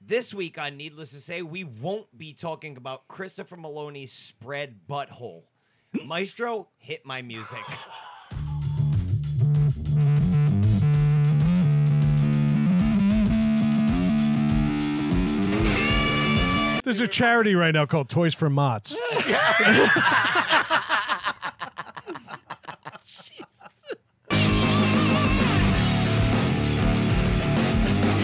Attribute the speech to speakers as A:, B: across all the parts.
A: This week on Needless to Say, we won't be talking about Christopher Maloney's spread butthole. Maestro, hit my music.
B: There's a charity right now called Toys for Mots.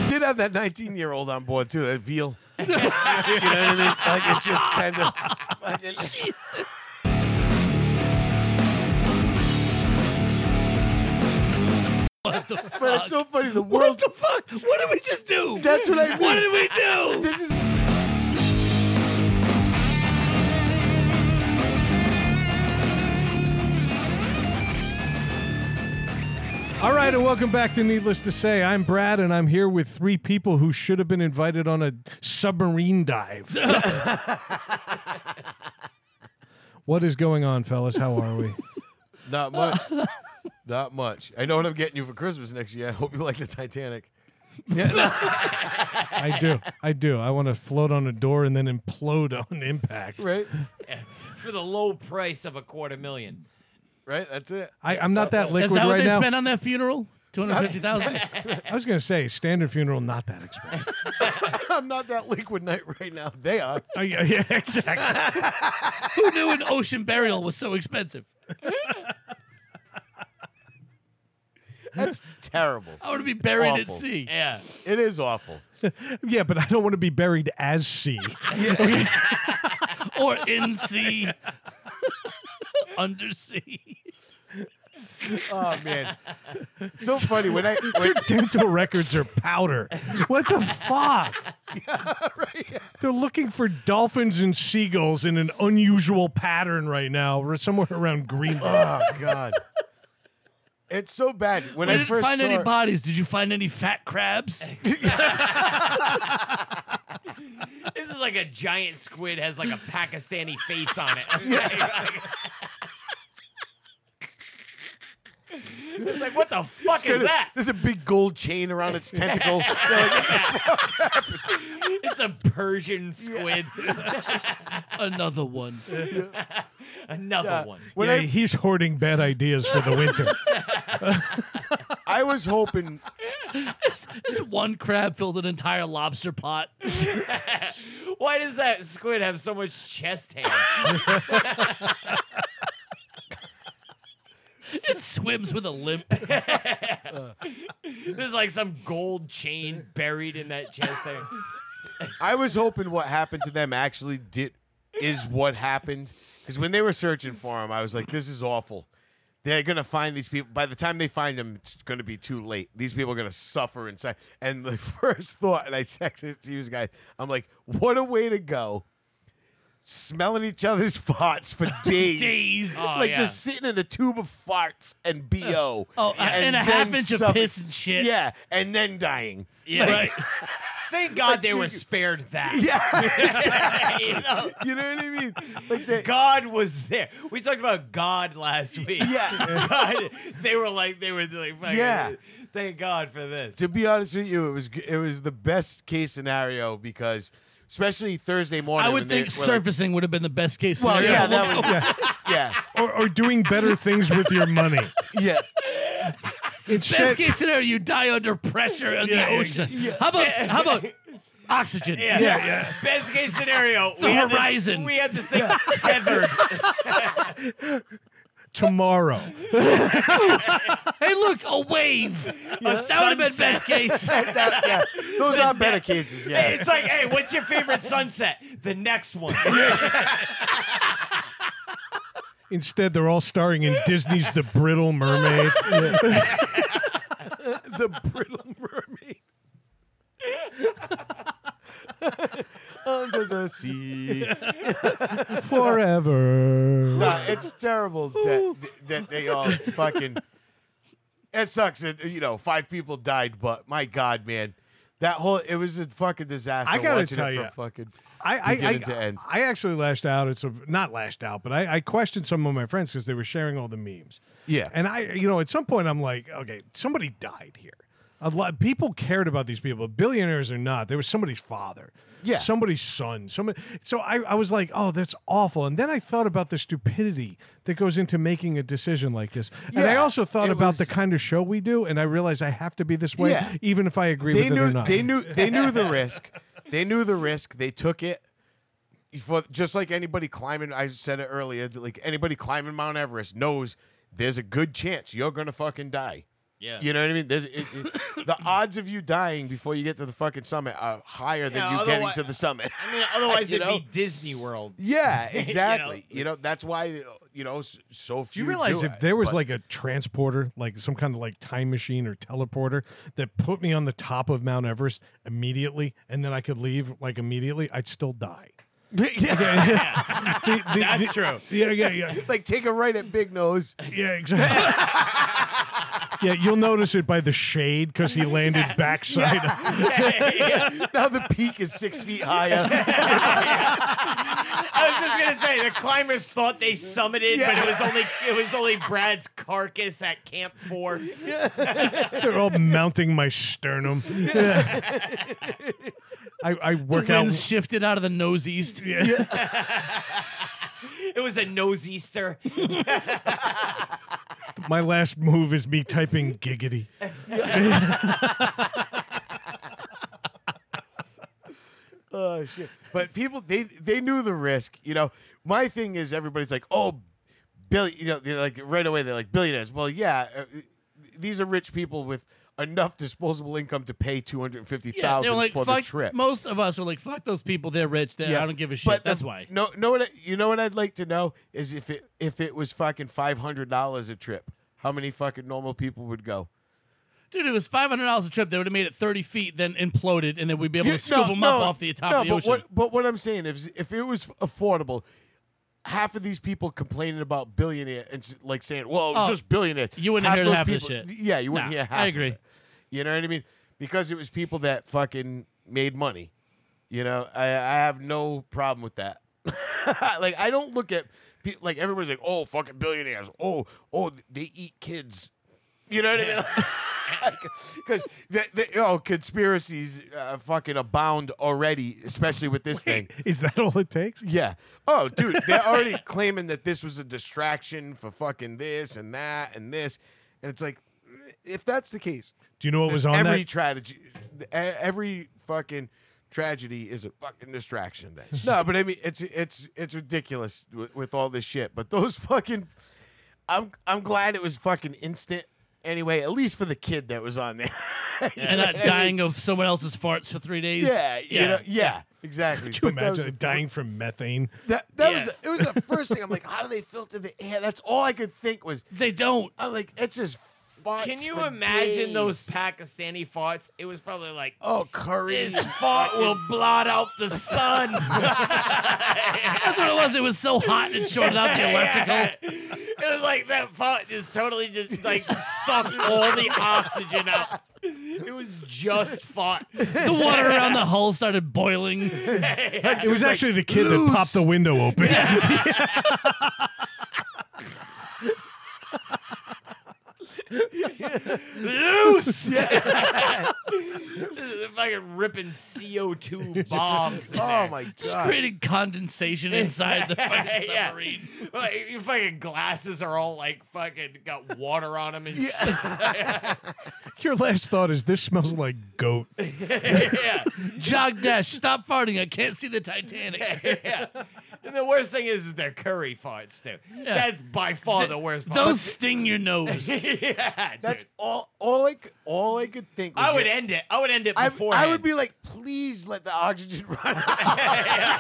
C: did have that 19 year old on board too, that veal. you know what I mean? Like it's just tender. Fucking- But it's so funny. The world.
D: the fuck? What did we just do?
C: That's what I mean.
D: What did we do?
C: This is.
B: All right, and welcome back to Needless to Say. I'm Brad, and I'm here with three people who should have been invited on a submarine dive. what is going on, fellas? How are we?
C: Not much. Not much. I know what I'm getting you for Christmas next year. I hope you like the Titanic.
B: I do. I do. I want to float on a door and then implode on impact.
C: Right?
A: For the low price of a quarter million.
C: Right? That's it.
B: I, I'm not that
D: Is
B: liquid
D: that what
B: right
D: they
B: now.
D: spent on that funeral? Two hundred fifty thousand.
B: I was going to say, standard funeral, not that expensive.
C: I'm not that liquid night right now. They are.
B: Oh, yeah, yeah, exactly.
D: Who knew an ocean burial was so expensive?
C: That's terrible.
D: I want to be buried at
C: Awful.
D: sea.
A: Yeah.
C: It is awful.
B: Yeah, but I don't want to be buried as sea.
D: or in sea, under sea.
C: Oh man. It's so funny when I when,
B: Your dental records are powder. What the fuck? They're looking for dolphins and seagulls in an unusual pattern right now, or somewhere around Greenland.
C: Oh god. It's so bad. When
D: I
C: I
D: didn't
C: first
D: find
C: saw
D: any
C: it-
D: bodies. Did you find any fat crabs?
A: This is like a giant squid has like a Pakistani face on it. it's like, what the fuck is that?
C: There's a big gold chain around its tentacle. They're like,
A: It's a Persian squid.
D: Another one.
A: Another
C: uh,
A: one.
C: when
B: Yeah,
C: I,
B: he's hoarding bad ideas for the winter.
C: I was hoping
D: This, this one crab filled an entire lobster pot.
A: Why does that squid have so much chest hair?
D: It swims with a limp.
A: There's like some gold chain buried in that chest hair.
C: I was hoping what happened to them actually did is what happened. Because when they were searching for him, I was like, "This is awful." They're gonna find these people. By the time they find them, it's gonna be too late. These people are gonna suffer inside. And the first thought, and I texted to you guys, I'm like, "What a way to go." Smelling each other's farts for days.
D: Days. Oh,
C: like
A: yeah.
C: just sitting in a tube of farts and BO.
D: Oh, and, a half
C: then
D: inch of
C: suffer-
D: piss and shit.
C: Yeah, and then dying.
A: Yeah. Thank God they were spared that. Yeah. you know,
C: You know what I mean? Like they,
A: God was there. We talked about God last week.
C: Yeah.
A: God, they were like they were like fucking,
C: Yeah.
A: Thank God for this.
C: to be honest with you, it was it was the best case scenario because especially Thursday morning.
D: I would
C: when they
D: think
C: were like-
D: surfacing would have been the best case
C: Well,
D: scenario.
C: yeah,
D: Look
C: that was, yeah,
B: or, or doing better things with your money.
C: yeah.
B: Instead,
D: Best case scenario, you die under pressure in the ocean. How about how about oxygen?
A: Yeah. Best case scenario.
D: The
A: we had this-
D: horizon.
A: we had this thing tethered.
B: tomorrow.
D: Hey, look, a wave. that would have been best case.
C: That- yeah. Those are better cases. Yeah,
A: It's like, hey, what's your favorite sunset? The next one.
B: Instead, they're all starring in Disney's The Brittle Mermaid.
C: the brittle mermaid under the sea.
B: Forever.
C: Nah, it's terrible that that they all fucking. It sucks. That, you know, five people died, but my God, man, that whole it was a fucking disaster.
B: I gotta
C: watching
B: tell
C: it
B: ya.
C: from fucking.
B: I I,
C: beginning to
B: I,
C: end.
B: I actually lashed out at some not lashed out, but I, I questioned some of my friends because they were sharing all the memes.
C: Yeah.
B: and I you know at some point I'm like, okay, somebody died here. A lot people cared about these people. Billionaires or not, they were somebody's father,
C: Yeah.
B: somebody's son, somebody. So I, I was like, oh, that's awful. And then I thought about the stupidity that goes into making a decision like this, and I
C: Yeah,
B: also thought
C: it
B: about
C: was-
B: the kind of show we do, and I realized I have to be this way,
C: Yeah.
B: even if I agree
C: they
B: with
C: knew
B: it or not.
C: they knew they knew the risk. They knew the risk. They took it. For, just like anybody climbing, I said it earlier. Like anybody climbing Mount Everest knows there's a good chance you're gonna fucking die.
A: Yeah.
C: You know what I mean? There's it, it- the odds of you dying before you get to the fucking summit are higher than
A: Yeah,
C: you getting
A: otherwi-
C: to the summit.
A: I mean, otherwise
C: You
A: it'd
C: know?
A: be Disney World.
C: Yeah,
A: You know?
C: exactly. you, know? that's why you know s- so
B: Do
C: few.
B: you realize
C: do
B: if
C: it,
B: there was
C: but-
B: like a transporter, like some kind of like time machine or teleporter that put me on the top of Mount Everest immediately and then I could leave like immediately, I'd still die. The- the-
A: That's
B: the-
A: true.
B: Yeah, yeah, yeah.
C: like take a right at Big Nose.
B: Yeah, exactly. yeah, you'll notice it by the shade because he landed backside.
C: now the peak is six feet higher.
A: I was just gonna say the climbers thought they summited, but it was only it was only Brad's carcass at Camp Four.
B: They're all mounting my sternum. I, I work
D: the
B: out.
D: wind shifted out of the nose east.
A: It was a nose Easter.
B: My last move is me typing giggity.
C: oh shit! But people, they they knew the risk. You know, my thing is everybody's like, oh, Billy. You know, they're like right away they're like billionaires. Well, yeah, uh, these are rich people with enough disposable income to pay two hundred fifty
D: Yeah,
C: thousand
D: they're like,
C: for
D: fuck,
C: the trip.
D: most of us are like, fuck those people. They're rich. They, I don't give a shit.
C: But the-
D: That's why.
C: No, no. What I, you know? What I'd like to know is if it if it was fucking five hundred dollars a trip, how many fucking normal people would go?
D: Dude, it was $500 a trip. They would have made it 30 feet, then imploded, and then we'd be able
C: Yeah,
D: to scoop them up off the top
C: no,
D: of the
C: but
D: ocean.
C: What, but what I'm saying is, if it was affordable, half of these people complaining about billionaire and s- like saying, "Well, it's
D: Oh,
C: just billionaire."
D: you wouldn't hear
C: those
D: half of the
C: people,
D: shit.
C: Yeah, you wouldn't
D: Nah,
C: hear half.
D: I
C: of
D: agree.
C: it. You know what I mean? Because it was people that fucking made money. You know, I, I have no problem with that. like I don't look at pe- like everybody's like, "Oh, fucking billionaires." Oh, oh, they eat kids. You know what I mean? because the, the oh conspiracies uh, fucking abound already, especially with this thing.
B: Is that all it takes?
C: Yeah. Oh, dude, they're already claiming that this was a distraction for fucking this and that and this, and it's like, mm, if that's the case,
B: Do you know what was on
C: every
B: that?
C: tragedy, e- every fucking tragedy is a fucking distraction. Then no, but I mean, it's it's it's ridiculous with, with all this shit. But those fucking, I'm I'm glad it was fucking instant. Anyway, at least for the kid that was on there.
D: and not dying of someone else's farts for three days.
C: Yeah, you know, yeah, exactly.
B: Could you
C: But that was
B: imagine
C: the
B: dying from methane?
C: That, that
A: Yeah.
C: was it. Was the first thing I'm like, how do they filter the air? That's all I could think was,
D: They don't.
C: I'm like, it's just. farts
A: Can you
C: for
A: imagine
C: days.
A: those Pakistani farts? It was probably like
C: Oh, curry.
A: this fart will blot out the sun.
D: That's what it was. It was so hot it shorted out the electrical.
A: It was like that fart just totally just like sucked all the oxygen out. It was just fart.
D: The water around the hull started boiling.
B: It was actually the kid that popped the window open.
A: Loose. Fucking ripping CO two bombs. in
C: Oh
A: there.
C: my god.
D: Created condensation inside the fucking
A: Yeah.
D: submarine.
A: Like, your fucking glasses are all like fucking got water on them and
B: Your last thought is this smells like goat.
A: shit. yeah.
D: Jog Dash, stop farting. I can't see the Titanic.
A: yeah. And the worst thing is, is their curry farts too. That's by far the, worst part.
D: Those sting your nose.
A: yeah, dude.
C: That's all. All I c- all I could think. Was
A: I would
C: yeah,
A: end it. I would end it
C: I,
A: before.
C: I would be like, please let the oxygen run out.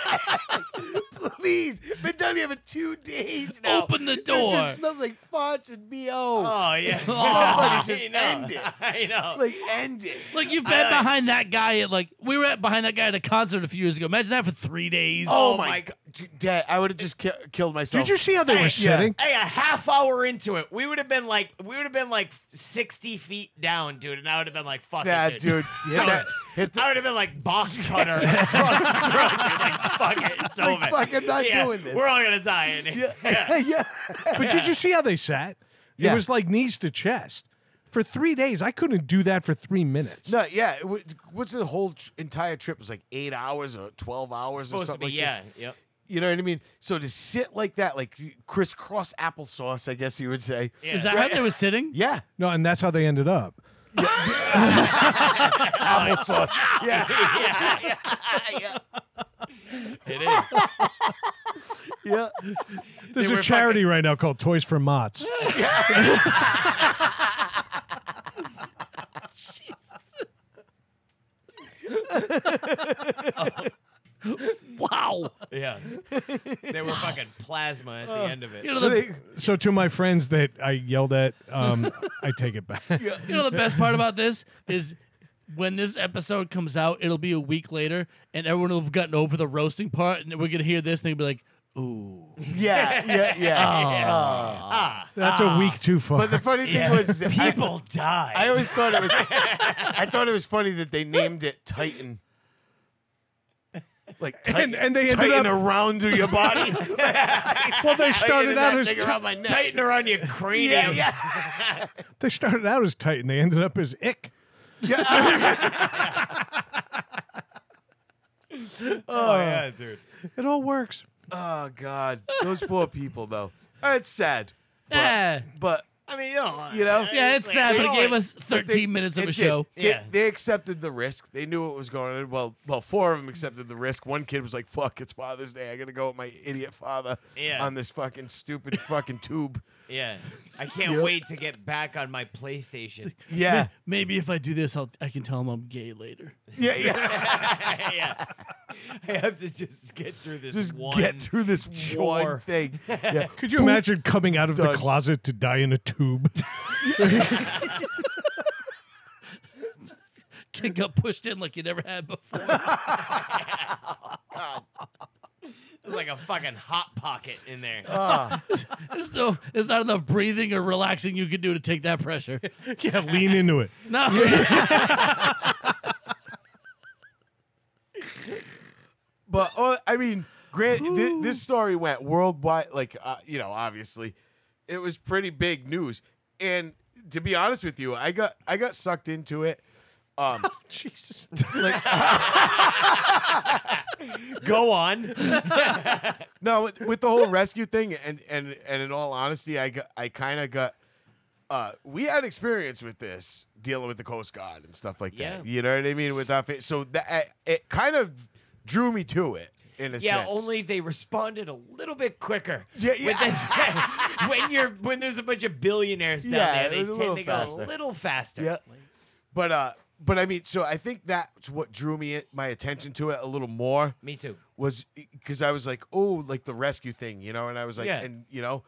C: please. Been down here for two days now.
D: Open the
C: It
D: door.
C: just smells like farts and bo.
A: Oh yeah.
C: Somebody just
A: I know.
C: end it.
A: I know.
C: Like end it.
D: Like you've been behind that guy at like we were at behind that guy at a concert a few years ago. Imagine that for three days.
A: Oh
C: Oh,
A: my
C: my god, Dude, Dad! I would have just ki- killed myself.
B: Did you see how they were sitting?
A: Hey, a half hour into it, we would have been like, we would have been like sixty feet down, dude, and I would have been like, "Fuck
C: Yeah,
A: it, dude."
C: dude. Hit that. Hit the,
A: I would have been like box cutter across the throat, dude. Like, fuck it, it's over.
C: fucking not
A: Yeah,
C: doing this.
A: We're all gonna die in here.
C: yeah.
B: But did you see how they sat? It
C: Yeah.
B: was like knees to chest. for three days. I couldn't do that for three minutes.
C: No, yeah. it wa- What's the whole tr- entire trip? It was like eight hours or twelve hours or
A: supposed to
C: something.
A: be,
C: like
A: yeah,
C: That.
A: yep.
C: You know what I mean? So to sit like that, like crisscross applesauce, I guess you would say.
A: Yeah.
D: Is that how they were sitting?
C: Yeah,
B: No, and that's how they ended up.
C: applesauce. yeah,
A: It is.
C: yeah.
B: There's
A: They
B: a
A: were
B: charity right now called Toys for Mots.
D: Wow.
A: yeah. They were fucking plasma at
C: Uh,
A: the end of it.
D: You know,
B: So,
D: the,
B: so to my friends that I yelled at, um, I take it back.
D: you know the best part about this is when this episode comes out, it'll be a week later, and everyone will have gotten over the roasting part, and we're gonna hear this, and they'll be like, "Ooh,
C: Yeah, yeah, yeah. Uh,
B: That's a week too far.
C: Ah. but the funny thing was, is I-
A: People die.
C: I, always thought it was. I thought it was funny that they named it Titan. Like Titan,
B: and, and they ended
C: Titan
B: up.
C: around your body.
B: well, they started out as
C: Titan around my neck.
A: Tighten around your cranium.
C: Yeah, yeah.
B: they started out as Titan. They ended up as Ick.
A: Oh, yeah, dude.
B: It all works.
C: Oh God, those poor people though. Uh, It's sad,
D: eh.
C: but
A: I mean, you know.
C: You know?
D: yeah, it's sad, but it gave us 13
C: they-
D: minutes of
C: it
D: a
C: did.
D: show."
C: They,
A: Yeah.
C: they accepted the risk. They knew what was going on. Well, well, four of them accepted the risk. One kid was like, "Fuck, it's Father's Day. I gotta go with my idiot father
A: Yeah.
C: on this fucking stupid fucking tube."
A: Yeah. I can't wait to get back on my PlayStation.
C: Yeah,
D: Maybe if I do this, I'll, I can tell them I'm gay later.
C: yeah, yeah.
A: yeah. I have to just get through this
C: Just
A: one.
C: get through this
A: chore.
C: one thing. Yeah.
B: Could you imagine coming out of the
C: Done.
B: closet to die in a tube?
D: Kid got pushed in like you never had before.
A: It's like a fucking hot pocket in there.
D: There's no, there's not enough breathing or relaxing you can do to take that pressure.
B: yeah, lean into it.
D: No.
C: But uh, I mean, grant th- this story went worldwide. Like uh, you know, obviously, it was pretty big news. And to be honest with you, I got I got sucked into it. Um,
B: Jesus.
A: Go on.
C: no, with, with the whole rescue thing, and and and in all honesty, I got I kind of got. Uh, we had experience with this dealing with the Coast Guard and stuff like that.
A: Yeah.
C: You know what I mean? With that, fa- so that it kind of drew me to it in a
A: Yeah,
C: sense.
A: only they responded a little bit quicker.
C: Yeah, yeah.
A: With this- when you're when there's a bunch of billionaires down
C: Yeah,
A: there,
C: it
A: they
C: was a
A: tend
C: little
A: to go
C: faster.
A: a little faster.
C: Yeah. But uh, but I mean, so I think that's what drew me it- my attention to it a little more
A: Me too.
C: was because I was like, oh, like the rescue thing, you know, and I was like,
A: Yeah.
C: and you know,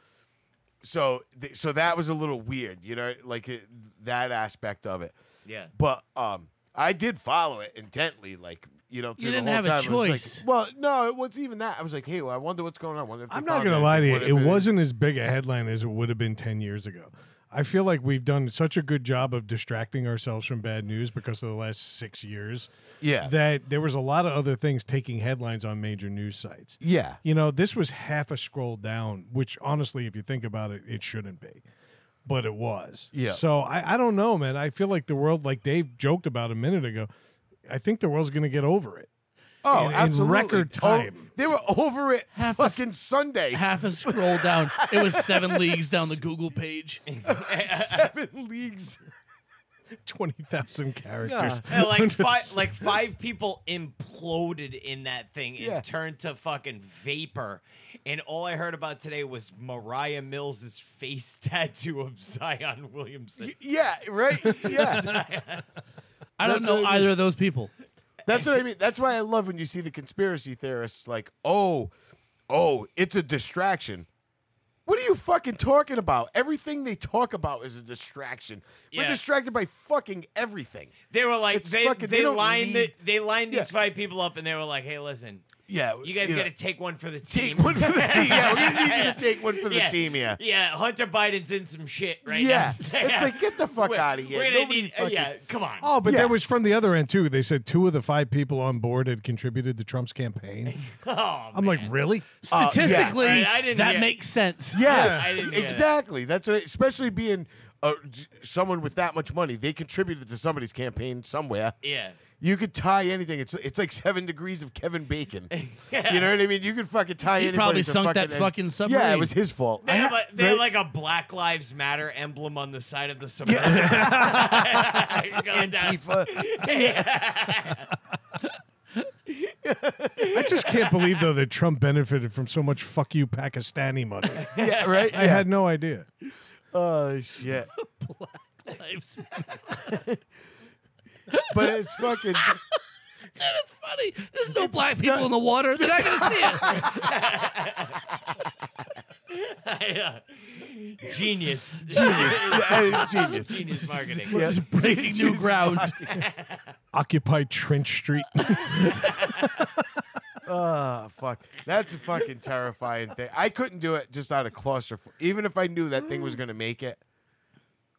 C: so th- so that was a little weird, you know, like it, that aspect of it.
A: Yeah.
C: But um, I did follow it intently, like you know, through
D: didn't
C: the whole
D: have a
C: time. It was like-
D: choice.
C: well, no, it was even that. I was like, hey, well, I wonder what's going on. Wonder if they
B: I'm not
C: found
B: going to lie to you.
C: anything.
B: It
C: What if
B: wasn't as big a headline as it would have been 10 years ago. I feel like we've done such a good job of distracting ourselves from bad news because of the last six years
C: Yeah.
B: that there was a lot of other things taking headlines on major news sites.
C: yeah.
B: You know, this was half a scroll down, which honestly, if you think about it, it shouldn't be. But it was.
C: Yeah.
B: So I, I don't know, man. I feel like the world, like Dave joked about a minute ago, I think the world's going to get over it.
C: Oh,
B: in- in
C: absolutely.
B: record
C: Oh,
B: time.
C: they were over it
D: Half a s-
C: fucking Sunday.
D: Half a scroll down. It was seven leagues down the Google page.
C: seven leagues.
B: 20,000 characters.
A: And like five like five people imploded in that thing and
C: Yeah.
A: turned to fucking vapor. And all I heard about today was Mariah Mills' face tattoo of Zion Williamson.
C: Yeah, right. Yeah,
D: I don't
C: That's
D: know
C: what I mean.
D: either of those people.
C: that's what I mean. That's why I love when you see the conspiracy theorists like, oh, oh, it's a distraction. What are you fucking talking about? Everything they talk about is a distraction. We're
A: Yeah.
C: distracted by fucking everything.
A: They were like
C: It's
A: they,
C: fucking-
A: they,
C: they don't
A: lined
C: need-
A: the, they lined these
C: Yeah.
A: five people up and they were like, "Hey, listen,
C: Yeah,
A: you guys
C: know,
A: got to take one for the team."
C: take one for the team. Yeah, we're gonna need you to take one for the
A: yeah.
C: team. Yeah,
A: Yeah, Hunter Biden's in some shit right
C: yeah.
A: now.
C: It's like get the fuck
A: We're-
C: out of here.
A: We're gonna
C: Nobody
A: need, uh,
C: fucking-
A: yeah, come on.
B: Oh, but
C: Yeah.
B: that was from the other end too. They said two of the five people on board had contributed to Trump's campaign.
A: Oh,
B: I'm like, really?
C: Uh, yeah.
D: Statistically,
A: Right, I didn't
D: that
A: hear-
D: makes sense.
C: Yeah,
A: I didn't get it.
C: exactly. That's what, especially being uh, j- someone with that much money, they contributed to somebody's campaign somewhere.
A: Yeah.
C: You could tie anything. It's it's like seven degrees of Kevin Bacon. You know what I mean? You could fucking tie
D: He
C: anybody.
D: probably
C: to
D: sunk that
C: fucking-
D: fucking
C: Yeah,
D: submarine.
C: it was his fault.
A: They had,
C: I-
A: like, they had like
C: right?
A: a Black Lives Matter emblem on the side of the submersible. Going down.
C: Antifa.
B: I just can't believe though that Trump benefited from so much "fuck you" Pakistani money.
C: yeah, right.
B: I had no idea.
C: Oh shit.
D: Lives
C: But it's fucking.
D: Dude, it's funny. There's no black people in the water. They're not gonna see it.
A: Yeah. Genius.
C: Yeah, genius.
A: Genius marketing.
C: Yeah.
D: Just breaking new ground.
B: Occupy Trench Street.
C: Oh fuck. That's a fucking terrifying thing. I couldn't do it just out of claustrophobia. Even if I knew that thing was gonna make it,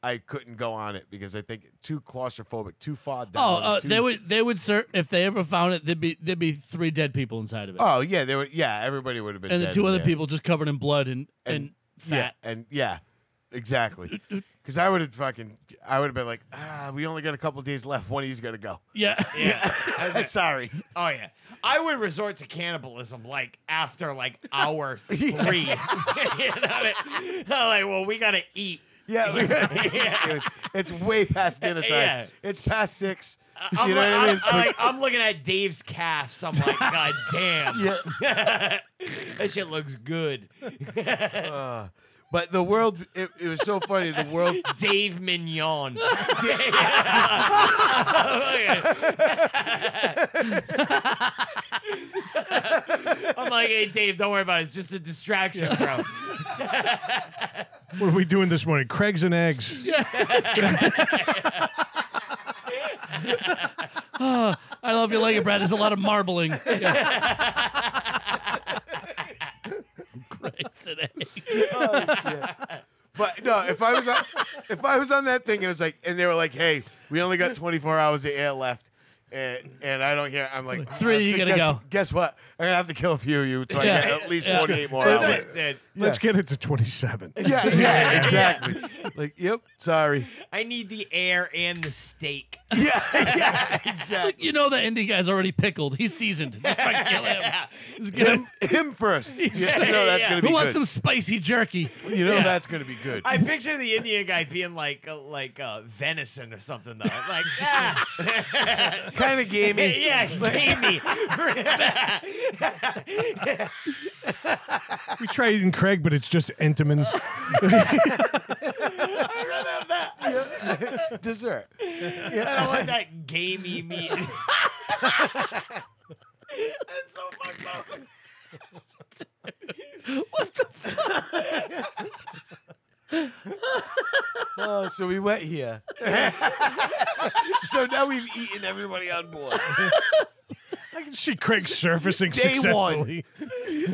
C: I couldn't go on it because I think too claustrophobic, too far down.
D: Oh, uh,
C: too-
D: they would. They would. Sir, if they ever found it, there'd be there'd be three dead people inside of it,
C: Oh yeah, they were. Yeah, everybody would have been.
D: and the
C: dead
D: two
C: in
D: other
C: there.
D: people just covered in blood and and, fat.
C: Yeah, and yeah, exactly. Because I would have fucking, I would have been like, ah, we only got a couple days left. One of you's gotta go.
D: Yeah.
A: Yeah.
C: I'm sorry.
A: Oh yeah. I would resort to cannibalism like after like hour three. you know what I mean? I'm like, well, we gotta eat.
C: Yeah, we gotta eat, dude. it's way past dinner time.
A: Yeah.
C: It's past six.
A: I'm,
C: you know
A: like-
C: what I
A: I'm-
C: mean?
A: I'm like- I'm looking at Dave's calves. I'm like, God damn. that shit looks good.
C: But the world, it, it was so funny. The world,
A: Dave Mignon. I'm like, hey, Dave, don't worry about it. It's just a distraction, bro.
B: what are we doing this morning? Craig's and eggs.
D: I love your leg, Brad. There's a lot of marbling. Christ, it ain't.
C: but no, if I was on, if I was on that thing, and it was like, and they were like, hey, we only got 24 hours of air left. And, and I don't hear. I'm like
D: Three,
C: "Ah,
D: you
C: so
D: gotta
C: guess,
D: go."
C: Guess what? I'm gonna have to kill a few of you, so I
D: Yeah.
C: get at least
D: Yeah.
C: 48 more
A: That's
C: hours.
A: it, man.
B: Let's get it to twenty-seven.
C: Yeah, yeah, exactly. Like, yep, sorry.
A: I need the air and the steak.
C: Yeah, yeah, exactly.
D: You know the indie guy's already pickled. He's seasoned. Just fucking kill him. Just get him.
C: Him first. Yeah, you know that's
A: Yeah.
C: gonna be
D: Who wants some
C: good.
D: spicy jerky?
C: you know that's gonna be good.
A: I picture the Indian guy being like uh, like uh, venison or something though. Like, ah,
C: kind of gamey.
A: yeah, gamey.
B: We tried eating Craig, but it's just Entenmann's.
C: Dessert.
A: I don't want that gamey meat. That's so fucked up.
C: Oh, so we went here. so, so now we've eaten everybody on board.
B: I can see Craig surfacing
C: Day one.
B: successfully.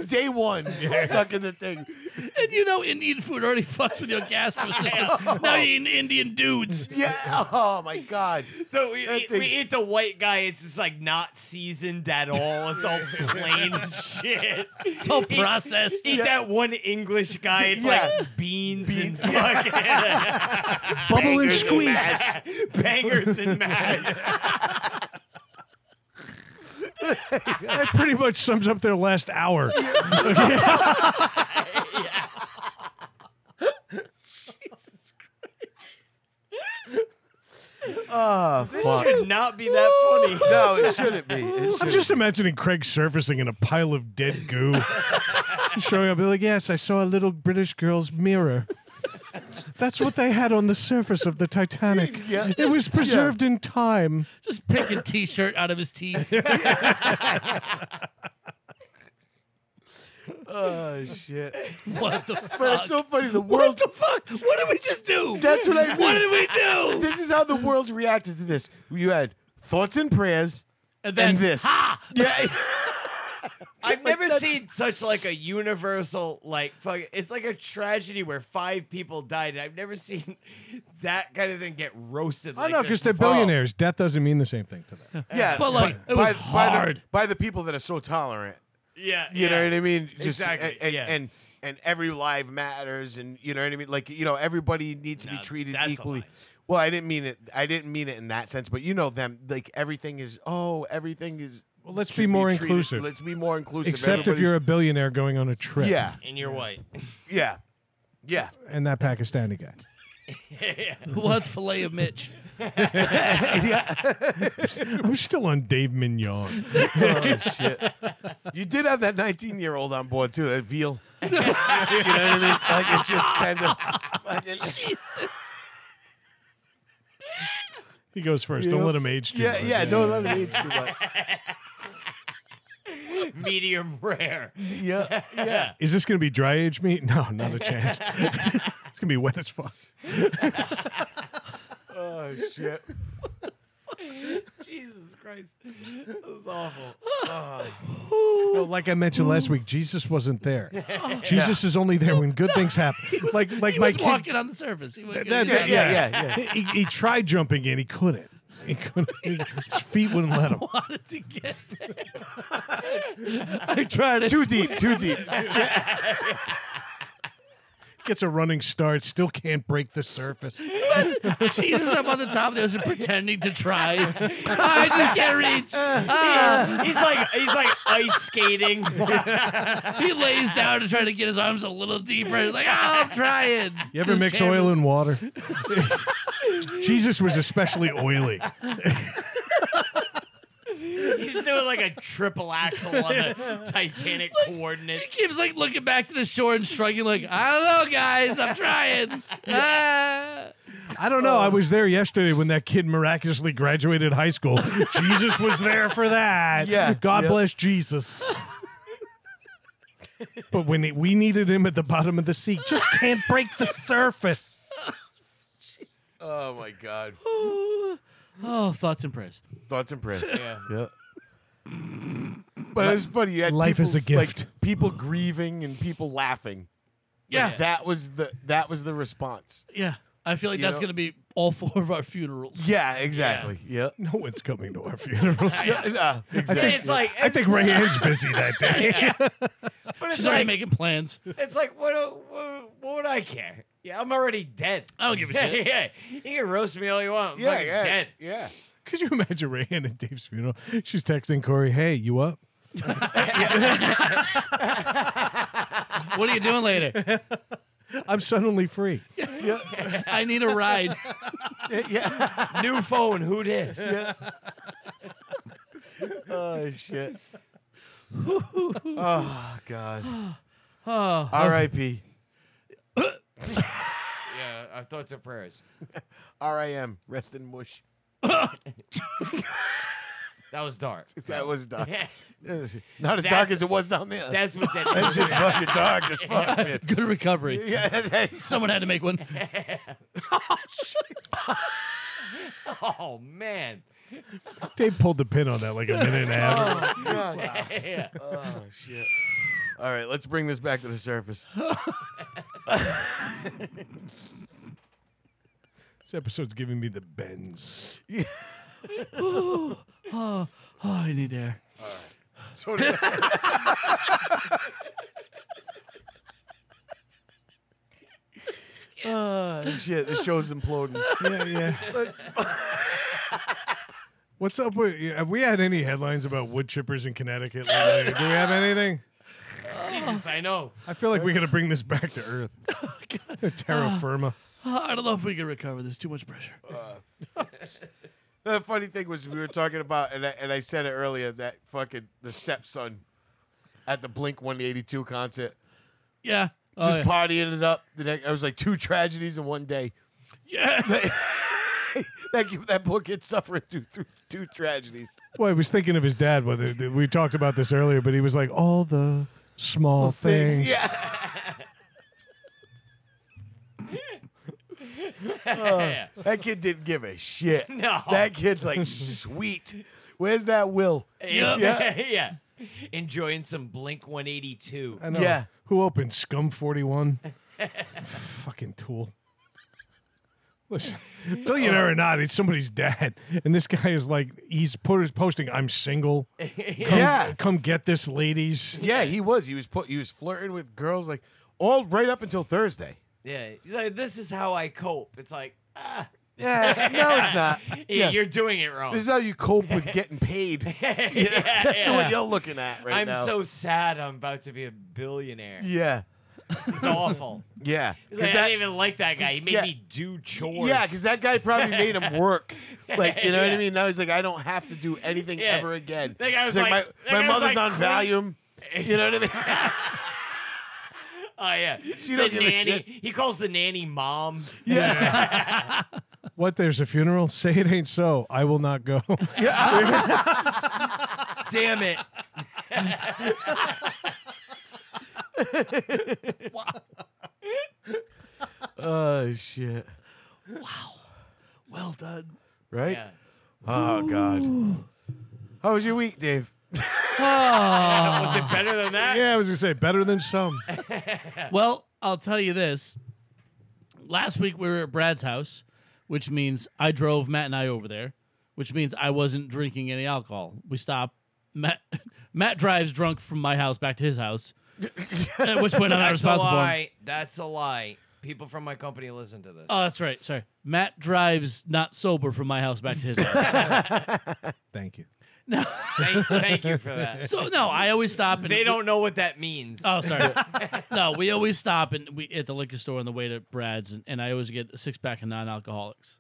C: Day one, stuck in the thing.
D: And you know Indian food already fucks with your gastrointestinal system. Now you're eating Indian dudes.
C: Yeah. Oh my God.
A: So we
C: That
A: eat,
C: thing-
A: we eat the white guy. It's just like not seasoned at all. It's all plain shit.
D: It's all processed.
A: Eat that one English guy. It's
C: Yeah.
A: like beans, and
C: Beans.
A: fucking
C: Ah,
B: Bubble and
A: bangers
B: squeak.
A: mash. bangers and mash.
B: That pretty much sums up their last hour.
C: Oh
A: This
C: fuck.
A: should not be that funny.
C: No, it shouldn't be. It
B: I'm
C: shouldn't
B: just
C: be.
B: imagining Craig surfacing in a pile of dead goo. Showing up, be like, yes, I saw a little British girl's mirror. That's what they had on the surface of the Titanic.
C: Yeah.
B: It was preserved in time.
D: Just pick a t-shirt out of his teeth.
C: Oh shit.
D: What the
C: But
D: fuck?
C: it's so funny. The
D: Uh, what
C: world.
D: the fuck? What did we just do?
C: That's what I mean.
D: What did we do?
C: this is how the world reacted to this. You had thoughts and prayers,
D: and
C: and this.
D: Ha!
C: Yeah.
A: I've never seen such like a universal like fuck. It's like a tragedy where five people died. and I've never seen that kind of thing get roasted.
B: I
A: like
B: know,
A: this
B: because they're
A: before.
B: billionaires. Death doesn't mean the same thing to them.
C: Yeah,
D: But, like, it was hard.
C: By the, by the people that are so tolerant,
A: Yeah,
C: you
A: yeah.
C: know what I mean. Just,
A: Exactly,
C: And,
A: yeah.
C: and and every life matters, and you know what I mean. Like you know, everybody needs to be
A: No,
C: treated
A: that's a
C: equally.
A: lie.
C: Well, I didn't mean it. I didn't mean it in that sense, but you know them. Like everything is. Oh, everything is.
B: Well, let's
C: should
B: be more
C: treated-
B: inclusive.
C: Let's be more inclusive.
B: Except if
C: Everybody's-
B: you're a billionaire going on a trip.
C: Yeah,
A: and you're white.
C: yeah, yeah.
B: And that Pakistani guy.
D: Who wants filet of Mitch?
B: I'm still on Dave Mignon.
C: You did have that 19 year old on board too, that veal. you know what I mean? Like it's just kind of. fucking-
B: He goes first.
C: Yeah.
B: Don't let him age too
C: Yeah,
B: much.
C: yeah. Don't let it age too much.
A: Medium rare.
C: Yeah, yeah.
B: Is this going to be dry aged meat? No, not a chance. it's going to be wet as fuck.
C: Oh shit.
A: Jesus Christ. That was awful.
B: No, like I mentioned last week, Jesus wasn't there. Jesus is only there when good things happen. like like
D: He
B: my
D: was
B: kid.
D: walking on the surface. He was
B: That's
C: Yeah,
B: it,
C: yeah, yeah,
B: He, he tried jumping in. He couldn't. He couldn't. he- his feet wouldn't let him.
D: wanted to get there. I tried it.
C: Too deep, too deep.
B: Gets a running start. Still can't break the surface.
D: Jesus up on the top of this and pretending to try. I just can't reach. Ah.
A: He's like he's like ice skating.
D: he lays down to try to get his arms a little deeper. He's like, oh, I'm trying.
B: You ever
D: This
B: mix
D: canvas-
B: oil and water? Jesus was especially oily.
A: He's doing like a triple axel on the Titanic
D: He
A: coordinates.
D: keeps like looking back to the shore and shrugging, like, I don't know, guys. I'm trying. Ah.
B: I don't know. I was there yesterday when that kid miraculously graduated high school. Jesus was there for that.
C: Yeah,
B: God
C: yeah.
B: bless Jesus. but when it, we needed him at the bottom of the sea, just can't break the surface.
C: Oh my god.
D: Oh, thoughts and prayers.
C: Thoughts and prayers.
A: Yeah.
C: Yeah. But it was funny. You had
B: Life is a
C: people- like,
B: gift.
C: people grieving and people laughing.
D: Yeah.
C: That was the that was the response.
D: yeah. I feel like
C: You
D: that's
C: know-
D: going to be all four of our funerals.
C: Yeah, exactly. Yeah.
B: No one's coming to our funerals.
C: Uh, exactly.
A: It's like
B: I think Rayanne's busy that day.
A: but it's
D: She's already
A: like,
D: making plans.
A: it's like what, what what would I care? Yeah, I'm already dead.
D: I don't give a shit.
A: yeah, you can roast me all you want. I'm
C: yeah,
A: fucking
C: yeah,
A: dead.
C: yeah.
B: Could you imagine Rayanne at Dave's funeral? She's texting Corey, hey, you up?
D: What are you doing later?
B: I'm suddenly free.
D: I need a ride.
A: New phone, who dis?
C: Oh shit. oh god.
D: Oh,
C: R.I.P.
A: Yeah, our thoughts and prayers.
C: R.I.M. Rest in mush.
A: That was dark.
C: That was dark.
A: Yeah,
C: It was Not as
A: That's-
C: dark as it was down there.
A: That's what that
C: It's
A: is.
C: just fucking dark as fuck, man.
D: good recovery.
C: Yeah, that's-
D: Someone had to make one.
A: Oh man.
B: Dave pulled the pin on that like a minute and a half.
A: Yeah.
C: Oh shit. All right, let's bring this back to the surface.
B: This episode's giving me the bends.
D: Oh, oh, I need air.
C: So did- oh shit, the show's imploding.
B: Yeah, yeah. What's up with? Have we had any headlines about wood chippers in Connecticut? lately? Do we have anything?
A: Jesus, I know.
B: I feel like we got to bring this back to Earth. Terra firma.
D: Oh, I don't know if we can recover. There's too much pressure.
C: The funny thing was we were talking about, and I, and I said it earlier that fucking the stepson at the Blink 182 concert,
D: Yeah. Oh,
C: just
D: yeah.
C: partying it up. The next, I was like two tragedies in one day.
D: yeah.
C: That that boy kid suffering through, through two tragedies.
B: Well, I was thinking of his dad. Whether we talked about this earlier, but he was like all the small things.
C: Yeah. That kid didn't give a shit.
A: Oh. No.
C: That kid's like, sweet. Where's that will?
A: Yeah.
C: Yeah.
A: yeah. Enjoying some Blink 182.
B: I know.
C: Yeah.
B: Who opened Scum Forty One? Fucking tool. Listen, billionaire or not, it's somebody's dad, and this guy is like he's put, posting, "I'm single."
C: yeah.
B: come get this, ladies.
C: Yeah, he was. He was put. He was flirting with girls. Like, all right up until Thursday.
A: Yeah, he's like, this is how I cope. It's like, ah,
C: Yeah, no, it's not.
A: yeah,
C: Yeah.
A: you're doing it wrong.
C: This is how you cope with getting paid.
A: yeah,
C: That's
A: yeah.
C: what you're looking at right
A: I'm
C: now.
A: so sad. I'm about to be a billionaire.
C: yeah,
A: This is awful.
C: yeah.
A: He's like, I didn't even like that guy. He made
C: yeah.
A: me do chores.
C: yeah, because that guy probably made him work. Like, you know what
A: Yeah.
C: I mean? Now he's like, I don't have to do anything
A: Yeah.
C: ever again.
A: That guy was
C: He's
A: like- that
C: my,
A: guy
C: my
A: was
C: mother's
A: like,
C: on
A: "Clean."
C: Valium. You know what I mean?
A: oh yeah.
C: She
A: the
C: don't give a
A: nanny.
C: shit.
A: He calls the nanny mom.
C: Yeah.
B: What? There's a funeral? Say it ain't so. I will not go.
A: Damn it.
C: oh shit.
D: Well done.
C: Right?
A: Yeah.
C: Oh god. How was your week, Dave?
A: Was it better than that?
B: yeah, I was gonna say better than some.
D: Well, I'll tell you this. Last week we were at Brad's house, which means I drove Matt and I over there, which means I wasn't drinking any alcohol. We stopped. Matt Matt drives drunk from my house back to his house, at which point I'm not
A: That's a
D: responsible. for him.
A: lie. That's a lie. People from my company listen to this.
D: Oh, that's right. Sorry. Matt drives not sober from my house back to his house.
B: Thank you.
A: thank, thank you for that.
D: so no, I always stop. And
A: They don't know what that means.
D: Oh, sorry. no, we always stop and we at the liquor store on the way to Brad's, and, and I always get a six pack of non-alcoholics.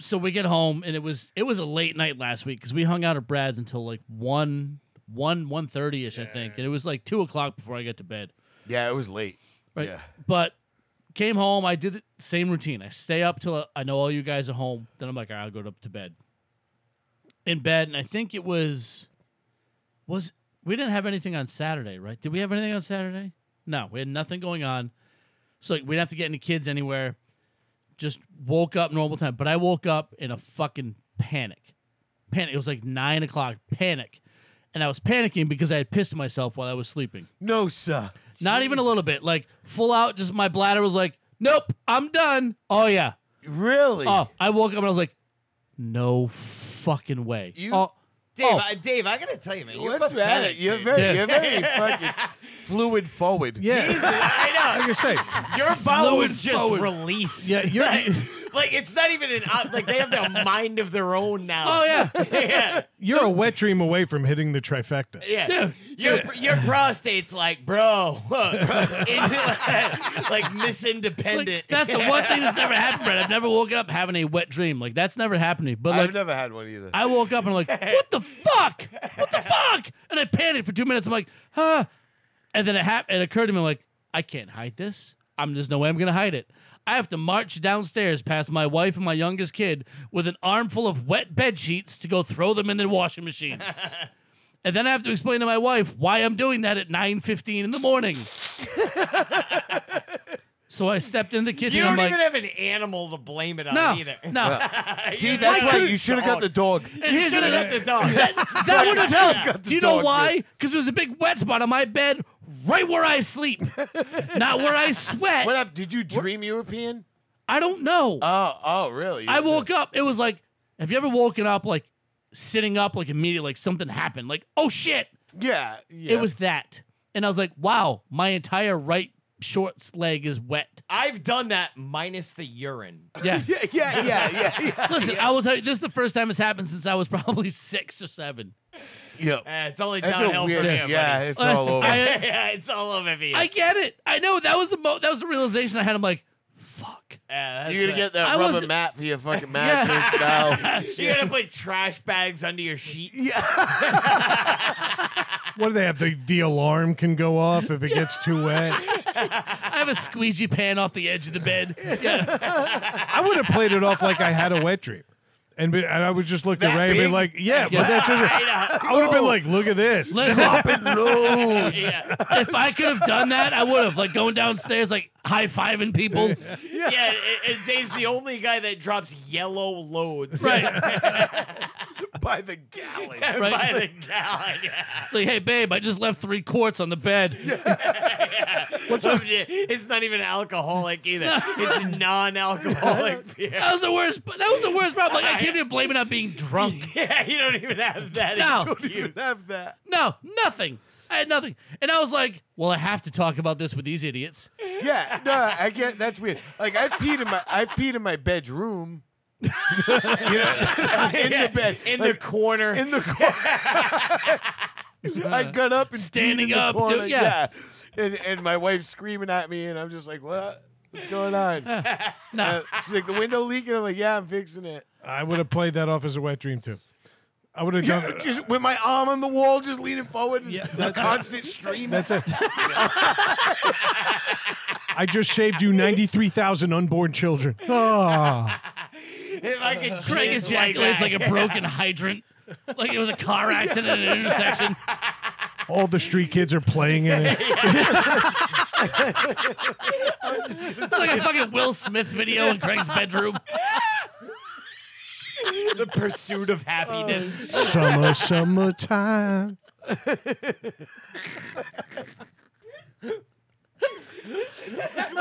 D: So we get home, and it was it was a late night last week because we hung out at Brad's until like one one one thirty ish, I think, and it was like two o'clock before I got to bed.
C: Yeah, it was late.
D: Right.
C: Yeah.
D: But came home, I did the same routine. I stay up till I know all you guys are home. Then I'm like, all right, I'll go up to bed. In bed, and I think it was was we didn't have anything on Saturday, right? Did we have anything on Saturday? No, we had nothing going on. So like, we didn't have to get any kids anywhere. Just woke up normal time. But I woke up in a fucking panic. Panic. It was like nine o'clock. Panic. And I was panicking because I had pissed myself while I was sleeping.
C: No, sir.
D: Not even a little bit. Like full out, just my bladder was like, nope, I'm done. Oh, yeah.
C: Really?
D: Oh, I woke up and I was like, no fucking way.
C: You-
D: oh,
A: Dave,
D: oh,
A: I, Dave, I gotta tell you, man, you're
C: What's that?
A: pathetic,
C: You're
A: dude.
C: very,
D: Dude.
C: you're very fucking fluid forward.
B: Yeah,
A: I
B: like I say,
A: know. Your bowel was
D: Flowing
A: just
D: forward.
A: release.
B: Yeah, you're-
A: like, like, it's not even an op- like they have their mind of their own now.
D: oh, yeah.
A: yeah,
B: you're a wet dream away from hitting the trifecta.
A: yeah.
D: Dude.
A: your your prostate's like, bro, like, like Miss Independent.
D: Like, that's the one thing that's never happened, Brett. I've never woken up having a wet dream. Like, that's never happened to me. But, like,
C: I've never had one either.
D: I woke up and I'm like, what the fuck? What the fuck? And I panicked for two minutes. I'm like, huh. And then it happened. It occurred to me, I'm like, I can't hide this. I'm there's no way I'm gonna hide it. I have to march downstairs past my wife and my youngest kid with an armful of wet bed sheets to go throw them in the washing machine. and then I have to explain to my wife why I'm doing that at 9:15 in the morning. so I stepped in the kitchen.
A: you don't
D: I'm like,
A: even have an animal to blame it on
D: no,
A: either.
D: no.
C: See, that's
D: Why
C: why
D: couldn't-
C: you should have got the dog.
D: And here's
A: should have
D: the
A: got the dog.
D: That would have
C: got
D: helped.
C: the
D: Do you know
C: dog
D: why? Because there was a big wet spot on my bed, right where I sleep, not where I sweat.
C: What up? Did you dream European?
D: I don't know.
C: Oh, oh, really?
D: I woke up. It was like, have you ever woken up like sitting up like immediately, like something happened, like oh shit,
C: Yeah, yeah.
D: it was that, and I was like, wow, my entire right shorts leg is wet.
A: I've done that minus the urine. Uh,
D: Yeah.
C: Yeah, yeah, yeah, yeah. yeah.
D: Listen, I will tell you, this is the first time it's happened since I was probably six or seven.
C: Yep.
A: Eh, it's only
C: That's a
A: downhill
C: weird.
A: from
D: day,
A: here,
C: Yeah,
A: buddy.
C: it's
D: Listen,
C: all over.
D: I-
A: yeah, it's all over me. Uh,
D: I get it. I know that was the mo- that was the realization I had. I'm like, fuck.
A: Yeah,
C: You're
A: that's it.
C: gonna get that
D: I
C: rubber
D: wasn't-
C: mat for your fucking mattress now.
A: You're gonna put trash bags under your sheets.
B: What do they have? The the alarm can go off if it gets too wet.
D: I have a squeegee pan off the edge of the bed. Yeah.
B: I would have played it off like I had a wet dream, and, be, and I would just look at
C: That
B: Ray and be
C: big?
B: like, "Yeah, but that's it."
A: I
B: I would have been like, "Look at this."
D: Listen,
A: know. Yeah,
D: if I could have done that, I would have. Like going downstairs, like high fiving people.
A: yeah. and- and Dave's the only guy that drops yellow loads
D: Right.
C: By the gallon.
A: by
D: Right.
A: the gallon. Yeah.
D: It's like, hey, babe, I just left three quarts on the bed.
A: What's up? It's not even alcoholic either. it's non-alcoholic beer.
D: That was the worst. That was the worst problem. Like I can't even blame it on being drunk.
A: Yeah, you don't even have that
D: Um, No.
A: excuse.
C: have that.
D: No, nothing. I had nothing, and I was like, "Well, I have to talk about this with these idiots."
C: Yeah, no, I get that's weird. Like I've peed in my I've peed in my bedroom. you know, in the bed,
A: in
C: like,
A: the corner.
C: in the corner. I got up and peed
D: Standing
C: in the
D: up, dude,
C: corner.
D: yeah.
C: yeah. And and my wife's screaming at me, and I'm just like, what? What's going on?
D: No,
C: Uh, she's like, the window leaking. I'm like, yeah, I'm fixing it.
B: I would have played that off as a wet dream too. I would have done it.
C: Just with my arm on the wall, just leaning forward, and
B: Yeah,
C: the constant stream.
B: That's it. I just saved you 93,000 unborn children. Oh,
A: if I could
D: Craig
A: just
D: ejaculates
A: like
D: like
A: that.
D: a broken hydrant, like it was a car accident at an intersection.
B: all the street kids are playing in it.
D: It's like a fucking Will Smith video in Craig's bedroom.
A: the pursuit of happiness.
B: Summer, summertime.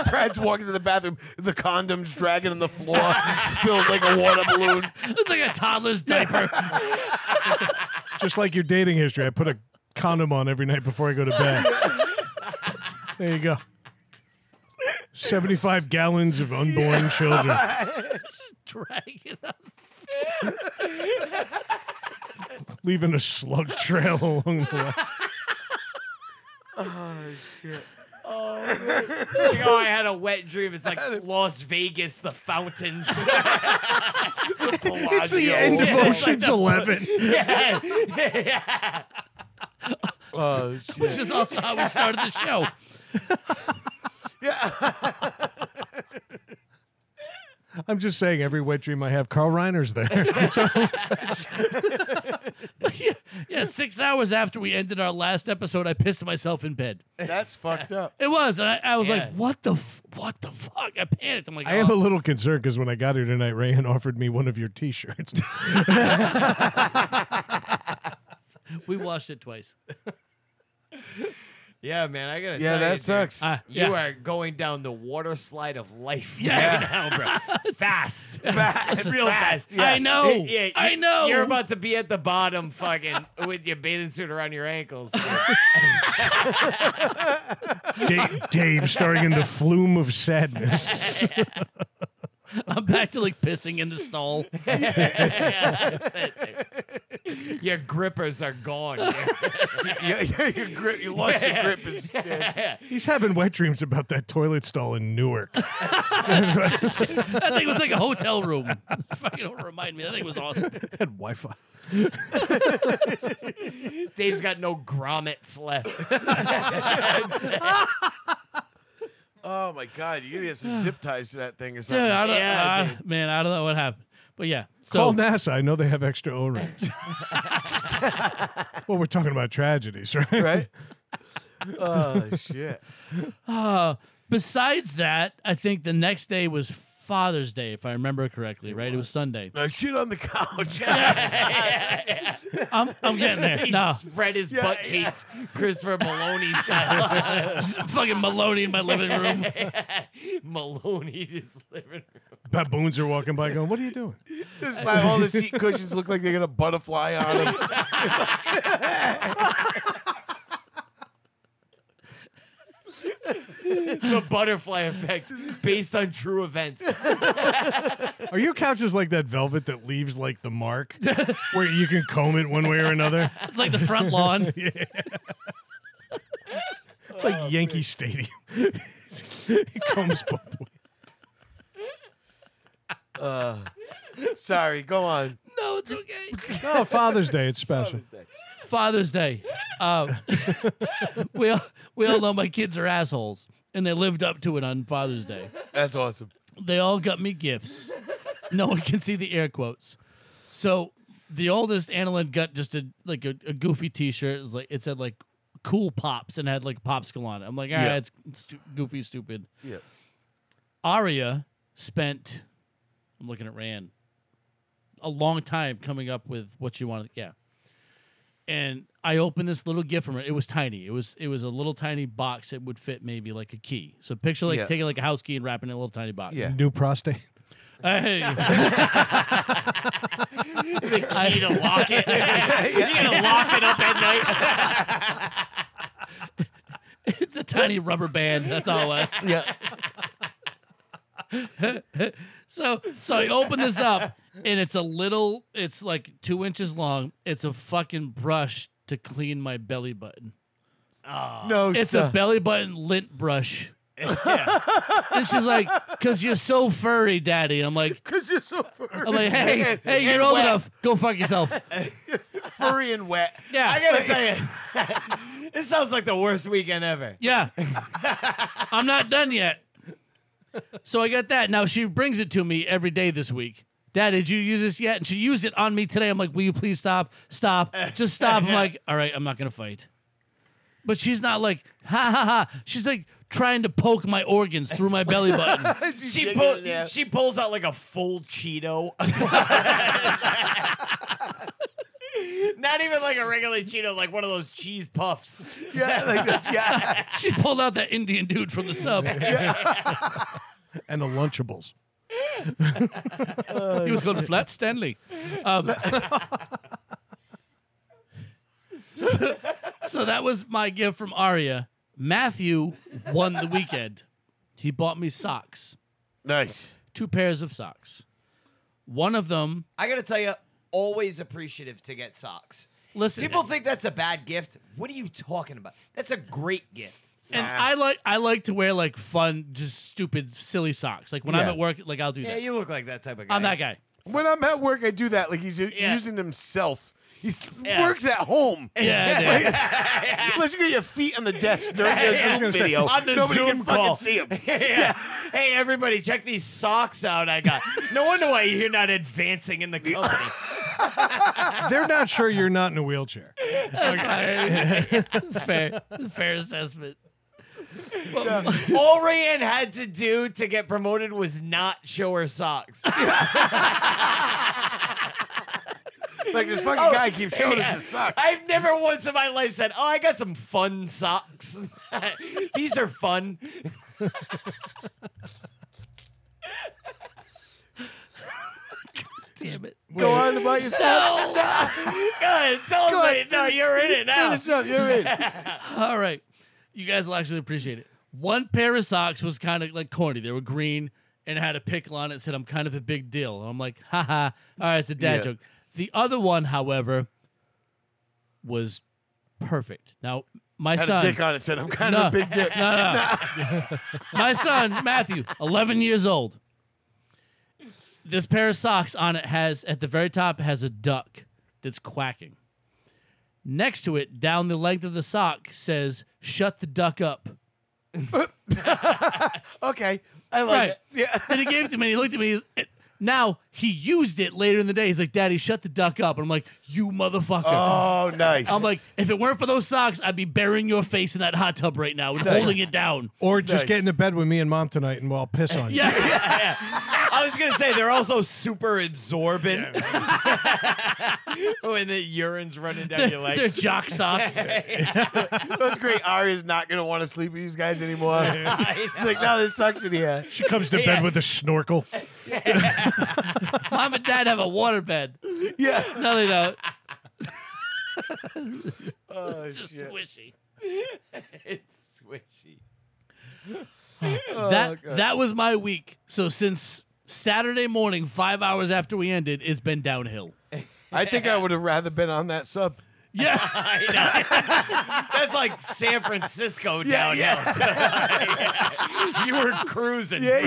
C: Brad's walking to the bathroom, the condoms dragging on the floor, filled like a water balloon.
D: It's like a toddler's diaper.
B: Just like your dating history, I put a condom on every night before I go to bed. There you go. 75 gallons of unborn children.
D: Drag it up.
B: leaving a slug trail along the way.
C: Oh,
A: Like, oh, I had a wet dream. It's like Las Vegas, the fountain.
B: It's the end of
A: Yeah, it's
B: Ocean's Eleven.
A: yeah. yeah.
D: Which is also how we started the show.
B: I'm just saying, every wet dream I have, Carl Reiner's there.
D: Yeah, yeah, six hours after we ended our last episode, I pissed myself in bed.
C: That's fucked up.
D: It was, and I, I was
A: Yeah.
D: like, "What the, f- what the fuck?" I panicked. I'm like,
B: I am
D: "Oh."
B: a little concerned because when I got here tonight, Rayan offered me one of your T-shirts.
D: we watched it twice."
A: Yeah, man, I gotta
C: Yeah,
A: tell you,
C: that
A: dude,
C: sucks.
A: You
D: Yeah.
A: are going down the water slide of life
D: Yeah.
A: right now, bro. Fast. fast. Real fast.
D: I know. I
A: you-
D: know.
A: You're about to be at the bottom fucking with your bathing suit around your ankles.
B: Da- Dave, starring in the Flume of Sadness.
D: I'm back to like pissing in the stall.
A: Yeah, that's it, dude. Your grippers are gone.
C: yeah, yeah, your grip, you lost your grip. Is, yeah.
B: He's having wet dreams about that toilet stall in Newark.
D: That thing was like a hotel room. Fucking don't remind me. That thing was awesome.
B: Had Wi-Fi.
A: Dave's got no grommets left.
C: Oh my god, you gotta get some zip ties to that thing or
D: Dude,
C: something.
D: I don't,
A: Yeah,
D: uh, man, I don't know what happened. But yeah, so
B: Call NASA. I know they have extra O-rings. well, we're talking about tragedies, right?
C: right? oh shit.
D: uh, besides that, I think the next day was Father's Day, if I remember correctly. right, it was Sunday.
C: I shit on the couch.
D: I'm, I'm getting there.
A: He
D: No,
A: spread his
C: Yeah,
A: butt
C: yeah.
A: cheeks, Christopher Maloney style.
D: fucking Maloney in my living room.
A: Maloney is living
B: Baboons are walking by, going, "What are you doing?"
C: Just like all the seat cushions look like they got a butterfly on them.
A: the butterfly effect based on true events.
B: Are your couches like that velvet that leaves like the mark where you can comb it one way or another?
D: It's like the front lawn.
B: It's like Yankee Stadium. it comes both ways.
C: Sorry, go on.
D: No, it's okay.
B: Oh, Father's Day, it's special.
D: Father's Day. Um, we all, we all know my kids are assholes, and they lived up to it on Father's Day.
C: That's awesome.
D: They all got me gifts. No one can see the air quotes. So the oldest Annalyn got just a like a, a goofy T-shirt. It was like it said like "Cool Pops" and had like a popsicle on it. I'm like, all right,
C: Yeah.
D: it's, it's stu- goofy, stupid.
C: Yeah.
D: Aria spent. I'm looking at Rand. A long time coming up with what she wanted. Yeah. and I opened this little gift from it. It was tiny. It was it was a little tiny box that would fit maybe like a key. So picture like
C: Yeah.
D: taking like a house key and wrapping it in a little tiny box.
C: Yeah.
B: New prostate.
D: Hey. I-
A: You to lock it. You gonna lock it up at night.
D: it's a tiny rubber band. That's all it was. Yeah. so so I open this up and it's a little it's like two inches long. It's a fucking brush to clean my belly button.
C: No,
D: It's
C: sir.
D: a belly button lint brush. and she's like, "Cause you're so furry, Daddy." I'm like,
C: Cause you're so furry.
D: I'm like, hey,
C: and-
D: hey,
C: and
D: you're old
C: wet.
D: enough. Go fuck yourself.
C: Furry and wet.
D: Yeah.
A: I gotta tell you, this sounds like the worst weekend ever.
D: Yeah. I'm not done yet. So I got that. Now she brings it to me every day this week. Dad, did you use this yet? And she used it on me today. I'm like, will you please stop? Stop. Just stop. I'm like, all right, I'm not going to fight. But she's not like, ha ha ha. She's like trying to poke my organs through my belly button.
A: She
C: digging
A: pull,
C: in there.
A: she pulls out like a full Cheeto. Not even like a regular Cheeto, like one of those cheese puffs.
C: Yeah, like that. Yeah.
D: she pulled out that Indian dude from the sub.
B: And the Lunchables.
D: He was going flat Stanley. Um, so, so that was my gift from Aria. Matthew won the weekend. He bought me socks,
C: Nice.
D: two pairs of socks. One of them,
A: I gotta tell you, always appreciative to get socks.
D: listen,
A: People think that's a bad gift. What are you talking about? That's a great gift.
D: and I like I like to wear like fun, just stupid, silly socks. Like when I'm
C: Yeah.
D: at work, like I'll do
A: Yeah,
D: that.
A: you look like that type of guy.
D: I'm that guy.
C: When I'm at work, I do that. Like he's u-
D: Yeah.
C: using himself. He s
A: Yeah.
C: works at home.
D: Yeah, I do.
C: Unless you get your feet on the desk during the Zoom video,
A: on the
C: nobody
A: Zoom
C: can fucking
A: call.
C: see him.
A: yeah. Hey, everybody, check these socks out I got. No wonder why you're not advancing in the company.
B: They're not sure you're not in a wheelchair.
D: That's fine. It's fair. Fair assessment.
A: All Rayanne had to do to get promoted was not show her socks.
C: Like this fucking guy keeps showing us his socks.
A: I've never once in my life said, "Oh, I got some fun socks. These are fun."
D: Damn it.
C: Go on about yourself.
A: God, tell
C: Go on,
A: us, no, you're in it now.
C: Finish up. You're in.
D: All right. You guys will actually appreciate it. One pair of socks was kind of like corny. They were green and had a pickle on it. It Said I'm kind of a big deal. And I'm like, haha. All right, it's a dad
C: Yeah.
D: joke. The other one, however, was perfect. Now my
C: Had
D: son,
C: a dick on it. Said I'm kind
D: No.
C: of a big dick.
D: No, no. my son Matthew, 11 years old. This pair of socks on it has at the very top has a duck that's quacking. Next to it, down the length of the sock says "Shut the duck up."
C: Okay, I like
D: Right.
C: it. Oh, Yeah.
D: Then he gave it to me. And he looked at me. He's, it- now he used it later in the day. He's like, "Daddy, shut the duck up." And I'm like, "You motherfucker."
C: Oh, nice.
D: I'm like, if it weren't for those socks, I'd be burying your face in that hot tub right now and holding it down.
B: Or just
C: Nice.
B: get into bed with me and mom tonight and we'll I'll piss on you.
D: Yeah.
A: I was gonna say they're also super absorbent when the urine's running down your
D: They're
A: legs.
D: jock socks.
C: that's great. Arya's not gonna want to sleep with these guys anymore. She's like, no, this sucks in here.
B: She comes to
A: Yeah.
B: bed with a snorkel.
D: Mom and dad have a water bed.
C: Yeah.
D: No, they don't.
C: Oh,
D: Just
C: shit.
D: swishy.
A: it's swishy. Oh,
D: that
C: Oh, God.
D: that was my week. So since Saturday morning, five hours after we ended, it's been downhill.
C: I think I would have rather been on that sub.
D: Yeah.
A: I know. That's like San Francisco
C: Yeah,
A: downhill. you were cruising.
C: Yeah,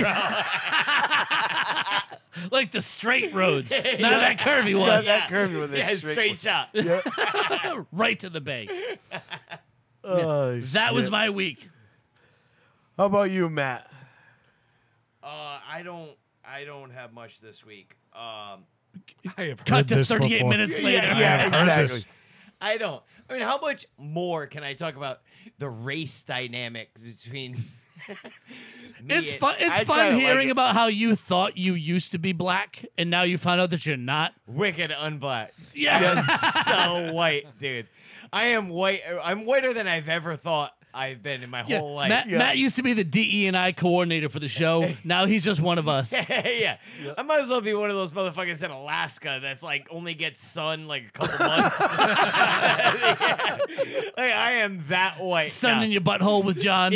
A: bro.
D: like the straight roads. Not that curvy one.
C: that curvy with a
A: Yeah, straight
C: straight-
A: shot.
D: right to the bay.
C: Oh,
D: That was
C: shit.
D: my week.
C: How about you, Matt?
A: Uh, I don't. I don't have much this week. Um,
B: I have
D: Cut
B: heard
D: to
B: this
D: 38
B: before.
D: minutes later.
B: I have heard this.
A: I don't. I mean, how much more can I talk about the race dynamic between Me
D: It's
A: and-
D: fun. It's
A: I
D: fun
A: kinda like
D: hearing
A: it.
D: about how you thought you used to be black and now you find out that you're not.
A: wicked unblack.
D: Yeah.
A: That's so white, dude. I am white. I'm whiter than I've ever thought I've been in my
D: Yeah.
A: whole life.
D: Matt,
A: yeah.
D: Matt used to be the DE and I coordinator for the show. Now he's just one of us.
A: yeah. I might as well be one of those motherfuckers in Alaska that's like only gets sun like a couple months. Yeah. Like, I am that white.
D: Sun
A: now.
D: in your butthole with John.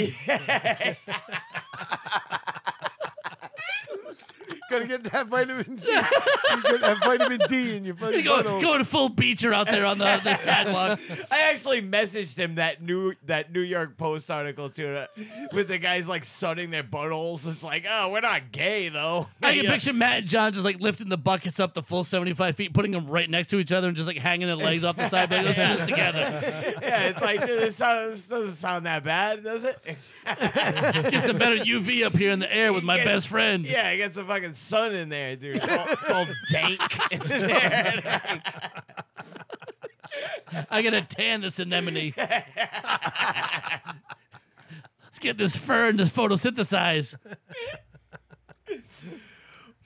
C: Gotta get that vitamin C. you got that vitamin D in your fucking
D: Go,
C: butthole.
D: going full beacher out there on the, the sidewalk.
A: I actually messaged him that new that New York Post article too, uh, with the guys like sunning their buttholes. It's like, oh, we're not gay though.
D: I can
A: Yeah.
D: picture Matt and John just like lifting the buckets up the full 75 feet, putting them right next to each other and just like hanging their legs off the side. Like, let's do this together.
A: Yeah, it's like dude, this, sound, this doesn't sound that bad, does it?
D: Get some better UV up here in the air with my
A: Yeah.
D: best friend.
A: Yeah, I got some fucking sun in there, dude. It's all, it's all dank in there.
D: I gotta tan this anemone. Let's get this fur and to photosynthesize.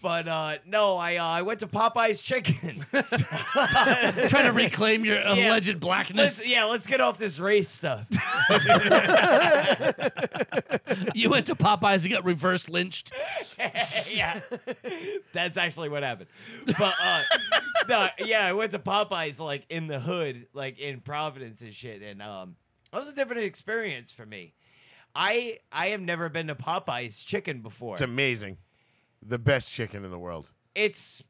A: But uh, no, I uh, I went to Popeye's Chicken.
D: Try to reclaim your
A: Yeah.
D: alleged blackness.
A: Let's, yeah, let's get off this race stuff.
D: You went to Popeyes and got reverse lynched.
A: yeah, that's actually what happened. But uh, no, yeah, I went to Popeyes like in the hood, like in Providence and shit, and um, that was a different experience for me. I I have never been to Popeyes Chicken before.
C: It's amazing. The best chicken in the world.
A: It's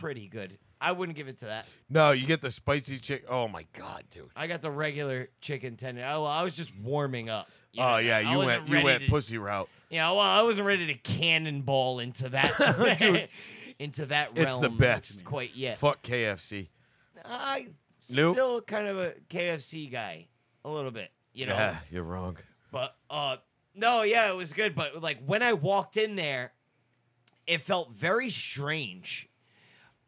A: pretty good. I wouldn't give it to that.
C: No, you get the spicy chicken. Oh my god, dude.
A: I got the regular chicken tender. I, well, I was just warming up. you
C: Oh
A: know?
C: yeah,
A: I
C: you
A: wasn't
C: went you
A: ready
C: went
A: to-
C: pussy route.
A: Yeah, well, I wasn't ready to cannonball into that into that realm.
C: It's the best.
A: quite yet.
C: Fuck KFC.
A: I
C: Nope.
A: still kind of a KFC guy, a little bit, you know.
C: Yeah, you're wrong.
A: But uh, no, yeah, it was good. But like when I walked in there, it felt very strange.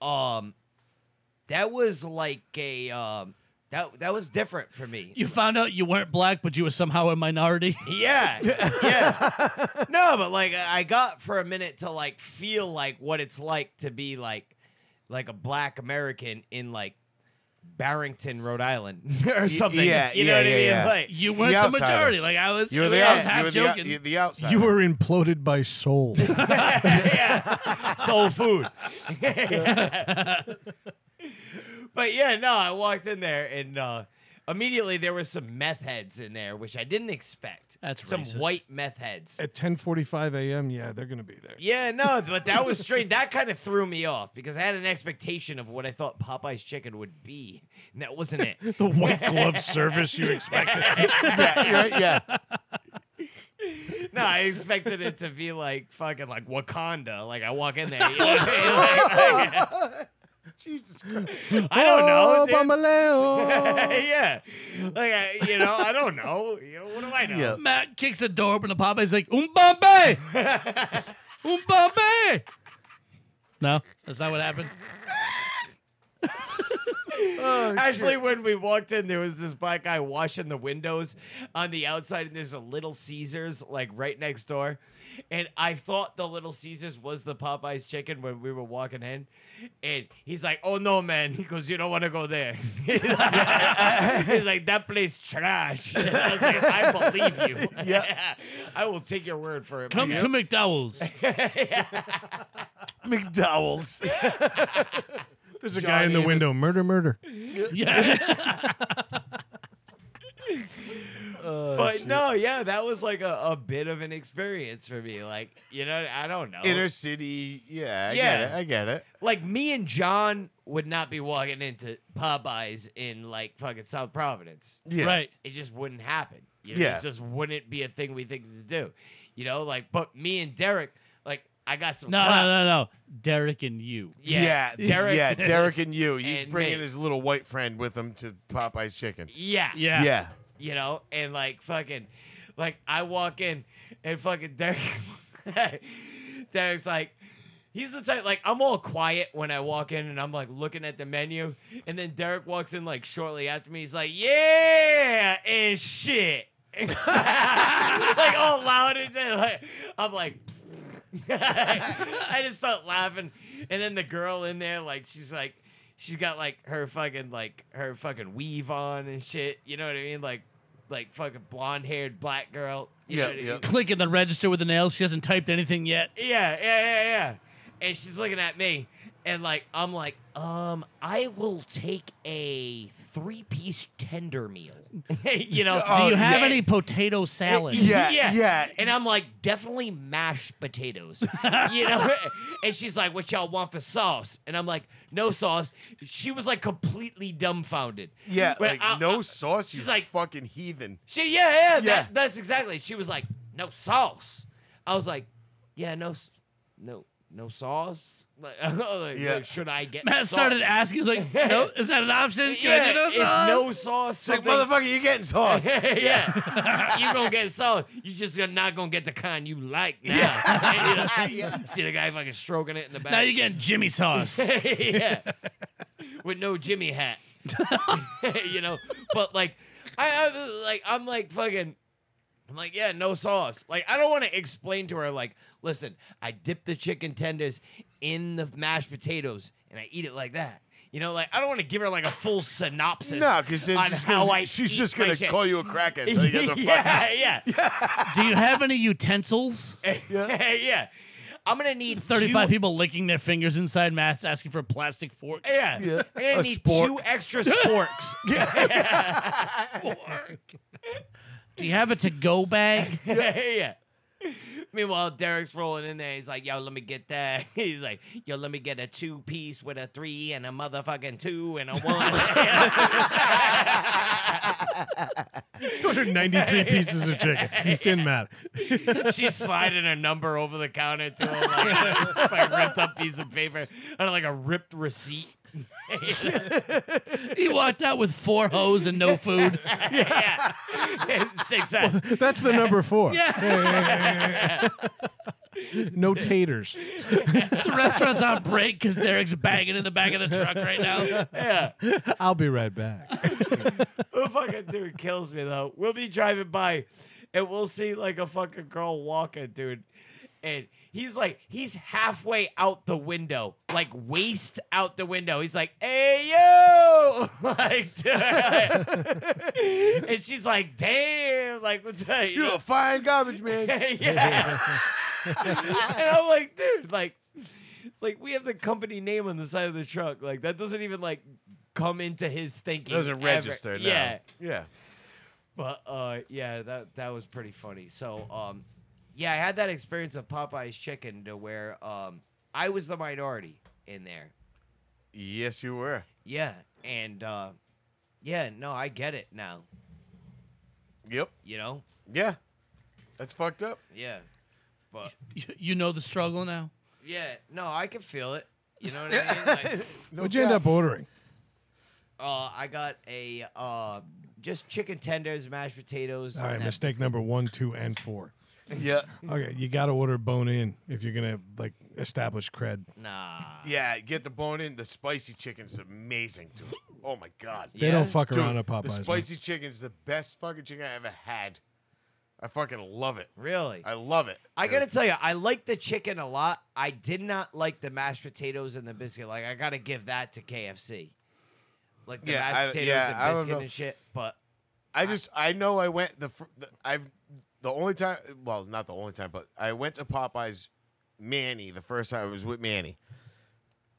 A: Um, that was like a um, that that was different for me.
D: You found out you weren't black, but you were somehow a minority.
A: Yeah, yeah. No, but like I got for a minute to like feel like what it's like to be like like a black American in like Barrington, Rhode Island or something.
C: yeah,
A: you know
C: yeah,
A: what I
C: yeah,
A: mean?
C: yeah.
A: Like
D: You weren't the,
C: outsider.
D: majority. Like I was,
C: You were the
D: I was
C: out- you
D: half
C: were the, out-
D: joking.
C: you're the outside.
B: You were imploded by soul.
A: soul food. but yeah, no, I walked in there and uh immediately there was some meth heads in there, which I didn't expect.
D: That's
A: some
D: racist.
A: white meth heads.
B: At 10:45 a.m., yeah, they're gonna be there.
A: Yeah, no, but that was strange. That kind of threw me off because I had an expectation of what I thought Popeye's chicken would be, and that wasn't it.
B: The white glove service you expected.
C: yeah, you're right, yeah.
A: no, I expected it to be like fucking like Wakanda. Like I walk in there, you know what I mean? Like, like,
C: Jesus Christ.
A: I don't know.
B: Oh,
A: dude.
B: Bambaleo.
A: yeah, like I, you know, I don't know. You know, what do I know?
C: Yeah.
D: Matt kicks the door open to Popeye's like, um Bombay! um Bombay! No, that's not what happened.
A: Actually, when we walked in, there was this black guy washing the windows on the outside, and there's a Little Caesars like right next door. And I thought the Little Caesars was the Popeyes chicken when we were walking in. And he's like, Oh no, man. He goes, You don't want to go there. he's, like, he's like, That place trash. And I was like, I believe you. Yeah. I will take your word for it.
D: Come
A: man."
D: to McDowell's.
C: McDowell's.
B: There's a guy in the
C: Amos.
B: window. Murder, murder.
D: Yeah.
A: But no, yeah, that was like a, a bit of an experience for me. Like, you know, I don't know.
C: Inner city. Yeah, I
A: Yeah.
C: get it. I get it.
A: like me and John would not be walking into Popeyes in like fucking South Providence.
C: Yeah.
D: Right.
A: It just wouldn't happen. You know,
C: Yeah.
A: It just wouldn't be a thing we think to do. You know, like but me and Derek, like I got some.
D: No,
A: clout.
D: no, no, no. Derek and you.
A: Yeah,
C: yeah,
A: Derek.
C: Yeah, Derek and you. He's
A: and
C: bringing
A: me.
C: his little white friend with him to Popeye's chicken.
A: Yeah.
D: Yeah.
C: yeah.
A: You know, and like fucking, like I walk in and fucking Derek, Derek's like, he's the type like I'm all quiet when I walk in and I'm like looking at the menu, and then Derek walks in like shortly after me. He's like, yeah, and shit. like all loud and like, I'm like. I just start laughing, and then the girl in there, like she's like, she's got like her fucking like her fucking weave on and shit. You know what I mean? Like, like fucking blonde haired black girl. You
C: Yeah,
A: know what I mean?
C: yeah.
D: Clicking the register with the nails. She hasn't typed anything yet.
A: Yeah, yeah, yeah, yeah. And she's looking at me, and like I'm like, um, I will take a three piece tender meal. you know? Um,
D: Do you have
A: yeah.
D: any potato salad?
C: Oh, Yeah, yeah.
A: And I'm like, definitely mashed potatoes. you know? And she's like, what y'all want for sauce? And I'm like, no sauce. She was like completely dumbfounded.
C: Yeah,
A: But
C: like
A: I-
C: no
A: I-
C: sauce. You
A: she's like-
C: fucking heathen.
A: She, yeah, yeah,
C: Yeah.
A: That, that's exactly. She was like, no sauce. I was like, yeah, no, s- no, no sauce. Like, I was like,
C: Yeah.
A: like, should I get?
D: Matt
A: sauce?
D: started asking. He's like, no, is that an option? Can I
A: Yeah,
D: do no
A: it's
D: sauce?
A: no sauce.
C: It's like
A: something-
C: motherfucker, you getting sauce?
A: yeah, you gonna get sauce. You just gonna- not gonna get the kind you like now. Yeah. See the guy fucking stroking it in the back.
D: Now you're getting Jimmy sauce.
A: yeah. With no Jimmy hat. you know? But like I, I like I'm like fucking I'm like, yeah, no sauce. Like I don't want to explain to her like, listen, I dip the chicken tenders in the mashed potatoes and I eat it like that. You know, like I don't want to give her like a full synopsis
C: No, because
A: on how I
C: she's
A: eat
C: just
A: my
C: gonna
A: shit.
C: call you a crackhead. Until you guys are
A: yeah, yeah, yeah,
D: do you have any utensils?
A: yeah, I'm gonna need
D: 35
A: two-
D: people licking their fingers inside Matt's asking for a plastic fork.
A: Yeah,
C: Yeah.
A: I'm gonna
C: A
A: need
C: spork.
A: two extra sporks.
D: Do you have a to go bag?
A: yeah. Meanwhile, Derek's rolling in there. He's like, yo, let me get that. He's like, yo, let me get a two piece with a three and a motherfucking two and a one.
B: Ordered 93 pieces of chicken. Didn't matter.
A: She's sliding a number over the counter to him like, a fucking ripped up piece of paper and like a ripped receipt.
D: he walked out with four hoes and no food.
A: yeah. Six S.
B: That's the number four.
D: Yeah,
B: No taters.
D: the restaurant's on break because Derek's bagging in the back of the truck right now.
A: Yeah.
B: I'll be right back.
A: The fucking dude kills me though. We'll be driving by and we'll see like a fucking girl walking, dude. And he's like, he's halfway out the window, like waist out the window. He's like, hey yo! like, dude. and she's like, damn, like what's that? You
C: You're
A: know?
C: a fine garbage man.
A: yeah. and I'm like, dude, like, like we have the company name on the side of the truck. Like that doesn't even like come into his thinking.
C: Doesn't
A: ever.
C: register. No.
A: Yeah.
C: yeah.
A: But uh, yeah, that that was pretty funny. So um, yeah, I had that experience of Popeye's chicken to where um, I was the minority in there.
C: Yes, you were.
A: Yeah, and uh, yeah, no, I get it now.
C: Yep.
A: You know,
C: Yeah. That's fucked up.
A: yeah, but
D: You- You know the struggle now.
A: yeah, no, I can feel it. You know what I mean? Like,
B: What'd you end up ordering?
A: uh, I got a uh, just chicken tenders, mashed potatoes.
B: All right,
A: and that-
B: mistake number one, two, and four.
C: Yeah.
B: Okay, you got to order bone in if you're gonna like establish cred.
A: Nah,
C: Yeah. Get the bone in. The spicy chicken's amazing, dude. Oh my god.
B: They
A: Yeah.
B: don't fuck
C: Dude,
B: around at
C: the
B: Popeyes. man.
C: spicy chicken's the best fucking chicken I ever had. I fucking love it.
A: really?
C: I love it.
A: I gotta tell you, I like the chicken a lot. I did not like the mashed potatoes and the biscuit. Like I gotta give that to KFC. Like the
C: Yeah, I-
A: mashed potatoes
C: yeah, I
A: and
C: don't
A: biscuit
C: know.
A: and shit. But
C: I just I know I went the, fir- the I've the only time well not the only time but I went to Popeyes Manny the first time I was with Manny.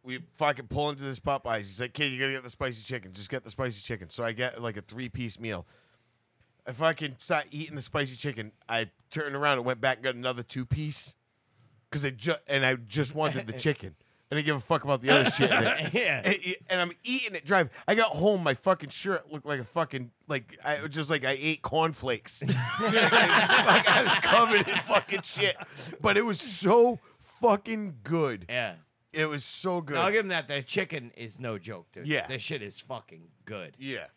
C: We fucking pull into this Popeyes. He's like, "Kid, you gotta get the spicy chicken. Just get the spicy chicken." So I get like a three piece meal. I fucking start eating the spicy chicken. I turned around and went back and got another two piece because I just and I just wanted the chicken. I didn't give a fuck about the other shit. In it
A: yeah,
C: and, and I'm eating it driving. I got home, my fucking shirt looked like a fucking like I it was just like I ate cornflakes. It was just like I was covered in fucking shit, but it was so fucking good.
A: yeah.
C: It was so good.
A: No, I'll give them that. The chicken is no joke, dude.
C: Yeah.
A: the shit is fucking good.
C: yeah.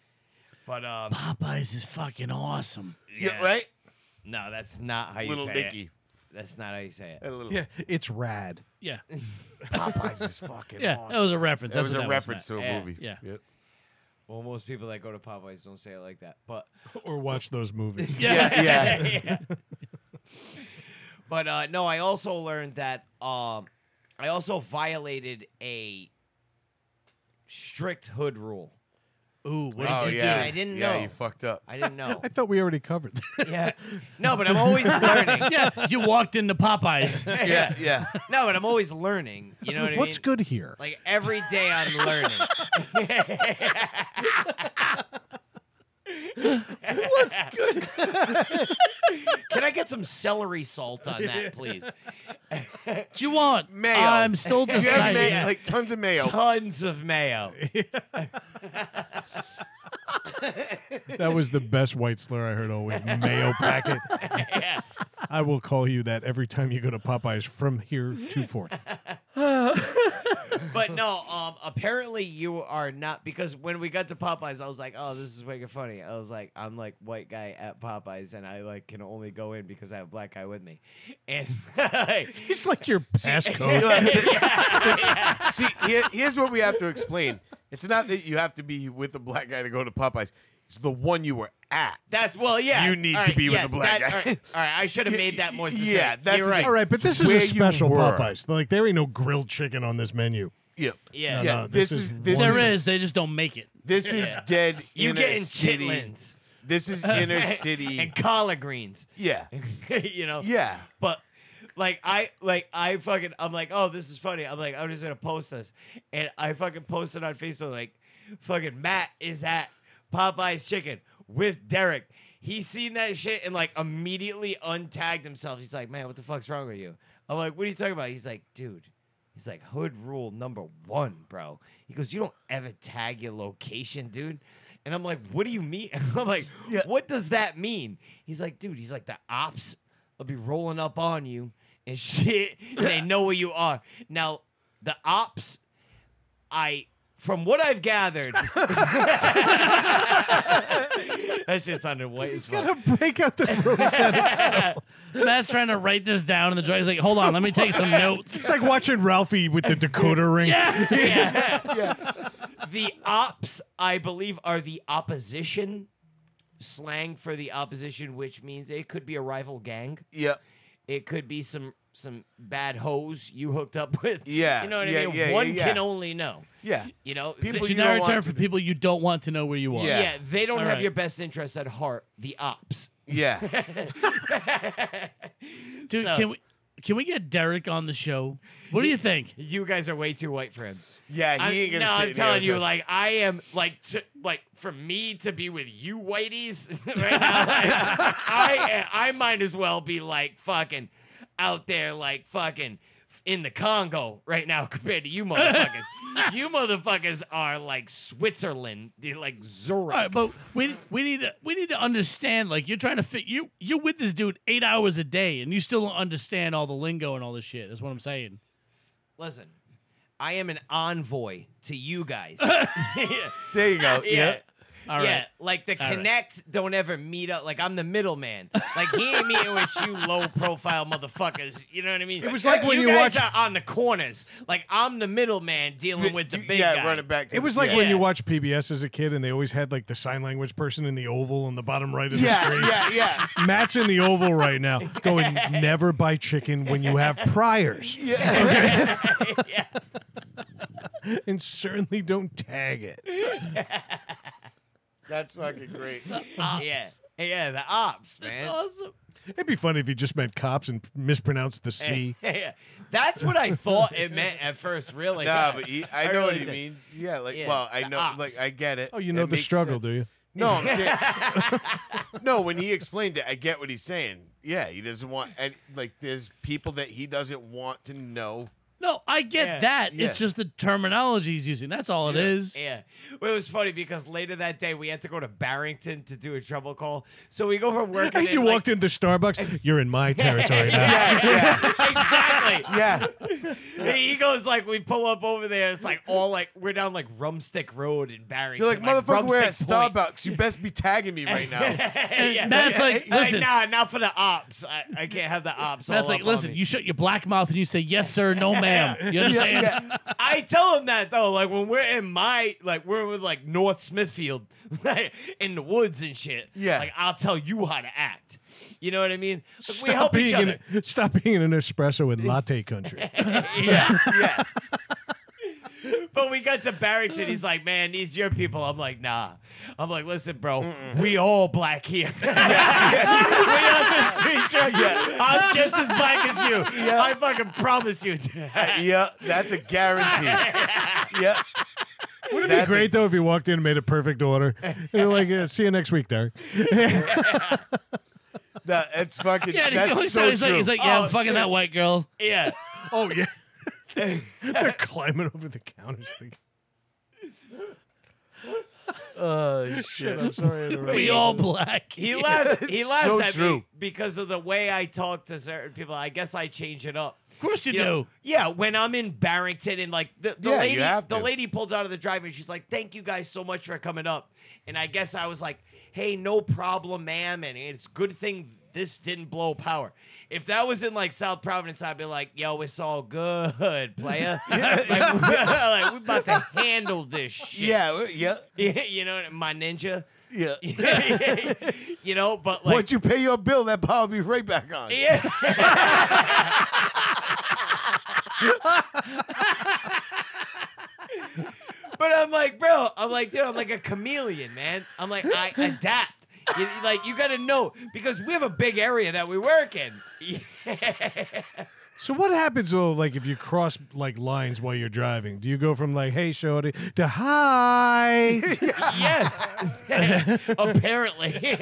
A: But um,
D: Popeyes is fucking awesome.
C: yeah,
A: yeah.
C: right.
A: No, that's not how you
C: Little
A: say
C: Nicky, Uh,
A: it. That's not how you say
C: a
A: it.
C: little
B: yeah, it's rad.
D: Yeah,
C: Popeyes is fucking
D: yeah.
C: awesome.
D: That was a reference.
C: That
D: That's
C: was
D: what
C: a
D: that
C: reference
D: Matt.
C: to a
A: Yeah.
C: movie.
D: Yeah.
C: Yep.
A: Well, most people that go to Popeyes don't say it like that, but
B: or watch those movies.
A: yeah, yeah. But uh, no, I also learned that um, I also violated a strict hood rule.
D: Ooh, what did
C: oh,
D: you do?
C: yeah.
A: I didn't
C: yeah,
A: know.
C: you fucked up.
A: I didn't know.
B: I thought we already covered that.
A: yeah, no, but I'm always learning.
D: yeah, you walked into Popeyes.
A: yeah,
C: yeah.
A: no, but I'm always learning. You know what I mean?
B: What's good here?
A: Like every day I'm learning. What's good? Can I get some celery salt on that, please?
D: What you want?
C: Mayo.
D: I'm still
C: You have
D: deciding.
C: ma- like tons of mayo.
A: Tons of mayo.
B: That was the best white slur I heard all week. Mayo packet.
A: Yeah.
B: I will call you that every time you go to Popeyes from here to forth.
A: But no, um, apparently you are not because when we got to Popeyes, I was like, "Oh, this is wicked funny." I was like, "I'm like white guy at Popeyes, and I like can only go in because I have black guy with me." And
B: It's like your passcode.
C: See, here, here's what we have to explain. It's not that you have to be with a black guy to go to Popeyes. It's the one you were at.
A: That's well, yeah.
C: You need
A: All
C: to
A: right,
C: be with
A: yeah,
C: a black
A: that-
C: guy.
A: All right, all right, I should have made that more specific.
C: Yeah, that's
A: You're
C: the
A: right.
C: thing.
B: All right, but this is
C: Where
B: a
C: you
B: special
C: were.
B: Popeyes. Like there ain't no grilled chicken on this menu.
C: Yep.
A: Yeah,
C: Yeah.
B: No, this
C: this
B: is
C: is this
D: there
C: is,
D: is. They just don't make it.
C: this is dead.
A: you
C: inner
A: getting
C: city.
A: chitlins
C: This is inner city.
A: and collard greens?
C: yeah.
A: you know.
C: Yeah.
A: But like I like I fucking I'm like, oh, this is funny. I'm like, I'm just gonna post this. And I fucking posted on Facebook like fucking Matt is at Popeye's chicken with Derek. He seen that shit and like immediately untagged himself. He's like, Man, what the fuck's wrong with you? I'm like, what are you talking about? He's like, dude. He's like, hood rule number one, bro. He goes, You don't ever tag your location, dude. And I'm like, what do you mean? I'm like, what does that mean? He's like, dude, he's like, the ops will be rolling up on you and shit. and they know where you are. Now, the ops, I, from what I've gathered, that shit sounded white as fuck.
B: Gotta break out the rosetta.
D: Matt's trying to write this down, and the driver's like, "Hold on, let me take some notes."
B: It's like watching Ralphie with the Dakota ring.
A: The ops, I believe, are the opposition slang for the opposition, which means it could be a rival gang.
C: Yep.
A: It could be some some bad hoes you hooked up with.
C: Yeah,
A: you know what
C: yeah,
A: I mean.
C: yeah,
A: One
C: yeah,
A: can
C: yeah.
A: only know.
C: Yeah.
A: You know,
C: People
A: the
C: you
D: Generic
C: don't
D: term
C: want
D: for
C: to be-
D: people you don't want to know where you are.
C: Yeah.
A: Yeah, they don't
D: All
A: have
D: right.
A: your best interests at heart. The ops.
C: Yeah.
D: Dude,
A: So-
D: can we can we get Derek on the show? What do you think?
A: You guys are way too white for him.
C: Yeah.
A: I'm-
C: He ain't gonna
A: no,
C: sit
A: I'm
C: there
A: telling
C: with
A: you,
C: us.
A: like I am, like to, like for me to be with you, whiteys, right now, like, I I might as well be like fucking out there, like fucking in the Congo right now compared to you motherfuckers. you motherfuckers are like Switzerland, you're like Zurich.
D: All right, but we we need to, we need to understand. Like you're trying to fit you you're with this dude eight hours a day, and you still don't understand all the lingo and all this shit. That's what I'm saying.
A: Listen, I am an envoy to you guys.
C: there you go. Yeah.
D: All right.
A: yeah, like the
D: right.
A: connect don't ever meet up. Like I'm the middleman. Like he ain't meeting with you low profile motherfuckers. You know what I mean? It
B: was like when you
A: guys
B: watch-
A: are on the corners. Like I'm the middleman dealing with the
C: You-
A: big
C: yeah,
A: guy.
C: run it back. To
B: It
C: the-
B: was like
C: yeah.
B: when you watch PBS as a kid and they always had like the sign language person in the oval on the bottom right of the
C: Yeah,
B: screen.
C: yeah, yeah.
B: Matt's in the oval right now going, never buy chicken when you have priors. and certainly don't tag it.
C: That's fucking great.
A: Yeah, yeah, the ops, man.
D: That's awesome.
B: It'd be funny if you just meant cops and mispronounced the C.
A: yeah, that's what I thought it meant at first. Really?
C: Nah, but he, I,
A: I
C: know
A: really
C: what you
A: did.
C: mean. Yeah, like,
A: Yeah,
C: well, I
A: the
C: know,
A: ops.
C: like, I get it.
B: Oh, you know
C: It
B: the
C: makes
B: struggle,
C: sense.
B: do you?
C: No, I'm saying, no. When he explained it, I get what he's saying. Yeah, he doesn't want, and like, there's people that he doesn't want to know.
D: No, I get
A: Yeah,
D: that.
C: yeah.
D: It's just the terminology he's using. That's all it is.
A: Yeah. Well, it was funny because later that day we had to go to Barrington to do a trouble call. So we go from work and
B: As
A: then,
B: you
A: like-
B: walked into Starbucks, you're in my territory now.
A: exactly.
C: Yeah,
A: He goes like, we pull up over there. It's like all like we're down like Rumstick Road in Barrington.
C: you're like, motherfucker, we're at
A: Rumstick Point."
C: Starbucks. You best be tagging me right now.
D: And
A: Yeah.
D: Matt's like,
A: Like,
D: listen.
A: nah, not for the ops. I, I can't have the ops.
D: Matt's
A: all
D: like,
A: up on
D: listen.
A: me."
D: You shut your black mouth and you say yes, sir, no, am. You understand?
A: I tell him that though, like when we're in my like we're with like North Smithfield, like in the woods and shit.
C: Yeah.
A: like I'll tell you how to act. You know what I mean? Like,
B: Stop
A: we help
B: being
A: each other.
B: An, stop being an espresso in latte country.
A: yeah, yeah. But we got to Barrington. He's like, "Man, these your people." I'm like, "Nah." I'm like, "Listen, bro, we all black here. we on the street church. I'm just as black as you. I fucking promise you."
C: yeah, that's a guarantee. yeah.
B: Wouldn't it be
C: That's
B: great though if you walked in and made a perfect order? And you're like, yeah, see you next week, Derek.
C: That, it's fucking.
D: Yeah, and he
C: that's
D: looks
C: so
D: at it, he's,
C: true.
D: like, he's like, yeah,
A: Oh,
D: I'm fucking that white girl.
A: yeah.
B: oh yeah. They're climbing over the counters.
C: oh shit! I'm sorry. I interrupted.
D: We all black.
A: He laughs. He
C: it's
A: laughs
C: so
A: at me
C: true.
A: because of the way I talk to certain people. I guess I change it up.
D: Of course you
A: You know,
D: do.
A: yeah, when I'm in Barrington and like the, the
C: Yeah, you
A: lady
C: have
A: the
C: to.
A: lady pulls out of the drive and she's like, Thank you guys so much for coming up. And I guess I was like, Hey, no problem, ma'am. And it's good thing this didn't blow power. If that was in like South Providence, I'd be like, yo, it's all good, player. like, like, we're about to handle this shit.
C: Yeah, w- yeah,
A: you know, my ninja.
C: yeah.
A: you know, but like
C: Once you pay your bill, that power will be right back on.
A: Yeah. but I'm like, bro, I'm like, dude, I'm like a chameleon, man. I'm like, I adapt. You- like, you gotta know because we have a big area that we work in.
B: So what happens though, like if you cross like lines while you're driving? Do you go from like hey shorty to hi?
A: yes. Apparently.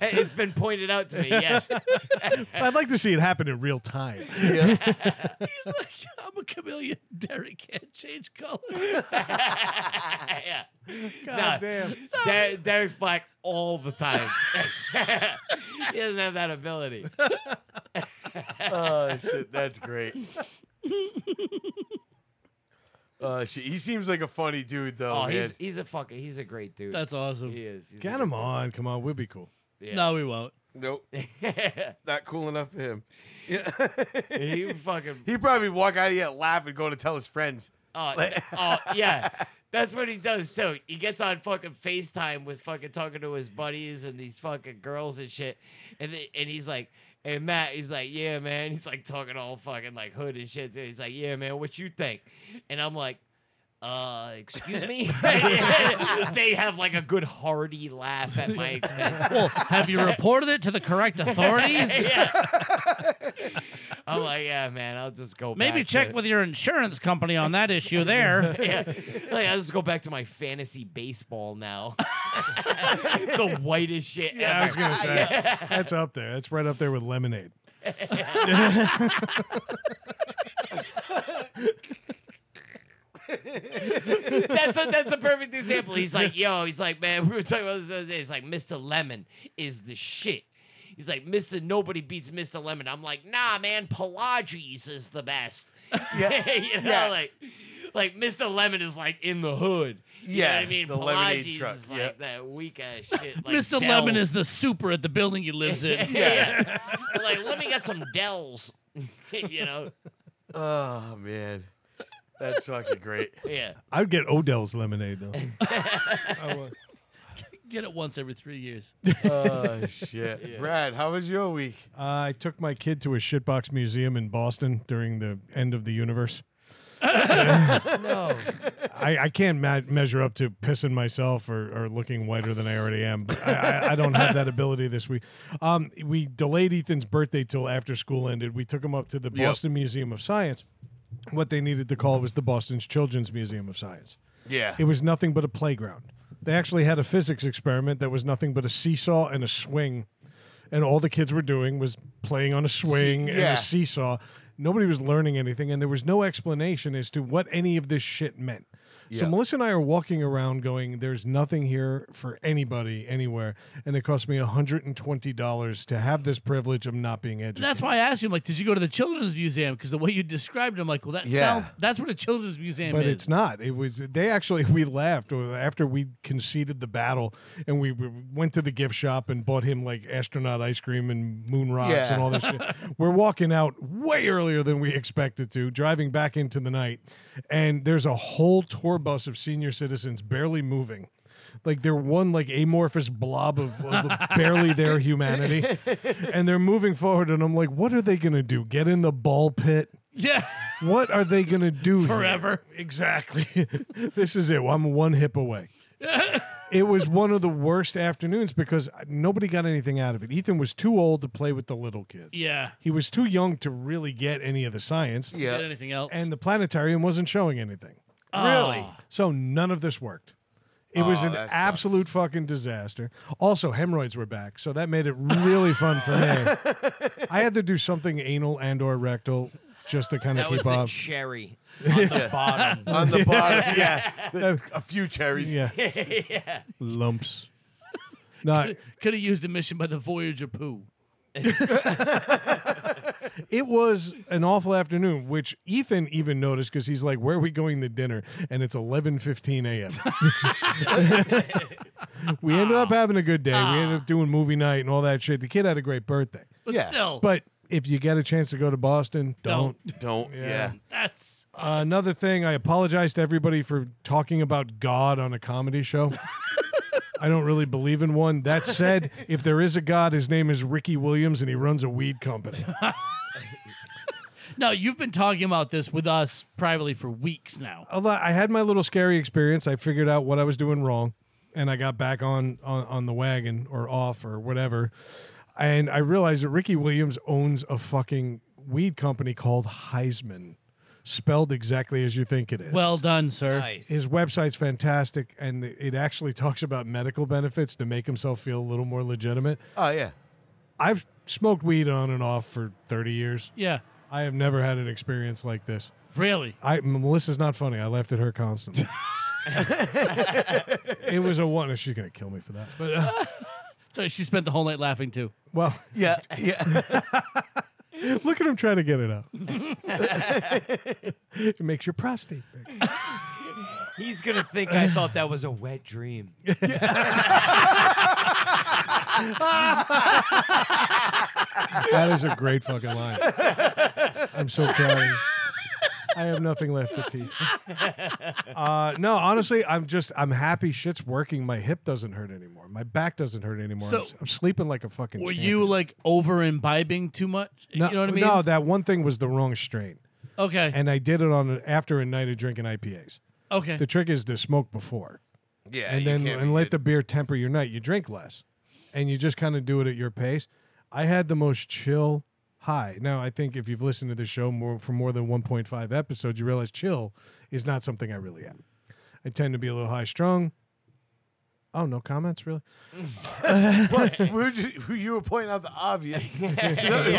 A: it's been pointed out to me, yes.
B: I'd like to see it happen in real time.
D: He's like, I'm a chameleon. Derek can't change color.
A: yeah.
B: God
A: Nah.
B: damn.
A: Der- Derek's black all the time. he doesn't have that ability.
C: Oh shit, that's great. Oh shit, he seems like a funny dude though.
A: Oh,
C: man.
A: he's he's a fucking he's a great dude.
D: That's awesome.
A: he is. He's a
B: Get him on, come on, we'll be cool.
A: good-
D: No, we won't.
C: nope,
A: yeah.
C: not cool enough for him.
A: he fucking
C: He'd probably walk out of here, laugh, and go to tell his friends.
A: oh, oh yeah. That's what he does too. He gets on fucking FaceTime with fucking talking to his buddies and these fucking girls and shit. And they, and he's like, and Matt, he's like, yeah, man. He's like talking all fucking like hood and shit. Too. He's like, yeah, man, what you think? And I'm like, uh, excuse me. they have like a good hearty laugh at my expense.
D: Well, have you reported it to the correct authorities?
A: yeah. I'm like, yeah, man, I'll just go.
D: Maybe
A: back
D: check
A: to,
D: with your insurance company on that issue there.
A: Yeah, like I'll just go back to my fantasy baseball now. the whitest shit
B: I was
A: ever.
B: gonna say that's up there. That's right up there with lemonade.
A: That's a that's a perfect example. He's like, yo, he's like, man, we were talking about this the other day. He's like, Mr. Lemon is the shit. He's like, Mr. Nobody beats Mr. Lemon. I'm like, nah, man, Pelagies is the best. Yeah, you know,
C: yeah.
A: like, like Mr. Lemon is like in the hood. You know
C: Yeah,
A: what I mean,
C: the lemonade
A: Pelagies
C: truck,
A: is
C: yeah.
A: like that weak ass shit. Like
D: Mr. Lemon
A: Dells.
D: is the super at the building he lives in.
A: yeah. like, let me get some Dells. you know?
C: Oh man, that's fucking great.
A: Yeah.
B: I'd get Odell's lemonade though. I would.
D: Get it once every three years.
C: Oh shit, Brad, how was your week?
B: I took my kid to a shitbox museum in Boston during the end of the universe.
A: No.
B: I, I can't ma- measure up to pissing myself or, or looking whiter than I already am. But I, I, I don't have that ability this week. Um, we delayed Ethan's birthday till after school ended. We took him up to the
C: Yep.
B: Boston Museum of Science. What they needed to call was the Boston's Children's Museum of Science.
C: Yeah,
B: It was nothing but a playground. They actually had a physics experiment that was nothing but a seesaw and a swing, and all the kids were doing was playing on a swing and
C: yeah.
B: a seesaw. Nobody was learning anything, and there was no explanation as to what any of this shit meant. So
C: Yeah.
B: Melissa and I are walking around going, there's nothing here for anybody anywhere. And it cost me $120 to have this privilege of not being educated.
D: That's why I asked you, I'm like, did you go to the Children's Museum? Because the way you described it, I'm like, well, that
C: Yeah.
D: sounds, that's what a Children's Museum
B: but
D: is.
B: it's not. It was they actually we laughed or after we conceded the battle and we we went to the gift shop and bought him like astronaut ice cream and moon rocks
C: Yeah.
B: and all this shit. We're walking out way earlier than we expected to, driving back into the night, and there's a whole tour bus of senior citizens barely moving. Like they're one like amorphous blob of, of barely their humanity, and they're moving forward. And I'm like, what are they gonna do? Get in the ball pit?
D: Yeah.
B: What are they gonna do here?
D: Forever.
B: Exactly. this is it. I'm one hip away. it was one of the worst afternoons because nobody got anything out of it. Ethan was too old to play with the little kids.
D: Yeah.
B: He was too young to really get any of the science.
D: Get
C: Yeah.
D: anything else?
B: And the planetarium wasn't showing anything.
A: Ah.
C: Really?
B: So none of this worked. It was
C: Oh,
B: an
C: that sucks.
B: absolute fucking disaster. Also, hemorrhoids were back, so that made it really fun for me. I had to do something anal and or rectal just to kind of
A: That was
B: keep
A: the
B: up.
A: cherry on the bottom.
C: On the bottom. Yeah. A few cherries.
B: Yeah. Lumps. No,
D: Could have used a mission by the Voyager poo.
B: it was an awful afternoon, which Ethan even noticed because he's like, "Where are we going to dinner?" And it's eleven fifteen a.m. we ended up having a good day. We ended up doing movie night and all that shit. The kid had a great birthday,
D: But
C: Yeah.
D: still,
B: but if you get a chance to go to Boston, Oh. don't.
D: Don't.
C: Don't. Yeah.
D: that's
B: Uh, another thing, I apologize to everybody for talking about God on a comedy show. I don't really believe in one. That said, if there is a God, his name is Ricky Williams and he runs a weed company.
D: no. You've been talking about this with us privately for weeks
A: Oh,
D: now.
B: Although I had my little scary experience, I figured out what I was doing wrong and I got back on, on, on the wagon or off or whatever. And I realized that Ricky Williams owns a fucking weed company called Heisman, spelled exactly as you think it is.
D: Well done, sir.
A: Nice.
B: his website's fantastic and it actually talks about medical benefits to make himself feel a little more legitimate.
C: Oh yeah.
B: I've smoked weed on and off for 30 years.
D: Yeah,
B: I have never had an experience like this.
D: really.
B: I Melissa's not funny. I laughed at her constantly. it was a one. She's gonna kill me for that. But uh,
D: So she spent the whole night laughing too.
B: well,
C: Yeah. Yeah.
B: look at him trying to get it out. it makes your prostate. big.
A: He's gonna think I thought that was a wet dream.
B: That is a great fucking line. I'm so proud. I have nothing left to teach. Uh, no, honestly, I'm just I'm happy shit's working. My hip doesn't hurt anymore. My back doesn't hurt anymore.
D: So-
B: I'm, I'm sleeping like a fucking.
D: Were
B: champion.
D: you like over imbibing too much?
B: No,
D: you know what I mean?
B: No, that one thing was the wrong strain,
D: okay.
B: and I did it on an, after a night of drinking IPAs.
D: okay.
B: The trick is to smoke before,
C: Yeah.
B: and
C: you
B: then
C: can't
B: and
C: be
B: let
C: good.
B: the beer temper your night. You drink less, and you just kind of do it at your pace. I had the most chill high. Now I think if you've listened to this show more for more than 1.5 episodes, you realize chill is not something I really am. I tend to be a little high strung. Oh, no comments really.
C: But we were just, you were pointing out the obvious. No,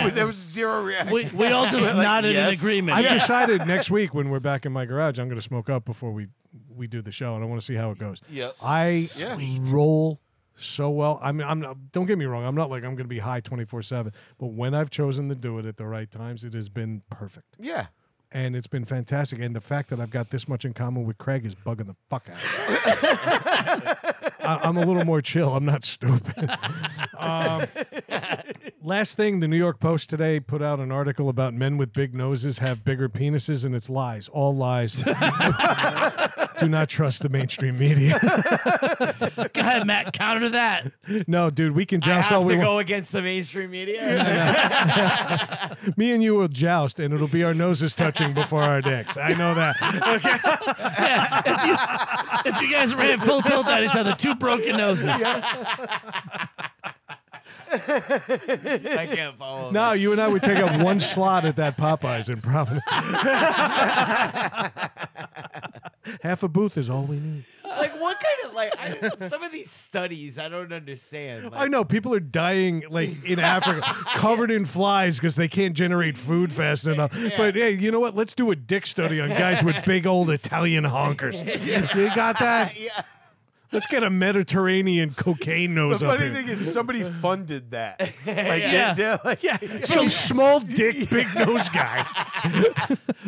C: There was zero reaction.
D: we, we all just
C: like,
D: nodded
C: yes.
D: in agreement.
B: I've decided next week when we're back in my garage, I'm going to smoke up before we we do the show, and I want to see how it goes.
C: Yep.
B: I
C: Yeah.
B: roll so well. I mean, I'm not. Don't get me wrong. I'm not like I'm going to be high 24 seven. But when I've chosen to do it at the right times, it has been perfect,
C: Yeah.
B: and it's been fantastic. And the fact that I've got this much in common with Craig is bugging the fuck out of me. I- I'm a little more chill. I'm not stupid. Um, last thing, the New York Post today put out an article about men with big noses have bigger penises, and it's lies. All lies. Do not trust the mainstream media.
D: Go ahead, Matt. Counter that.
B: No, dude, we can joust
A: I have
B: all
A: to
B: we want.
A: go against the mainstream media.
B: Me and you will joust, and it'll be our noses touching before our dicks. I know that.
D: If you guys ran full tilt at each other, two broken noses.
A: I can't follow.
B: No, you and I would take up one slot at that Popeyes in Providence. Half a booth is all we need.
A: Like what kind of Like I, some of these studies, I don't understand. Like,
B: I know people are dying like in Africa, covered in flies because they can't generate food fast enough. But hey, you know what? Let's do a dick study on guys with big old Italian honkers. You got that?
C: Yeah.
B: Let's get a Mediterranean cocaine
C: The
B: nose up
C: funny
B: here.
C: thing is, somebody funded that. Like,
D: Yeah.
C: they, are like,
B: yeah, some small dick, big nose guy.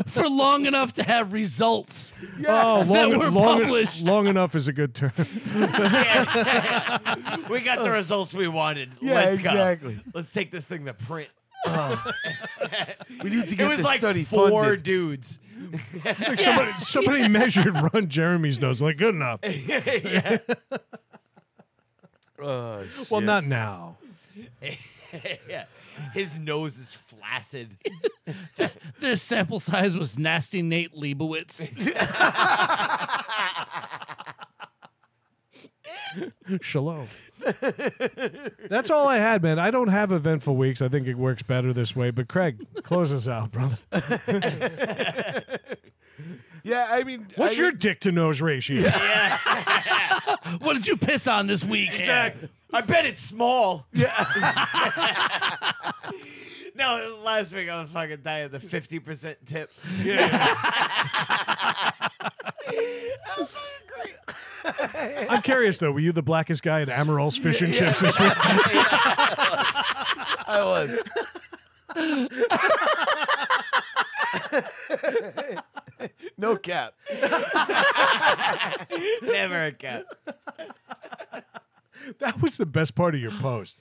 D: for long enough to have results.
B: Oh, long,
D: were
B: long,
D: published.
B: long enough is a good term.
A: we got the results we wanted.
C: Yeah,
A: Let's
C: exactly.
A: Go. Let's take this thing to print.
C: we need to
A: It
C: get
A: was
C: this
A: like
C: study
A: four
C: funded.
A: dudes.
B: It's like somebody, somebody measured Ron Jeremy's nose. Like, good enough.
C: Oh,
B: Well,
C: shit.
B: not now.
A: yeah. His nose is flaccid.
D: Their sample size was nasty Nate Leibowitz.
B: Shalom. That's all I had, man. I don't have eventful weeks. I think it works better this way. But Craig, close us out, brother.
C: Yeah, I mean,
B: What's
C: I
B: your dick to nose ratio?
D: what did you piss on this week?
A: I bet it's small. Yeah. no, last week I was fucking dying at the 50% tip.
B: I'm curious though. Were you the blackest guy at Amaryl's fish and chips this week?
C: I was. no cap.
A: Never again.
B: That was the best part of your post.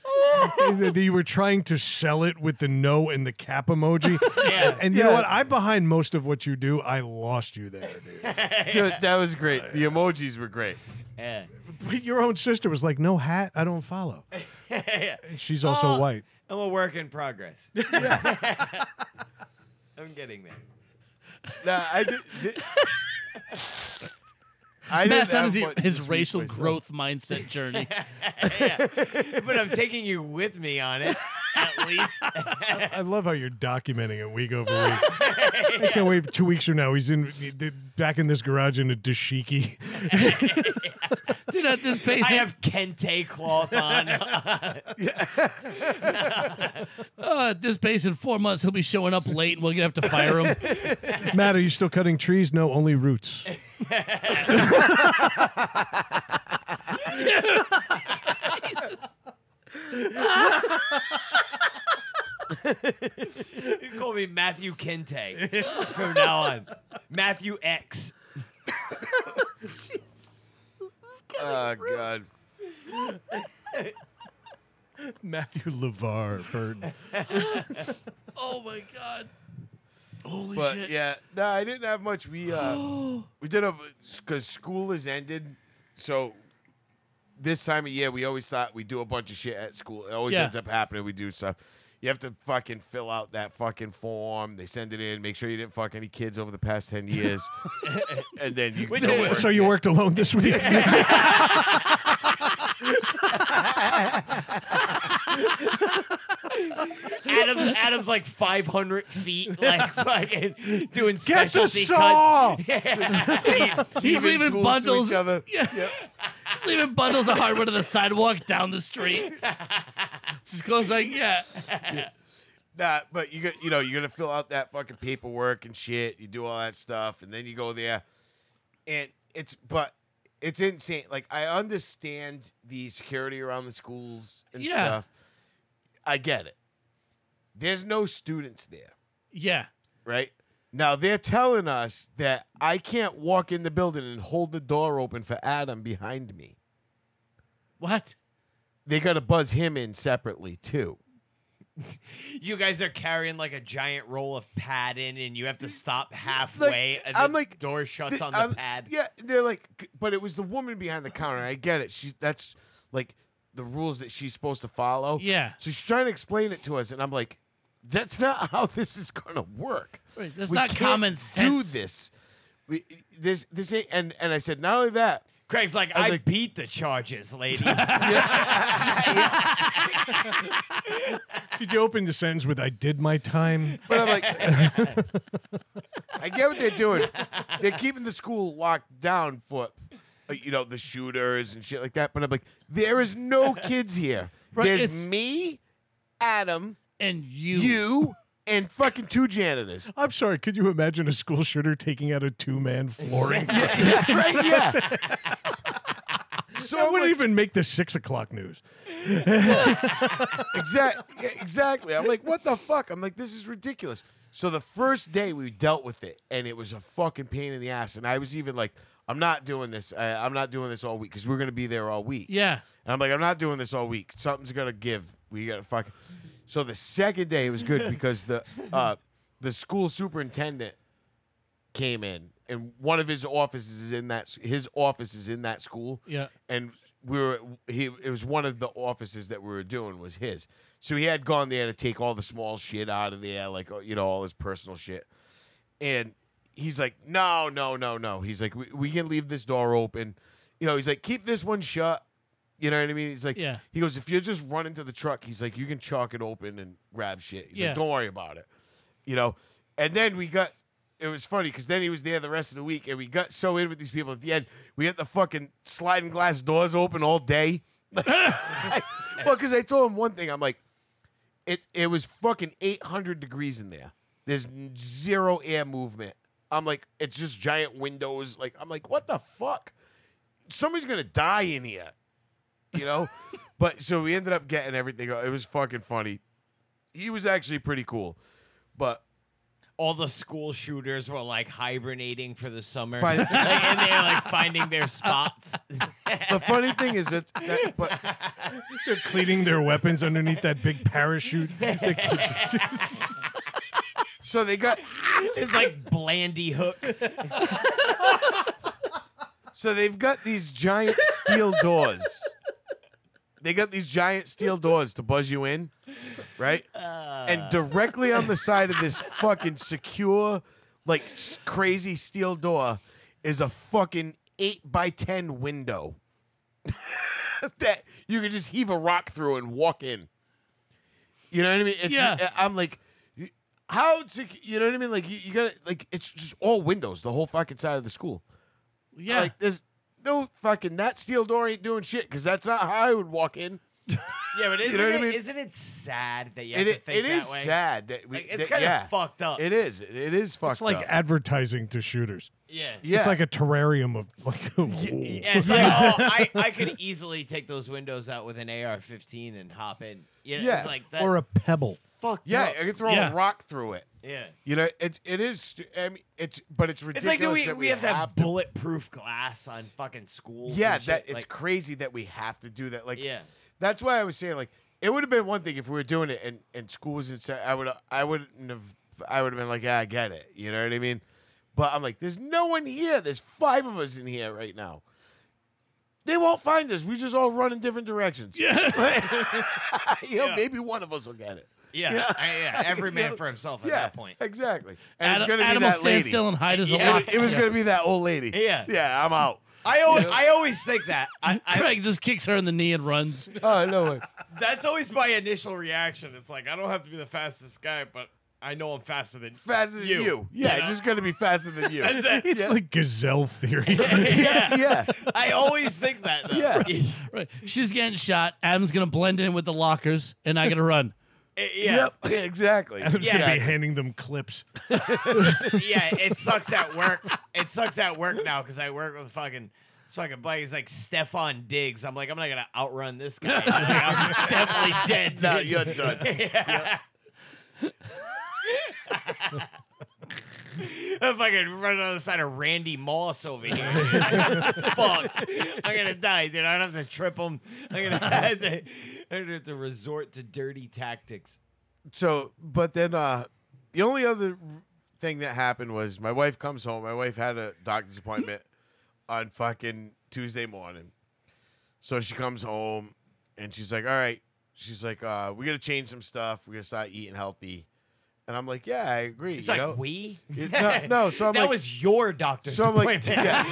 B: Is that you were trying to sell it with the no and the cap emoji.
A: Yeah.
B: And you know
C: Yeah.
B: what? I'm behind most of what you do. I lost you there, dude.
C: Dude, that was great. The emojis were great.
A: Yeah.
B: But your own sister was like, "No hat. I don't follow." And she's also
A: Oh.
B: white.
A: I'm a work in progress. I'm getting there.
C: Nah, I did. did- I didn't
D: Matt's on
C: have
D: his,
C: much
D: e-, his
C: this week
D: racial
C: myself.
D: growth mindset journey.
A: But I'm taking you with me on it, at least.
B: I love how you're documenting it week over week. I can't wait. Two weeks from now, he's in back in this garage in a dashiki.
D: Dude, at this pace,
A: I have kente cloth on.
D: uh, at this pace in four months, he'll be showing up late, and we're gonna have to fire him.
B: Matt, are you still cutting trees? No, only roots.
A: you call me Matthew Kente from now on. Matthew X.
C: Oh god.
B: Matthew Levar Burton.
D: oh my god! Holy
C: But
D: shit!
C: yeah, no, I didn't have much. We uh, we did a because school has ended, so this time of year we always thought we do a bunch of shit at school. It always
D: Yeah.
C: ends up happening. We do stuff. You have to fucking fill out that fucking form. They send it in. Make sure you didn't fuck any kids over the past ten years, and then you.
A: We
C: can
A: did.
C: work.
B: So you worked alone this week?
A: Adam's Adam's like 500 feet, like fucking doing
B: Get the
A: specialty cuts.
B: saw.
D: He's
C: Giving
D: leaving
C: tools to
D: bundles.
C: each other.
D: Yeah. He's leaving bundles of hardware to the sidewalk down the street. It's as close like yeah.
C: Nah, but you got you know you're gonna fill out that fucking paperwork and shit. You do all that stuff, and then you go there, and it's but it's insane. Like I understand the security around the schools and
D: Yeah.
C: stuff. I get it. There's no students there,
D: Yeah.
C: right? Now they're telling us that I can't walk in the building and hold the door open for Adam behind me.
D: What?
C: They gotta buzz him in separately too.
A: You guys are carrying like a giant roll of pad in, and you have to stop halfway. and
C: I'm
A: the
C: like,
A: door shuts
C: Th-
A: on the
C: um,
A: pad.
C: Yeah, they're like, c- but it was the woman behind the counter. I get it. She's that's like the rules that she's supposed to follow.
D: Yeah.
C: So she's trying to explain it to us, and I'm like, that's not how this is gonna work.
D: Right, that's
C: We
D: not
C: can't
D: common sense.
C: Do this. We, this this ain't, and and I said not only that.
A: Craig's like,
C: was
A: I,
C: like-
A: beat the charges, lady.
B: Did you open the sentence with "I did my time"?
C: But I'm like, I get what they're doing. They're keeping the school locked down for uh, you know, the shooters and shit like that. But I'm like, there is no kids here.
D: Right,
C: There's
D: it's-
C: me, Adam,
D: and you,
C: you, and fucking two janitors.
B: I'm sorry. Could you imagine a school shooter taking out a two man flooring?
C: Right? Yeah. so
B: I
C: I'm
B: wouldn't
C: like,
B: even make the six o'clock news.
C: Exact, yeah, exactly. I'm like, what the fuck? I'm like, this is ridiculous. So the first day we dealt with it, and it was a fucking pain in the ass. And I was even like, I'm not doing this. I, I'm not doing this all week because we're gonna be there all week.
D: yeah,
C: And I'm like, I'm not doing this all week. Something's gonna give. We gotta fuck. So the second day it was good because the uh, the school superintendent came in, and one of his offices is in that s- his office is in that school.
D: Yeah.
C: And we were he it was one of the offices that we were doing was his. So he had gone there to take all the small shit out of there, like you know all his personal shit and he's like, no, no, no, no. He's like, we, we can leave this door open. You know, he's like, keep this one shut. You know what I mean? He's like,
D: Yeah.
C: He goes, if you just run into the truck, he's like, you can chalk it open and grab shit. He's
D: Yeah.
C: like, don't worry about it. You know, and then we got. It was funny because then he was there the rest of the week, and we got so in with these people at the end. We had the fucking sliding glass doors open all day. well, because I told him one thing. I'm like, it it was fucking 800 degrees in there. There's n- zero air movement. I'm like, it's just giant windows. Like, I'm like, what the fuck? Somebody's gonna die in here, you know. but so we ended up getting everything. It was fucking funny. He was actually pretty cool, but
A: all the school shooters were like hibernating for the summer, like, and they're like finding their spots.
C: the funny thing is that, that but
B: They're cleaning their weapons underneath that big parachute.
C: so they got
A: It's like Blandy Hook.
C: So they've got these giant steel doors. They got these giant steel doors to buzz you in, right? and directly on the side of this fucking secure, like s- crazy steel door is a fucking eight by ten window that you can just heave a rock through and walk in. You know what I mean? It's, uh,
D: Yeah.
C: I'm like, you- how to, you know what I mean? Like you, you gotta, like it's just all windows, the whole fucking side of the school.
D: yeah.
C: Like there's no fucking that steel door ain't doing shit because that's not how I would walk in.
A: Yeah, but isn't,
C: know what I
A: it,
C: mean?
A: not it sad that you have
C: It,
A: to
C: it,
A: think
C: it
A: that
C: is
A: way?
C: sad that we.
A: Like, it's
C: that-
A: kind of
C: yeah.
A: fucked up.
C: It is. It is fucked
B: It's like
C: up.
B: advertising to shooters.
A: yeah.
C: yeah.
B: It's like a terrarium of like.
A: Yeah, it's like, oh, I, I could easily take those windows out with an AR-15 and hop in. You know,
C: Yeah,
A: it's like that.
B: or a pebble.
A: fuck.
C: yeah. I could throw
D: Yeah.
C: a rock through it.
A: yeah.
C: You know, it it is. stu- I mean, it's but it's ridiculous.
A: It's like that we,
C: that
A: we have that
C: to-
A: bulletproof glass on fucking schools.
C: Yeah,
A: and shit.
C: that it's
A: like,
C: crazy that we have to do that. Like,
A: Yeah.
C: that's why I was saying like it would have been one thing if we were doing it and and school was inside. I would I wouldn't have I would have been like yeah, I get it. You know what I mean? But I'm like, there's no one here. There's five of us in here right now. They won't find us. We just all run in different directions. you know,
A: Yeah.
C: maybe one of us will get it.
A: yeah,
C: Yeah.
A: I- yeah, every man
C: So-
A: for himself at
C: yeah,
A: that point.
C: exactly. And
D: Adam,
C: it's gonna
D: Adam
C: be
D: will
C: that
D: stand
C: lady.
D: still and hide as a
A: Yeah.
D: lock.
C: it was gonna be that old lady.
A: Yeah.
C: yeah, I'm out.
A: I always, I always think that. I, I,
D: Craig just kicks her in the knee and runs.
C: Oh no way.
A: That's always my initial reaction. It's like I don't have to be the fastest guy, but I know I'm faster than
C: faster than you. Yeah, it's just gonna be faster than you.
A: That's it.
B: It's like gazelle theory.
A: yeah.
C: yeah,
A: I always think that. Though.
C: Yeah.
A: yeah.
D: Right. She's getting shot. Adam's gonna blend in with the lockers, and I gotta run.
A: Yeah.
C: Yep. Exactly.
B: I'm just gonna
A: Yeah.
B: be handing them clips.
A: yeah, it sucks at work. It sucks at work now because I work with fucking this fucking buddy. He's like Stefan Diggs. I'm like, I'm not gonna outrun this guy. Like, I'm definitely dead.
C: No,
A: dude.
C: you're done.
A: I'm fucking running on the side of Randy Moss over here. dude. Fuck. I'm gonna die, dude. I don't have to trip him. I'm gonna have to, I'm gonna have to resort to dirty tactics.
C: So, but then uh the only other r- thing that happened was my wife comes home. My wife had a doctor's appointment on fucking Tuesday morning. So she comes home and she's like, "All right." She's like, uh, "We got to change some stuff. We got to start eating healthy." And I'm like, "Yeah, I agree."
A: It's
C: you
A: like
C: know?
A: we.
C: It- no, no, so I'm
A: that
C: like-
A: was your doctor's
C: So I'm like-
A: appointment.
C: yeah.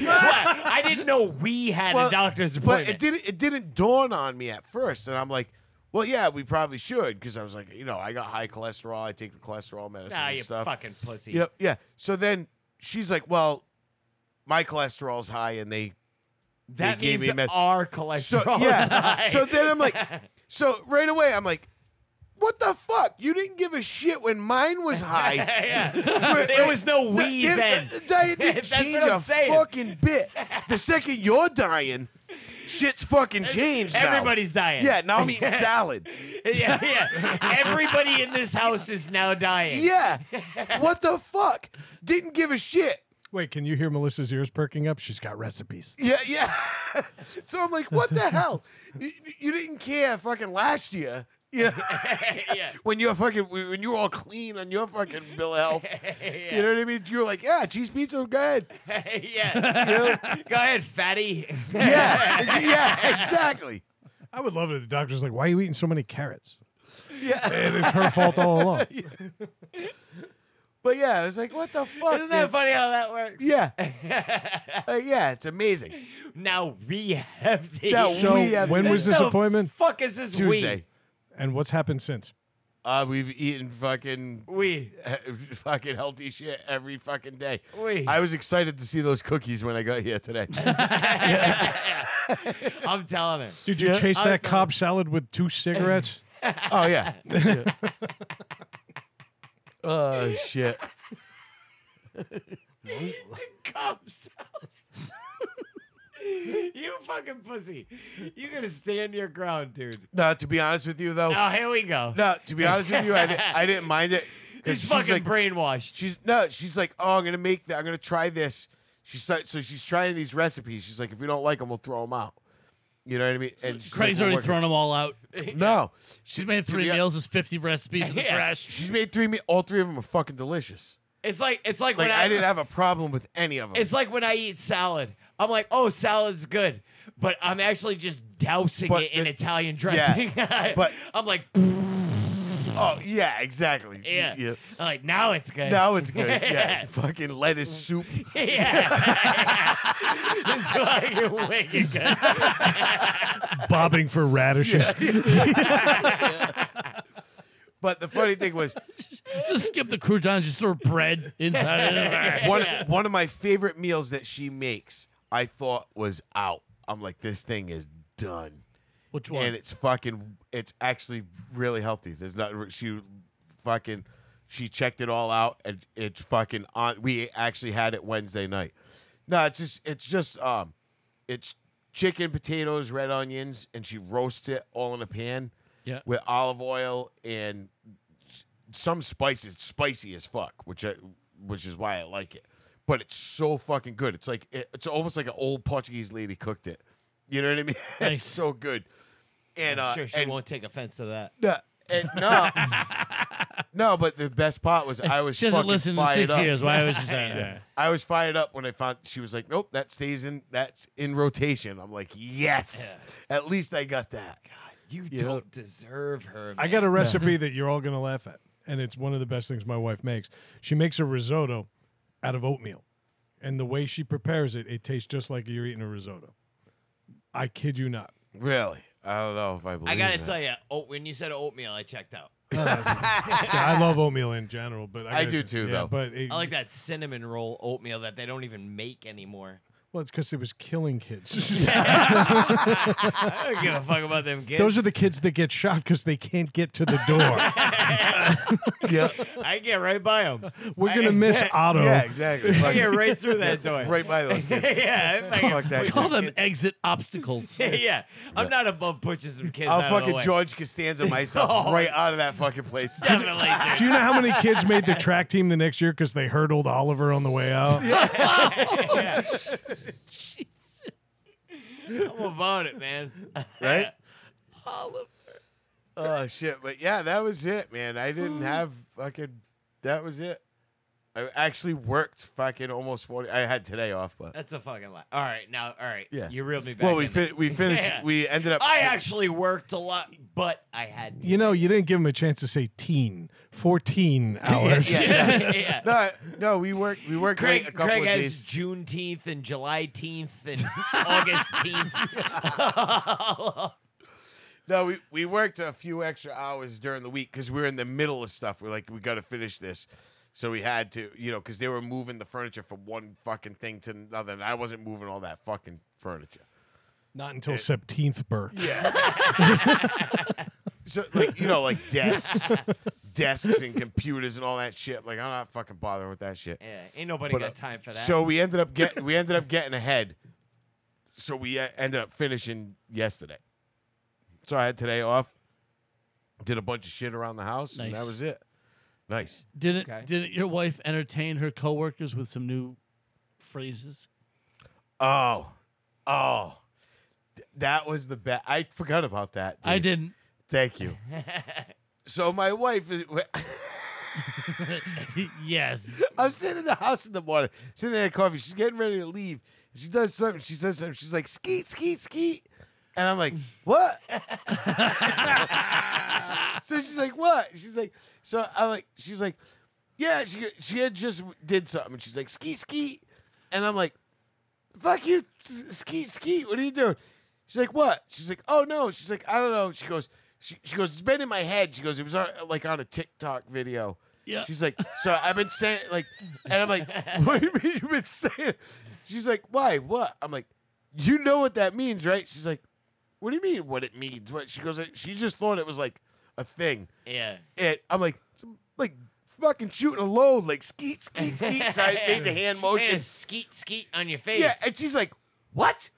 A: Yeah. What? I didn't know we had
C: Well,
A: a doctor's
C: But
A: appointment.
C: it didn't it didn't dawn on me at first, and I'm like, well, yeah, we probably should, because I was like, you know, I got high cholesterol, I take the cholesterol medicine
A: Nah,
C: and
A: you
C: stuff.
A: fucking pussy.
C: You know, yeah. So then she's like, well, my cholesterol's high, and they
A: That
C: gave
A: means
C: me meth-
A: our
C: So
A: cholesterol. is
C: yeah.
A: high.
C: So then I'm like, so right away I'm like, what the fuck? You didn't give a shit when mine was high.
A: Yeah.
C: Wait,
A: there
C: wait.
A: was no we
C: Th-
A: then.
C: th- th- Diet didn't
A: That's what
C: change
A: I'm
C: a
A: saying.
C: fucking bit. The second you're dying, shit's fucking changed. now.
A: Everybody's dying.
C: Yeah, now I'm eating salad.
A: yeah, yeah. Everybody in this house is now dying.
C: Yeah. What the fuck? Didn't give a shit.
B: Wait, can you hear Melissa's ears perking up? She's got recipes.
C: Yeah, yeah. so I'm like, what the hell? You, you didn't care fucking last year. Yeah.
A: yeah.
C: when you're fucking when you're all clean on your fucking bill of health. You know what I mean? You're like, yeah, cheese pizza, good.
A: yeah. Go ahead, fatty.
C: Yeah, yeah, exactly.
B: I would love it if the doctor's like, why are you eating so many carrots?
C: Yeah,
B: It is her fault all along.
C: but yeah, I was like, what the fuck?
A: Isn't that
C: man?
A: funny how that works?
C: yeah, Like, yeah, it's amazing.
A: Now we have to.
C: Now
A: eat.
B: So
C: We have-
B: when was this
A: The
B: appointment?
A: Fuck is this
C: Tuesday,
B: And what's happened since?
C: uh, we've eaten fucking
A: We.
C: fucking healthy shit every fucking day.
A: Wait.
C: I was excited to see those cookies when I got here today.
A: we. I'm telling him.
B: Did you chase
A: I
B: that
A: don't-
B: Cobb salad with two cigarettes?
C: oh yeah. oh shit.
A: Cops. you fucking pussy. You gotta stand your ground, dude.
C: No, to be honest with you though,
A: Oh, here we go.
C: no, to be honest with you, I, di- I didn't mind it. 'cause
A: He's
C: she's
A: fucking
C: like,
A: brainwashed.
C: She's no, she's like, oh, I'm gonna make that. I'm gonna try this. She start, so she's trying these recipes. She's like, if we don't like them, we'll throw them out. You know what I mean? And she's
D: Craig's
C: like,
D: already
C: "We'll
D: thrown them all out.
C: work it." No,
D: She's made
C: to
D: three
C: be hon-
D: meals. There's 50 recipes in the
A: Yeah.
D: trash.
C: She's made three. Me- all three of them are fucking delicious.
A: It's like it's like,
C: Like
A: when
C: I,
A: I,
C: didn't have a problem with any of them.
A: it's like when I eat salad. I'm like, oh, salad's good, but I'm actually just dousing
C: But
A: it in
C: the-
A: Italian dressing.
C: but-
A: I'm like,
C: oh yeah, exactly.
A: yeah. I'm like now it's good.
C: Now it's good. Yeah, fucking lettuce soup.
A: yeah. it's fucking wicked good.
B: Bobbing for radishes.
C: But the funny thing was,
D: Just skip the croutons. Just throw bread inside of it.
C: one one of my favorite meals that she makes, I thought was out. I'm like, this thing is done.
D: Which one?
C: and it's fucking it's actually really healthy there's not she fucking she checked it all out and it's fucking on we actually had it wednesday night no it's just it's just um it's chicken potatoes red onions and she roasts it all in a pan
D: Yeah.
C: with olive oil and s- some spices It's spicy as fuck which I, which is why i like it but it's so fucking good it's like it, it's almost like an old portuguese lady cooked it you know what i mean
D: Nice.
C: it's so good
D: Oh,
C: and uh,
A: sure she
C: and,
A: won't take offense to that.
C: no, and no, no, but the best part was I was
D: She hasn't
C: fucking
D: listened in
C: fired
D: six
C: up.
D: years. Why was she saying that?
C: I was fired up when I found she was like, "Nope, that stays in. That's in rotation." I'm like, "Yes, at least I got that."
A: You
C: Yeah.
A: don't deserve her.
B: I
A: man.
B: got a recipe that you're all going to laugh at. And it's one of the best things my wife makes. She makes a risotto out of oatmeal. And the way she prepares it, it tastes just like you're eating a risotto. I kid you not.
C: Really, I don't know if I believe.
A: I gotta
C: that.
A: tell you, oh, when you said oatmeal, I checked out.
B: See, I love oatmeal in general, but I,
C: I
B: gotta
C: do
B: t-
C: too,
B: yeah,
C: though.
B: But it,
A: I like that cinnamon roll oatmeal that they don't even make anymore.
B: Well, it's because it was killing kids.
A: I don't give a fuck about them kids.
B: Those are the kids that get shot because they can't get to the door.
A: I get right by them.
B: We're gonna miss Otto.
C: Yeah, exactly.
A: I
C: Fucking
A: get right through that door.
C: right by those. Kids.
A: yeah, I
C: Fuck
A: fucking
C: that
A: push
C: shit.
D: Call them
A: kids.
D: exit obstacles.
A: Yeah, yeah, I'm not above pushing some kids.
C: I'll
A: out of the
C: fucking
A: way.
C: George Costanza myself
A: Oh.
C: right out of that fucking place.
A: Definitely, dude.
B: Do you know how many kids made the track team the next year because they hurdled Oliver on the way out?
A: I'm about it, man.
C: right? Oh shit! But yeah, that was it, man. I didn't
A: Mm.
C: have fucking. That was it. I actually worked fucking almost forty. I had today off, but
A: That's a fucking lie. All right, now, all right.
C: Yeah.
A: you reeled me back.
C: well, we
A: in there.
C: fin- we finished.
A: Yeah.
C: We ended up.
A: I actually worked a lot, but I had. To.
B: You know, you didn't give him a chance to say teen, 14 hours.
C: Yeah,
A: yeah.
C: no, no, we worked. We worked
A: Craig,
C: late a couple
A: Craig
C: of
A: has
C: days.
A: Juneteenth and July 10th and August 10th.
C: No, we, we worked a few extra hours during the week because we were in the middle of stuff. We're like, we got to finish this. So we had to, you know, because they were moving the furniture from one fucking thing to another, and I wasn't moving all that fucking furniture.
B: Not until seventeenth birth.
C: So like you know like desks, desks and computers and all that shit. Like I'm not fucking bothering with that shit.
A: Yeah, ain't nobody
C: But,
A: got
C: uh,
A: time for that.
C: So we ended up get we ended up getting ahead. So we uh, ended up finishing yesterday. So I had today off. Did a bunch of shit around the house, and that
D: Nice.
C: was it. Nice.
D: Didn't
A: Okay.
D: didn't your wife entertain her coworkers with some new phrases?
C: Oh, oh, Th- that was the best. I forgot about that.
D: I
C: dude.
D: didn't.
C: Thank you. so my wife is.
D: yes.
C: I'm sitting in the house in the morning, sitting there at coffee. She's getting ready to leave. She does something. She says something. She's like, skeet, skeet, skeet. And I'm like, what? so she's like, what? She's like, so I'm like, she's like, yeah, she, go- she had just did something. And she's like, skeet, skeet. And I'm like, fuck you, s- skeet, skeet. What are you doing? She's like, what? She's like, oh no. She's like, I don't know. She goes, she, she goes, it's been in my head. She goes, it was on, like on a TikTok video.
D: Yeah.
C: She's like, so I've been saying like, and I'm like, what do you mean you've been saying? it?" She's like, why? What? I'm like, you know what that means, right? She's like, what do you mean? What it means? What? She goes, like, she just thought it was like a thing.
A: yeah.
C: And I'm like, some, like fucking shooting a load, like skeet, skeet, skeet. So I made the hand
A: And
C: motion.
A: a skeet skeet on your face.
C: Yeah, and she's like, what?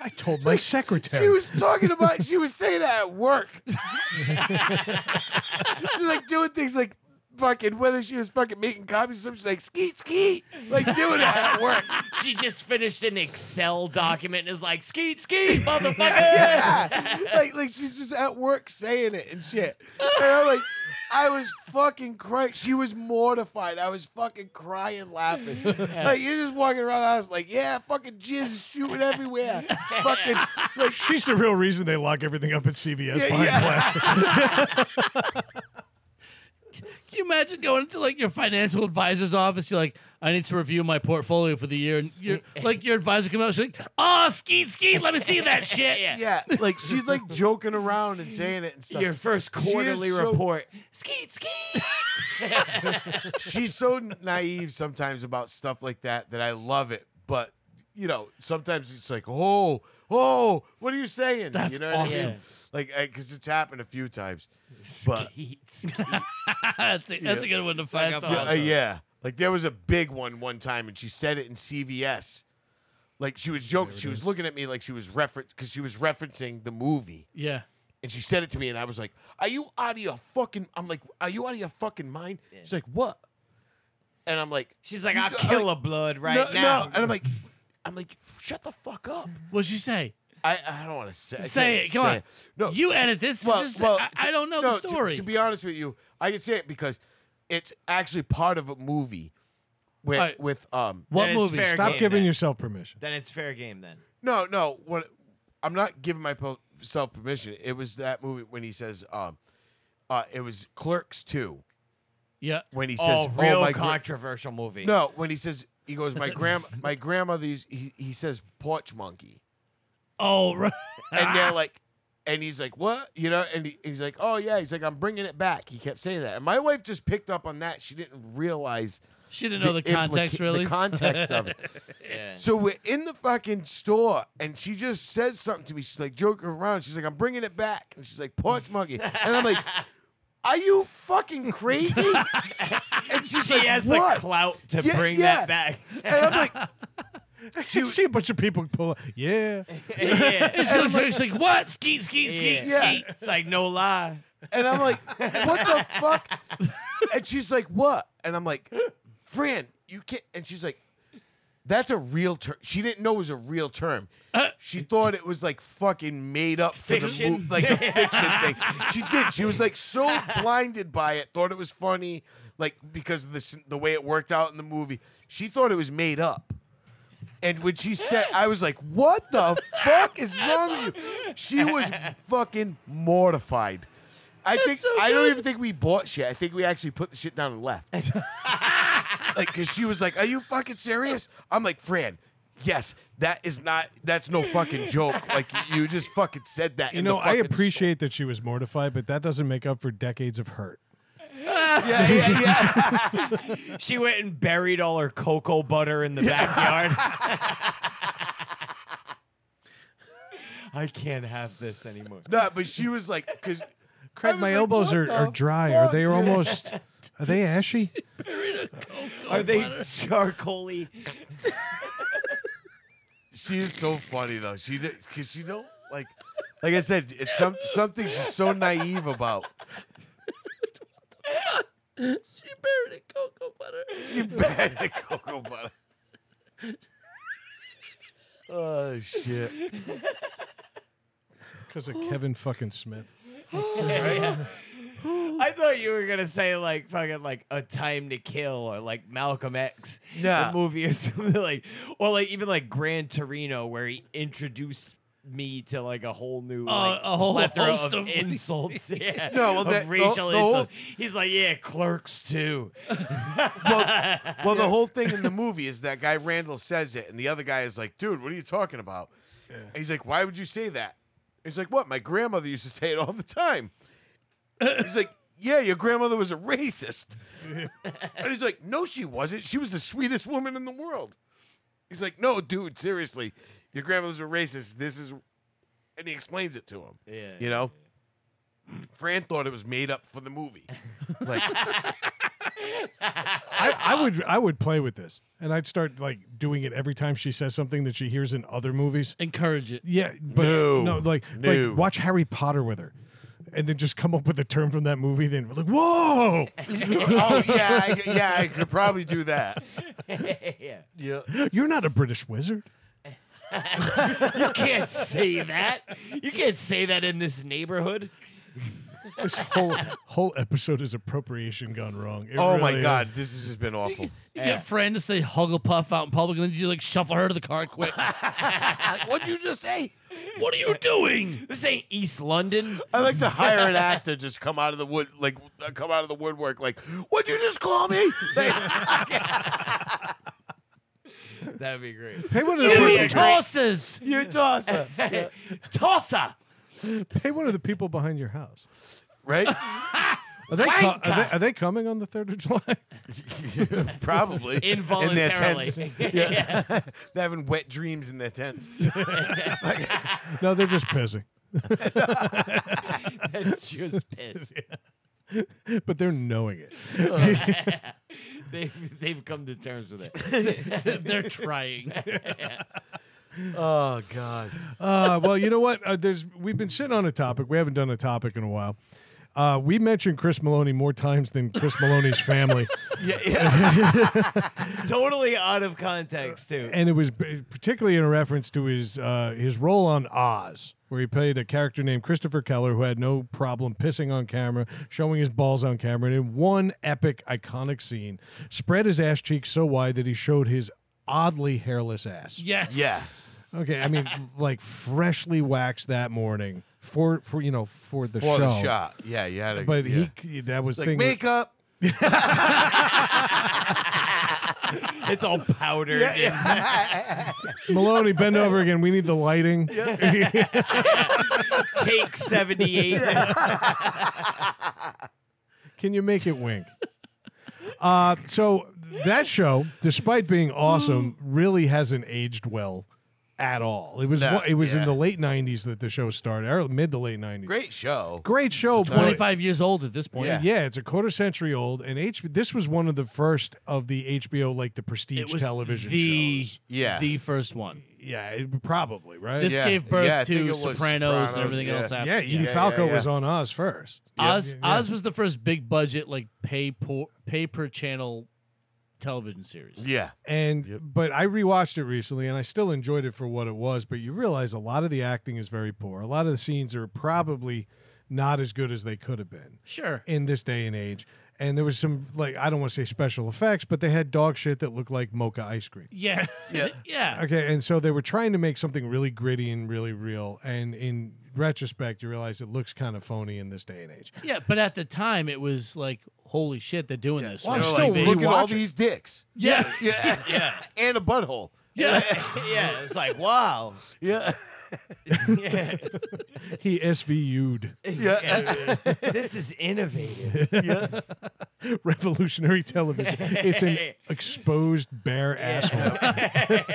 B: I told my secretary.
C: She was talking about. She was saying that at work. She's like doing things like fucking whether she was fucking making copies or something. She's like skeet skeet, like doing it at work.
A: she just finished an Excel document and is like, skeet skeet, motherfucker.
C: Yeah, like like she's just at work saying it and shit. And I'm like, I was fucking crying. She was mortified. I was fucking crying, laughing. Like you're just walking around the house, like yeah, fucking jizz is shooting everywhere. fucking like
B: She's the real reason they lock everything up at CVS
C: Yeah,
B: behind
C: yeah.
B: plastic.
D: Can you imagine going into like your financial advisor's office? You're like, I need to review my portfolio for the year, and you're like, your advisor comes out, she's like, Oh, skeet skeet, let me see that shit.
A: Yeah.
C: yeah, like she's like joking around and saying it and stuff.
A: Your first
C: She is
A: quarterly
C: so-
A: report. Skeet skeet.
C: she's so naive sometimes about stuff like that that I love it. But you know, sometimes it's like, oh, oh, what are you saying?
D: That's
C: you know, what I mean?
D: awesome.
A: Yeah.
C: like because it's happened a few times. But
A: Skeet skeet.
D: that's a, that's a good one to find.
A: Like a-
D: That's
C: yeah, uh,
D: awesome.
C: yeah, like there was a big one one time, and she said it in CVS. Like she was joking, she was looking at me like she was reference because she was referencing the movie.
D: yeah.
C: And she said it to me, and I was like, "Are you out of your fucking?" I'm like, "Are you out of your fucking mind?" She's like, "What?" And I'm like,
A: She's like, I'll
C: No,
A: kill a blood right
C: no,
A: now.
C: No. And I'm like, I'm like, shut the fuck up.
D: What'd she say?
C: I, I don't want to say. I
D: Say
C: can't
D: it. Come
C: say
D: on.
C: it. No.
D: you edit this.
C: well,
D: just,
C: well,
D: I,
C: to-
D: I don't know
C: no,
D: the
C: to-
D: story.
C: To, be honest with you, I can say it because it's actually part of a movie. With,
D: All right.
C: with um
D: what
A: it's
D: movie?
A: fair
B: Stop
A: game
B: giving
A: then.
B: yourself permission.
A: Then it's fair game then.
C: no no what I'm not giving myself permission. It was that movie when he says um uh it was Clerks two
D: Yeah.
C: when he says
A: Oh, real
C: my gra-
A: controversial movie.
C: no when he says he goes my grand my grandmother used, he he says porch monkey
D: Oh, right.
C: and they're like, and he's like, what? You know, and he, he's like, oh yeah, he's like, I'm bringing it back. He kept saying that, and my wife just picked up on that. She didn't realize
D: she didn't know the,
C: implica-
D: context really.
C: the context of it.
A: Yeah.
C: So we're in the fucking store, and she just says something to me. She's like joking around. She's like, I'm bringing it back, and she's like, porch monkey, and I'm like. Are you fucking crazy? and she's
A: She
C: like,
A: has
C: what?
A: the clout to
C: Yeah,
A: bring
C: yeah.
A: that back.
C: and I'm like,
B: You see a bunch of people pull up. Yeah.
A: yeah.
D: It's like, it's like, what? Skeet skeet skeet
A: Yeah.
D: skeet.
A: It's like, no lie.
C: and I'm like, what the fuck? And she's like, what? And I'm like, Fran, you can't. And she's like, that's a real term. She didn't know it was a real term. She thought it was like fucking made up for the
A: Fiction.
C: movie, like a fiction thing. She did. She was like so blinded by it, thought it was funny, like because of the s- the way it worked out in the movie. She thought it was made up. And when she said, I was like, "What the fuck is wrong with you?" She was fucking mortified. I think
D: so
C: I don't
D: good.
C: even think we bought shit. I think we actually put the shit down and left. like, cause she was like, "Are you fucking serious?" I'm like, "Fran, yes, that is not. That's no fucking joke. Like, you just fucking said that."
B: You know, I appreciate that she was mortified, but that doesn't make up for decades of hurt.
C: Yeah, yeah, yeah.
A: She went and buried all her cocoa butter in the backyard. I can't have this anymore.
C: No, but she was like, because
B: Craig, my elbows are, are dry. Are they almost? Are they ashy?
A: Are they charcoaly?
C: she is so funny though. She because you know, like, like I said, it's some something she's so naive about.
D: She buried in cocoa butter.
C: You bag the cocoa butter. Oh shit!
B: Because of Kevin fucking Smith.
A: I thought you were gonna say like fucking like a time to kill or like Malcolm X,
C: Nah.
A: the movie or something like, or like even like Gran Torino where he introduced me to like Uh, a whole new like,
D: a whole
A: plethora
D: host
A: of,
D: of
A: insults. yeah,
C: No, well,
A: of
C: that- the-
A: racial
C: the whole-
A: insults. He's like, yeah, clerks too.
C: Well, well, the whole thing in the movie is that guy Randall says it, and the other guy is like, "Dude, what are you talking about?" And he's like, "Why would you say that?" He's like, "What? My grandmother used to say it all the time." He's like, "Yeah, your grandmother was a racist," and he's like, "No, she wasn't. She was the sweetest woman in the world." He's like, "No, dude, seriously, your grandmother's a racist. This is," and he explains it to him.
A: Yeah.
C: you know. Fran thought it was made up for the movie. Like,
B: I, I would I would play with this, and I'd start like doing it every time she says something that she hears in other movies.
D: Encourage it.
B: Yeah, but
C: No.
B: like
C: No.
B: like watch Harry Potter with her, and then just come up with a term from that movie. Then we're like, whoa,
C: oh yeah, I, yeah, I could probably do that.
A: yeah,
C: Yeah.
B: you're not a British wizard.
A: you can't say that. You can't say that in this neighborhood.
B: This whole whole episode is appropriation gone wrong. It
C: Oh
B: really
C: my
B: is.
C: god, this has just been awful.
D: You
A: Yeah.
D: get Fran to say Hugglepuff out in public, and then you like shuffle her to the car quick.
C: What'd you just say?
D: what are you doing?
A: This ain't East London.
C: I like to hire an actor just come out of the wood, like uh, come out of the woodwork, like, "What'd you just call me?" Like,
A: That'd be great.
B: Pay one of the
D: You
B: people,
D: tosses.
C: you tosser,
A: Tosser.
B: pay one of the people behind your house.
C: right?
B: Are they, co- are,
A: Wanker.
B: they are they coming on the third of July?
C: Probably In their
A: Involuntarily.
C: tents. They're having wet dreams in their tents.
B: no, they're just pissing,
A: That's just piss.
B: but they're knowing it.
A: They, they've come to terms with it.
D: They're trying.
C: Oh god.
B: Uh, well, you know what? Uh, there's we've been sitting on a topic. We haven't done a topic in a while. Uh, we mentioned Chris Maloney more times than Chris Maloney's family,
A: totally out of context, too.
B: and it was b- particularly in reference to his uh, his role on Oz, where he played a character named Christopher Keller who had no problem pissing on camera, showing his balls on camera, and in one epic, iconic scene, spread his ass cheeks so wide that he showed his oddly hairless ass.
D: Yes.
C: Yeah.
B: Okay, I mean, like freshly waxed that morning for for you know for the
C: For
B: show.
C: the shot. Yeah, you had a
B: But
C: yeah.
B: he that was
C: like
B: thing. with-
C: makeup.
A: It's all powdered.
C: Yeah, yeah.
B: Maloney, bend over again. We need the lighting.
A: Take 78.
B: Can you make it wink? Uh, so that show, despite being awesome, really hasn't aged well at all. It was
C: No,
B: one- it was
C: yeah.
B: in the late '90s that the show started, or mid to late '90s.
C: Great show.
B: Great show, but-
D: Twenty-five years old at this point.
C: Yeah.
B: Yeah, it's a quarter century old, and H. This was one of the first of the HBO like the prestige
D: It was
B: television
D: the
B: shows.
C: Yeah.
D: the first one.
B: Yeah, it, probably right.
D: This
C: Yeah.
D: gave birth
C: Yeah, I think it
D: to
C: was
D: Sopranos, and
C: Sopranos,
D: everything
C: yeah.
D: else after.
B: yeah, Edie
C: Yeah, yeah,
B: Falco
C: yeah.
B: was on Oz first.
D: Oz
B: Yeah.
D: Oz was the first big budget like pay por- pay per channel television series.
C: Yeah.
B: And but I rewatched it recently and I still enjoyed it for what it was, but you realize a lot of the acting is very poor. A lot of the scenes are probably not as good as they could have been
D: Sure.
B: in this day and age. And there was some like I don't want to say special effects, but they had dog shit that looked like mocha ice cream.
D: Yeah.
C: Yeah.
D: yeah.
B: Okay, and so they were trying to make something really gritty and really real. And in retrospect, you realize it looks kind of phony in this day and age.
D: Yeah, but at the time it was like, holy shit, they're doing this.
B: Well, I'm
D: They're
B: still
D: like, they-
B: looking-
C: Look at all
B: watch it.
C: these dicks.
D: yeah,
C: Yeah. yeah. And a butthole.
D: yeah,
A: yeah, it's like, wow.
C: Yeah.
A: Yeah.
B: He SVU'd.
C: Yeah.
A: This is innovative.
C: yeah.
B: revolutionary television. It's an exposed bare asshole.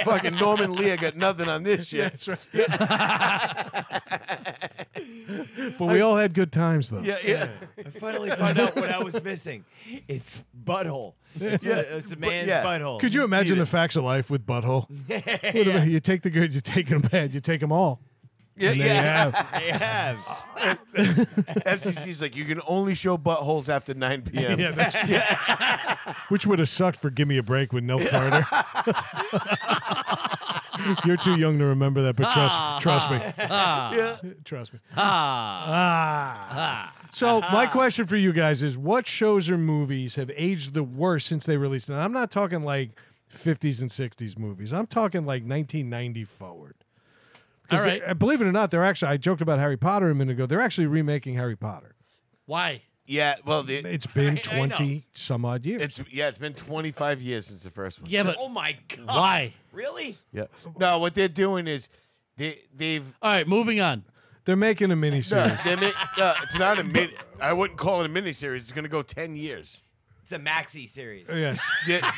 C: Fucking Norman Lear got nothing on this shit.
B: That's right. but we all had good times though.
C: Yeah, yeah.
A: I finally found out what I was missing. It's butthole. It's, a, it's a man's
C: yeah.
A: butthole.
B: Could you imagine the facts of life with butthole? What about- You take the good, you take them bad, you take them all.
C: Yeah,
B: And there you have-
A: They have.
C: FCC's like, you can only show buttholes after 9 p.m.
B: Yeah, that's, Which would have sucked for Give Me a Break with Nell Carter. You're too young to remember that, but trust, trust me. Trust me. Ah. So, my
C: Uh-huh.
B: question for you guys is what shows or movies have aged the worst since they released? And I'm not talking like 50s and 60s movies, I'm talking like 1990 forward. 'Cause
D: All right.
B: they- believe it or not, they're actually, I joked about Harry Potter a minute ago, they're actually remaking Harry Potter.
D: Why?
C: Yeah, well, the,
B: It's been
A: I know.
B: 20 some odd years.
C: it's yeah, it's been 25 years since the first one.
D: Yeah, but
A: oh my god.
D: why?
A: Really?
C: yeah. No, what they're doing is they they've
D: All right, moving on.
B: They're making a
C: no,
B: miniseries.
C: they're ma- no, it's not a mini. I wouldn't call it a miniseries. It's gonna go 10 years.
A: It's a maxi series.
B: Oh, Yes,
C: Yeah,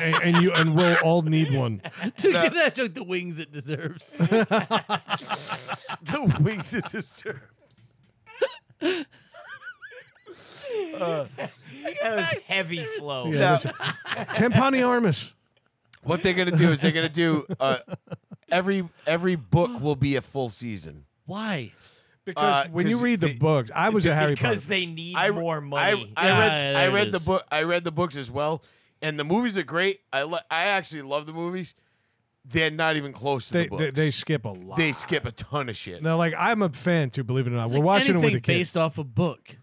B: and, and you and we'll all need one.
D: To give that joke the wings it deserves.
C: the wings of this term.
A: That was heavy flow.
B: Yeah, that's it. Tempani Armis.
C: What they're gonna do is they're gonna do uh, every every book will be a full season.
D: Why?
B: Because
C: Uh,
B: when you
C: 'cause
B: read the
C: they-
B: books, I was a Harry Potter.
A: Because they need
C: I
A: more money.
C: I, I
D: Yeah,
C: read,
D: yeah,
C: I
D: there it
C: read the
D: is.
C: book. I read the books as well, and the movies are great. I lo- I actually love the movies. They're not even close to
B: they,
C: the books.
B: they they skip a lot.
C: They skip a ton of shit.
B: No, like I'm a fan too. Believe it or not,
D: It's
B: we're
D: like
B: watching it with
D: anything
B: the kids.
D: based off a book.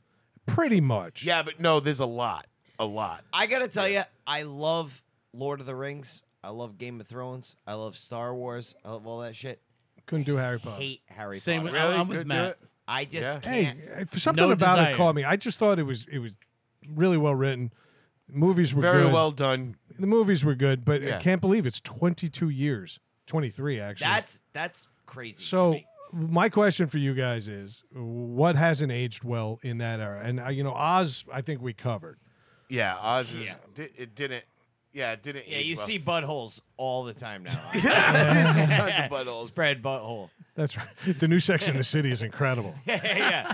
B: Pretty much.
C: Yeah, but no, there's a lot, a lot.
A: I gotta tell you, I love Lord of the Rings. I love Game of Thrones. I love Star Wars. I love all that shit.
B: Couldn't do Harry Potter.
A: Hate Harry
D: Same
A: Potter.
D: with- I'm with
C: Couldn't do
D: Matt.
C: it?
A: I just
C: Yeah.
B: Hey, eh,
A: can't.
B: for something
D: No
B: about
D: desire.
B: it called me. I just thought it was it was really well written. Movies were
C: Very
B: good.
C: well done.
B: The movies were good, but
C: Yeah.
B: I can't believe it's 22 years, 23 actually.
A: That's that's crazy. to
B: So
A: me.
B: my question for you guys is, what hasn't aged well in that era? And uh, you know, Oz, I think we covered.
C: Yeah, Oz is,
A: Yeah.
C: di- it didn't. Yeah, it didn't.
A: yeah,
C: age
A: you
C: well.
A: see buttholes all the time now.
C: There's just tons of buttholes.
A: Spread butthole.
B: That's right. The new Sex in the City is incredible.
A: yeah.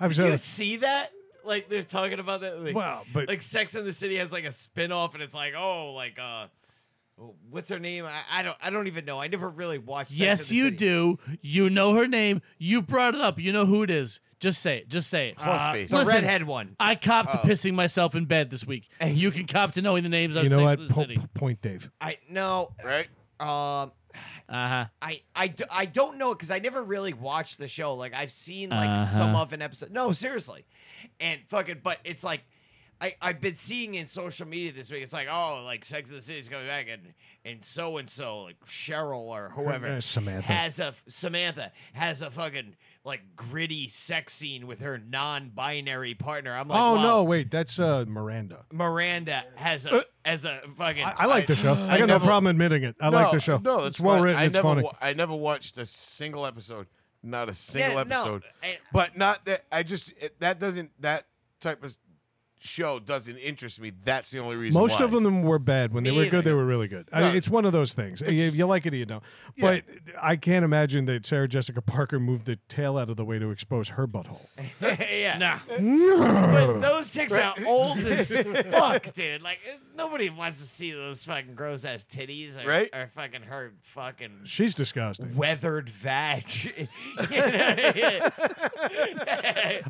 B: I've
A: Do you
B: said,
A: see that? Like they're talking about that. Like,
B: Wow, but-
A: like Sex in the City has like a spin-off and it's like, oh, like uh what's her name? I, I don't I don't even know. I never really watched Sex
D: yes,
A: in the
D: you
A: City.
D: do. You know her name. You brought it up. You know who it is. Just say it. Just say it.
C: Horseface.
A: The
D: Uh, listen,
A: redhead one.
D: I copped to pissing myself in bed this week. You can cop to knowing the names on
B: Oh. you know
D: Sex
B: what?
D: and the
B: Po-
D: City.
B: po- point, Dave.
A: I no
C: right?
A: um
D: Uh huh.
A: I, I, d- I don't know because I never really watched the show. Like I've seen like some of an episode. No, seriously, and fucking. But it's like I I've been seeing in social media this week. It's like oh like Sex and the City's coming back and and so and so like Cheryl or whoever
B: Uh, Samantha.
A: has a f- Samantha has a fucking like gritty sex scene with her non-binary partner. I'm like
B: oh
A: wow,
B: no, wait, that's uh, Miranda.
A: Miranda has a as a fucking
B: I, I like the show. I, got no
C: never-
B: problem admitting it. I
C: no,
B: like the show.
C: No,
B: it's
C: that's
B: well
C: fine.
B: written.
C: I
B: it's
C: never
B: funny.
C: wa- I never watched a single episode. Not a single
A: Yeah, no,
C: episode.
A: I-
C: but not that. I just it, that doesn't that type of show doesn't interest me. That's the only reason.
B: Most
C: why.
B: of them were bad. When they
A: Me
B: were
A: either.
B: good, they were really good. I mean,
C: No.
B: it's one of those things. You, you like it or you don't. But I can't imagine that Sarah Jessica Parker moved the tail out of the way to expose her butthole.
A: yeah.
D: Nah.
A: But those chicks are old as fuck, dude. Like eh, nobody wants to see those fucking gross ass titties or,
C: Right?
A: or fucking her fucking
B: She's disgusting.
A: weathered vag. You know?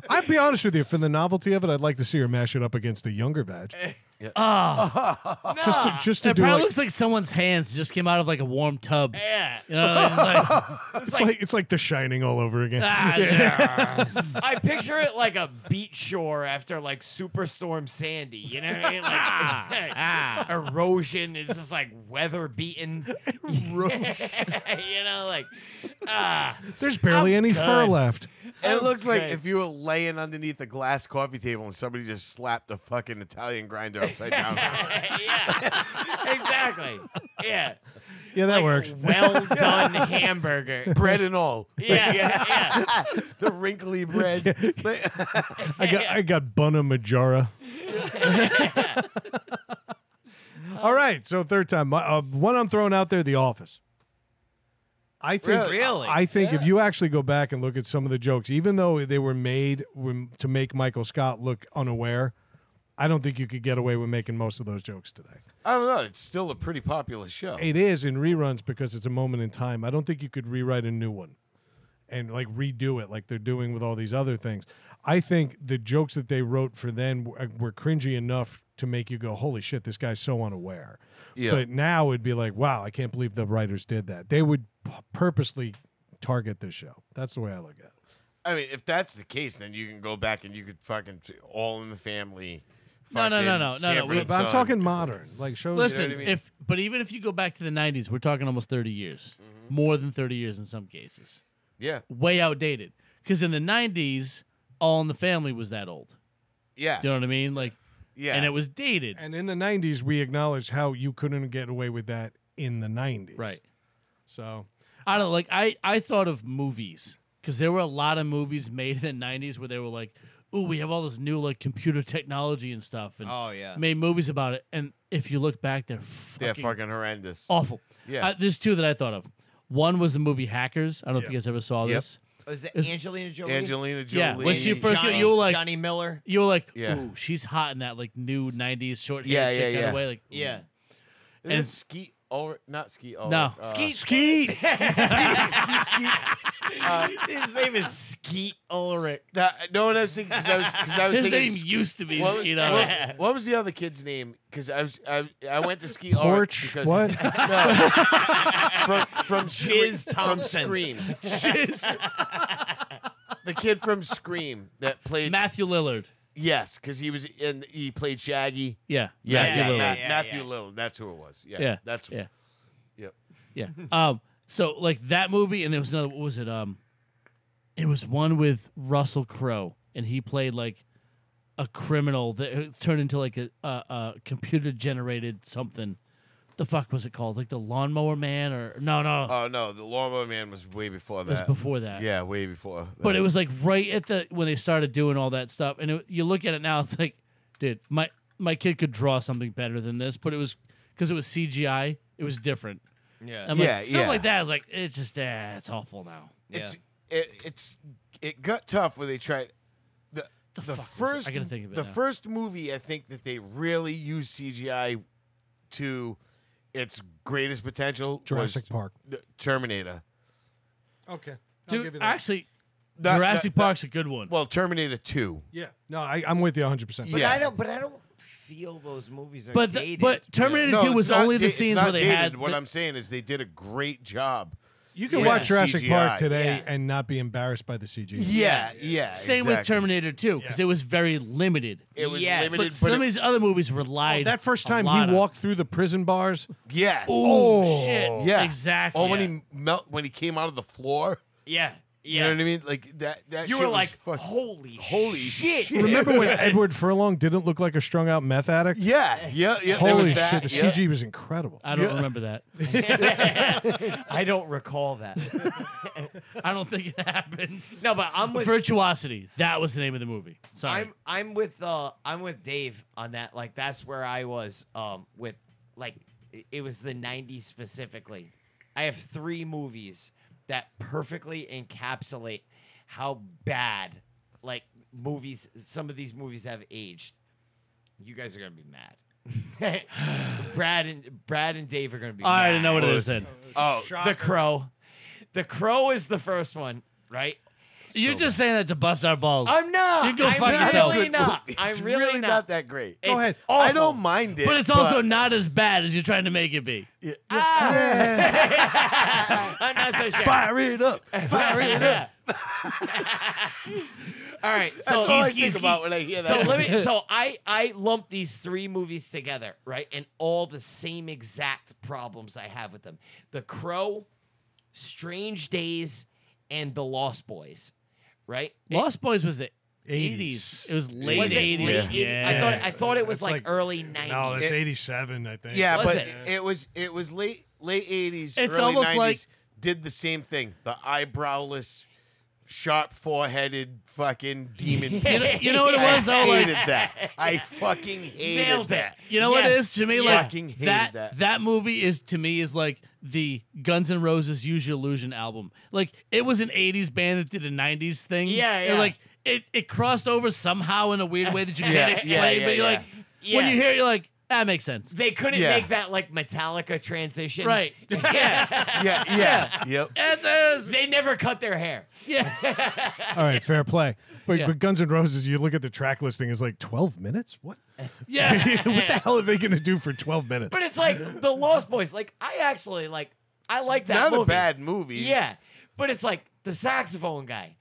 B: I'd be honest with you. For the novelty of it, I'd like to see her mash it up against a younger vag. Just to, just to
D: It
B: do
D: probably
B: like,
D: looks like someone's hands just came out of like a warm tub.
A: Yeah.
D: You know, they're just like,
B: it's like it's like The Shining all over again.
D: ah,
A: I picture it like a beach shore after like Superstorm Sandy. You know what I mean? Like erosion is just like weather beaten. you know, like ah.
B: There's barely any fur
A: good.
B: left.
C: It looks like
A: Okay.
C: if you were laying underneath a glass coffee table and somebody just slapped a fucking Italian grinder upside down.
A: yeah. Exactly. Yeah.
B: Yeah, that
A: Like,
B: works.
A: Well done hamburger.
C: bread and all.
A: Yeah, yeah.
C: the wrinkly bread.
B: I got I got Bunna Majara. All right, so third time. My- Uh, one I'm throwing out there, The Office. I think
A: Really?
B: I think if you actually go back and look at some of the jokes, even though they were made when- to make Michael Scott look unaware, I don't think you could get away with making most of those jokes today.
C: I don't know. It's still a pretty popular show.
B: It is in reruns because it's a moment in time. I don't think you could rewrite a new one and like redo it like they're doing with all these other things. I think the jokes that they wrote for then w- uh, were cringy enough to make you go, "Holy shit, this guy's so unaware."
C: Yeah.
B: But now it'd be like, "Wow, I can't believe the writers did that." They would p- purposely target this show. That's the way I look at it.
C: I mean, if that's the case, then you can go back and you could fucking t- all in the family.
D: No, no, no, no,
C: fucking
D: no, no,
C: Sanford
D: we-
C: and
B: But I'm
C: Son.
B: talking modern, like shows.
D: Listen,
C: I mean?
D: if but even if you go back to the '90s, we're talking almost 30 years, more than 30 years in some cases.
C: Yeah,
D: Way outdated. Because in the '90s, All in the Family was that old.
C: yeah,
D: You know what I mean? Like,
C: yeah.
D: and it was dated.
B: and in the '90s, we acknowledged how you couldn't get away with that in the '90s.
D: Right.
B: So
D: I don't know, like. I I thought of movies because there were a lot of movies made in the '90s where they were like, "Ooh, we have all this new like computer technology and stuff," and
A: Oh, yeah.
D: made movies about it. And if you look back, they're fucking,
C: They're fucking horrendous.
D: awful.
C: Yeah.
D: Uh, there's two that I thought of. One was the movie Hackers. I don't know if you guys ever saw
C: Yep.
D: this.
A: Was it
D: It's-
A: Angelina Jolie?
C: Angelina Jolie.
D: Yeah, when she first-
A: Johnny,
D: you were like-
A: Johnny Miller.
D: You were like,
C: Yeah.
D: ooh, she's hot in that like new '90s short hair
C: Yeah,
D: chick
C: yeah,
D: kind
C: yeah.
D: of way. Like,
A: Yeah.
C: and Skeet or not Skeet Ulrich.
D: No.
C: uh,
A: Skeet. Skeet. Skeet. Skeet. His name is Skeet Ulrich.
C: that- no, what I was thinking because I was because I was
D: his
C: thinking.
D: name used to be,
C: what,
D: you know,
C: what, what was the other kid's name? Because I was I, I went to Skeet
B: porch.
C: Ulrich because
B: what?
C: No, from from
A: Chiz
C: Scre-
A: Thompson.
C: From Scream,
D: Just
C: the kid from Scream that played
D: Matthew Lillard.
C: yes, because he was in he played Shaggy.
D: Yeah,
C: Yeah,
D: Matthew
C: yeah,
D: Lillard.
C: Ma-
A: yeah,
C: Matthew
A: yeah.
C: Lillard. That's who it was. Yeah,
D: Yeah.
C: that's
D: yeah,
C: Yep.
D: yeah. um, so like that movie, and there was another. What was it? Um, it was one with Russell Crowe, and he played like a criminal that who turned into like a, a, a computer generated something. The fuck was it called? Like the Lawnmower Man, or no, no,
C: Oh no, the Lawnmower Man was way before
D: it was
C: that.
D: before that.
C: Yeah, way before.
D: But it was like right at the when they started doing all that stuff, and it, you look at it now, it's like, dude, my my kid could draw something better than this, but it was because it was CGI, it was different.
A: Yeah.
D: I'm
C: Yeah,
D: like stuff
C: yeah.
D: like that. It's like it's just uh, it's awful now.
C: It's it, it's it got tough when they tried. The, the,
D: fuck was it?
C: first
D: I gotta think of it
C: the
D: now.
C: first movie I think that they really used CGI to its greatest potential
B: Jurassic
C: was
B: Park.
C: the Terminator.
B: Okay.
D: Dude, actually,
C: Not-
D: Jurassic
C: not- not-
D: Park's a good one.
C: well, Terminator Two.
B: yeah. No, I, I'm with you 100. percent
A: But
C: Yeah.
A: I don't. But I don't feel those movies are
D: but the-
A: dated.
D: but Terminator
C: No,
D: Two
C: it's
D: was
C: not
D: only
C: da-
D: the
C: it's
D: scenes
C: not
D: where they
C: dated.
D: had
C: What
D: the-
C: I'm saying is they did a great job.
B: You can
C: Yeah.
B: watch Jurassic
C: CGI,
B: Park today
A: yeah.
B: and not be embarrassed by the CG.
C: Yeah, yeah.
D: same with Terminator Two because
B: Yeah.
D: it was very limited.
C: It was
A: Yes.
D: but
C: limited,
D: some
C: but
D: of
C: it-
D: these other movies relied.
B: Oh, that first
D: a
B: time
D: lot
B: he
D: on-
B: walked through the prison bars.
C: yes.
D: Oh shit!
C: Yeah.
D: exactly.
C: Oh, when
D: Yeah.
C: he melt when he came out of the floor.
A: yeah, yeah.
C: You know what I mean? Like that. That
A: You
C: shit
A: were
C: was
A: like,
C: fuck-
A: holy,
C: holy
A: shit.
C: shit.
B: Remember when Edward Furlong didn't look like a strung out meth addict?
C: Yeah, yeah, yeah. there was
B: Holy
C: that,
B: shit, the
C: yeah.
B: CG was incredible.
D: I don't remember that.
A: I don't recall that.
D: I don't think it happened.
A: No, but I'm with
D: Virtuosity. That was the name of the movie. Sorry.
A: I'm I'm with uh I'm with Dave on that. Like that's where I was um with like it- it was the 90s specifically. I have 3 movies that perfectly encapsulate how bad like movies some of these movies have aged. You guys are going to be mad. Brad and Brad and Dave are going to be
D: I
A: mad.
D: already know what it is then.
C: Oh,
A: The Crow. The Crow is the first one, right?
D: You're just saying that to bust our balls.
A: I'm not.
D: You go
A: I'm
D: fuck yourself.
A: really not.
C: It's
A: I'm
C: really,
A: really,
C: not.
A: not
C: that great.
A: Go
B: ahead.
C: I don't mind it,
D: but it's also not as bad as you're trying to make it be.
A: Ah. I'm not so sure.
C: fire it up. Fire it up.
A: All right. So
C: That's all I
A: Easy-
C: think about when I hear
A: so
C: that.
A: let me. So I I lump these three movies together, right? And all the same exact problems I have with them: The Crow, Strange Days, and The Lost Boys, right?
D: Lost Boys was the
B: 80s.
D: 80s. It was late
A: Was it
D: 80s.
A: late 80s?
D: Yeah.
A: I thought I thought it was
B: That's
A: like,
B: like-
A: early 90s.
B: No, that's 87, I think.
C: yeah,
A: Was
C: but
A: it?
C: it? was it was late late eighties.
D: It's
C: early
D: almost
C: 90s,
D: like-
C: did the same thing. The eyebrowless sharp foreheaded fucking demon.
D: You know, you know what it
C: I
D: was though? Like,
C: hated that. I fucking hated
A: Nailed it.
C: that.
D: you know what it
A: Yes.
D: is to me?
A: Yeah.
D: Like
C: Fucking hated
D: that,
C: that.
D: movie is to me is like the Guns N' Roses Use Your Illusion album. Like it was an '80s band that did a '90s thing.
A: Yeah,
D: And,
A: yeah.
D: like it, it crossed over somehow in a weird way that you
C: Yeah,
D: can't
C: yeah,
D: explain.
C: yeah,
D: but you're
C: yeah.
D: like, when
A: Yeah.
D: you hear it, you're like, that makes sense.
A: They couldn't
C: Yeah.
A: make that like Metallica transition.
D: Right. Yeah.
C: Yeah, yeah, yep.
D: Yes, yes.
A: They never cut their hair.
D: Yeah.
B: All right, fair play. But,
D: Yeah.
B: but Guns N' Roses, you look at the track listing, it's like 12 minutes? What?
D: Yeah.
B: what the hell are they going to do for 12 minutes?
A: But it's like the Lost Boys. Like I actually like I like that
C: Not
A: movie.
C: a bad movie.
A: Yeah, but it's like the saxophone guy.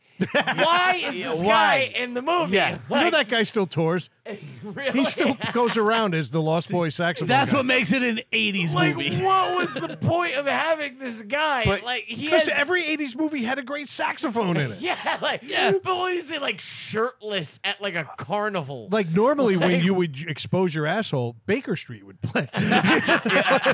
A: Why is
C: Yeah,
A: this
C: why?
A: guy in the movie?
C: Yeah.
B: you know that guy still tours.
A: really?
B: He still goes around as the Lost Boy saxophone.
D: That's
B: guy.
D: what makes it an '80s
A: like
D: movie.
A: what was the point of having this guy?
C: But-
A: like he has
B: Because every 80s movie had a great saxophone in it.
A: yeah, like
D: Yeah.
A: But what is it like shirtless at like a carnival?
B: Like normally when you would j- expose your asshole, Baker Street would play.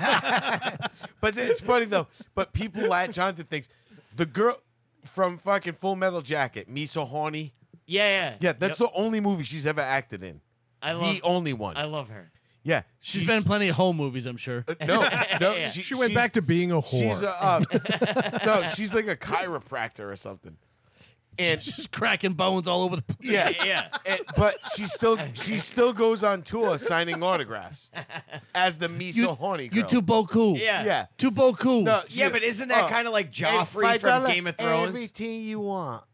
C: But it's funny though. But people latch onto things. The girl from fucking Full Metal Jacket, me so horny.
A: yeah, yeah,
C: Yeah, that's
A: Yep.
C: the only movie she's ever acted in.
A: I love.
C: the only one.
A: I love her.
C: yeah,
D: She's been in plenty of home movies, I'm sure.
C: No, no,
A: Yeah.
B: she went
C: she's-
B: back to being a whore.
C: She's a uh, no. She's like a chiropractor or something. And
D: She's cracking bones all over the place.
C: yeah,
A: Yeah.
C: and- but she still she still goes on tour signing autographs as the me so horny girl.
D: You too boku.
A: Yeah.
C: Yeah.
D: Too boku.
C: No, uh,
A: Yeah, but isn't that kind of like Joffrey from Game of Thrones?
C: Everything you want.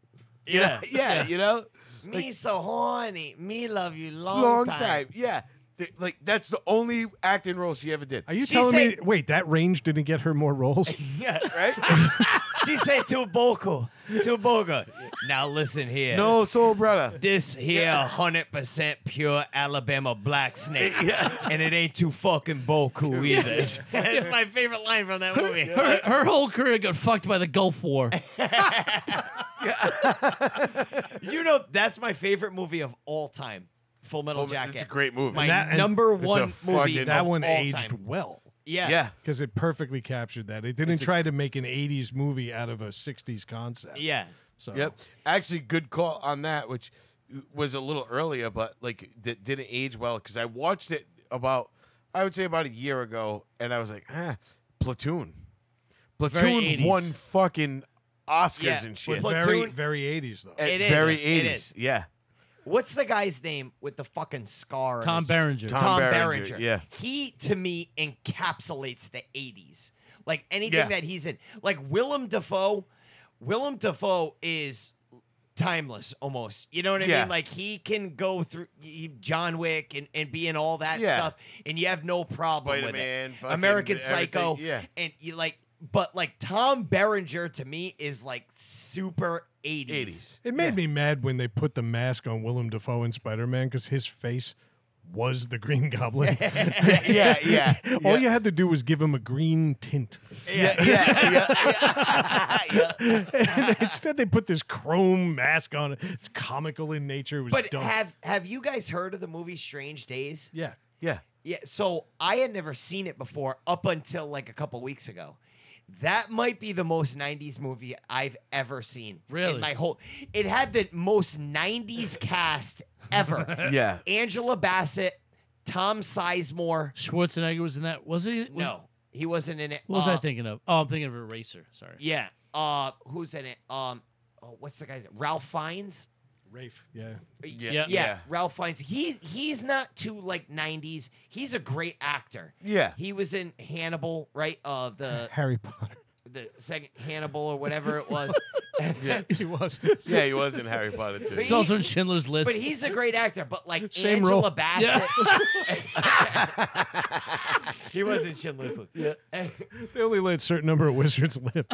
A: yeah.
C: Yeah, you know,
A: Me so horny. Me love you long,
C: long time. Yeah, Th- like that's the only acting role she ever did.
B: Are you
A: She
B: telling
A: said-
B: me? Wait, that range didn't get her more roles.
A: Yeah.
C: right?
A: She said to Boko. To Boko. Now listen here.
C: no soul brother.
A: This here hundred percent pure Alabama black snake.
C: Yeah.
A: And it ain't too fucking Boku either. That's my favorite line from that movie.
D: Her, her whole career got fucked by the Gulf War.
A: You know, that's my favorite movie of all time. Full Metal Jacket.
C: It's Oh, a great movie.
A: my
B: That- and
A: number
C: it's a
A: one movie.
C: fucking-
A: of
B: That one
A: all
B: aged
A: time.
B: well
A: Yeah.
C: yeah,
B: because it perfectly captured that. It didn't try to make an '80s movie out of a '60s concept.
A: Yeah.
B: So
C: Yep. Actually, good call on that, which was a little earlier, but like that didn't age well because I watched it about, I would say about a year ago, and I was like, ah, Platoon. Platoon
D: 80s.
C: won fucking Oscars
A: Yeah,
C: and
B: but
C: shit.
A: Platoon-
B: very very '80s though.
C: At
A: It is,
C: Very
A: it
C: 80s.
A: is.
C: Yeah.
A: What's the guy's name with the fucking scar? on
D: Tom
A: his-
D: Berenger.
C: Tom-
A: Tom
C: Berenger,
A: Berenger.
C: yeah.
A: He to me encapsulates the 80s. Like anything
C: Yeah.
A: that he's in. Like Willem Dafoe, Willem Dafoe is timeless almost. You know what I
C: Yeah.
A: mean? Like he can go through he, John Wick and, and be in all that
C: Yeah.
A: stuff and you have no problem
C: Spider-Man,
A: with it.
C: fucking
A: American Psycho.
C: everything, yeah.
A: And you like but like Tom Berenger to me is like super 80s.
C: 80s.
B: It made me mad when they put the mask on Willem Dafoe in Spider-Man because his face was the Green Goblin.
C: yeah, yeah.
B: All you had to do was give him a green tint.
C: yeah, yeah, yeah.
B: And instead, they put this chrome mask on. it. It's comical in nature. It was
A: But
B: dumb.
A: have have you guys heard of the movie Strange Days?
B: yeah.
C: Yeah.
A: Yeah, so I had never seen it before up until like a couple weeks ago. That might be the most 90s movie I've ever seen.
D: Really?
A: In my whole It had the most 90s cast ever.
C: Yeah.
A: Angela Bassett, Tom Sizemore.
D: Schwarzenegger was in that. Was he? Was,
A: No, he wasn't in it.
D: What was
A: Uh,
D: I thinking of? Oh, I'm thinking of Eraser. Sorry.
A: Yeah. Uh who's in it? Um oh, what's the guy's Ralph Fiennes?
B: Rafe. Yeah.
C: Yeah.
D: Yeah.
A: Yeah,
C: Yeah.
A: Ralph Fiennes. He he's not too like 90s. He's a great actor.
C: Yeah.
A: He was in Hannibal, right? Of the
B: Uh, Harry Potter.
A: the second Hannibal or whatever it was.
B: he was.
C: Yeah, he was in Harry Potter too.
D: He's also in Schindler's List.
A: but he's a great actor. But like
B: Same
A: Angela
B: role.
A: Bassett, he wasn't Schindler's List.
B: They only let a certain number of wizards live.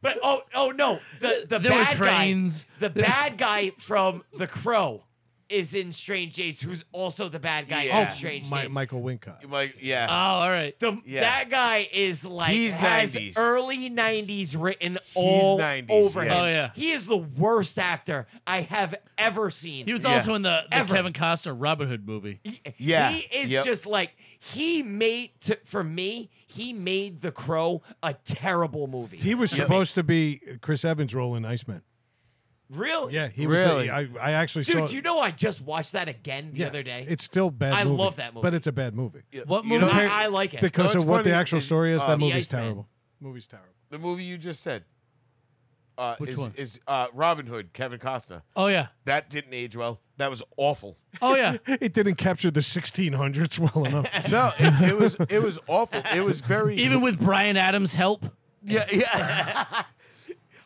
A: But oh oh no, the the
D: There were
A: bad guy,
D: trains.
A: the bad guy from The Crow. is in Strange Days, who's also the bad guy
C: Yeah.
A: in Strange
B: Oh, Mi-
A: Days.
B: Michael Wincott.
C: Like,
D: Oh,
C: yeah.
D: all right.
A: The-
C: Yeah.
A: That guy is like
C: He's
A: has
C: 90s.
A: early '90s written all
C: 90s,
A: over
C: yes.
A: him.
D: Oh, yeah.
A: He is the worst actor I have ever seen.
D: He was
C: Yeah.
D: also in the, the
A: Ever.
D: Kevin Costner Robin Hood movie.
C: Yeah.
A: He is
C: Yep.
A: just like he made to, for me. He made The Crow a terrible movie.
B: He was supposed to be Chris Evans' role in Iceman.
A: really,
B: Yeah, he was.
C: Really?
B: I, I actually
A: dude.
B: saw.
A: you know, I just watched that again the
B: yeah,
A: other day.
B: It's still a bad.
A: I
B: movie,
A: love that movie.
B: but it's a bad movie
D: What
C: You
D: movie?
C: know-
A: I, I like it.
B: because
C: No,
B: of
C: it's
B: what the
C: funny,
B: actual
C: is-
B: story is.
C: uh,
B: that
A: The
B: movie's
A: Iceman.
B: terrible. Movie's terrible.
C: The movie you just said uh,
D: Which
C: is,
D: one?
C: is uh, Robin Hood, Kevin Costner.
D: oh yeah.
C: That didn't age well. That was awful.
D: Oh yeah.
B: It didn't capture the 1600s well enough.
C: No, it, it was it was awful. It was very
D: Even with Brian Adams' help.
C: yeah yeah.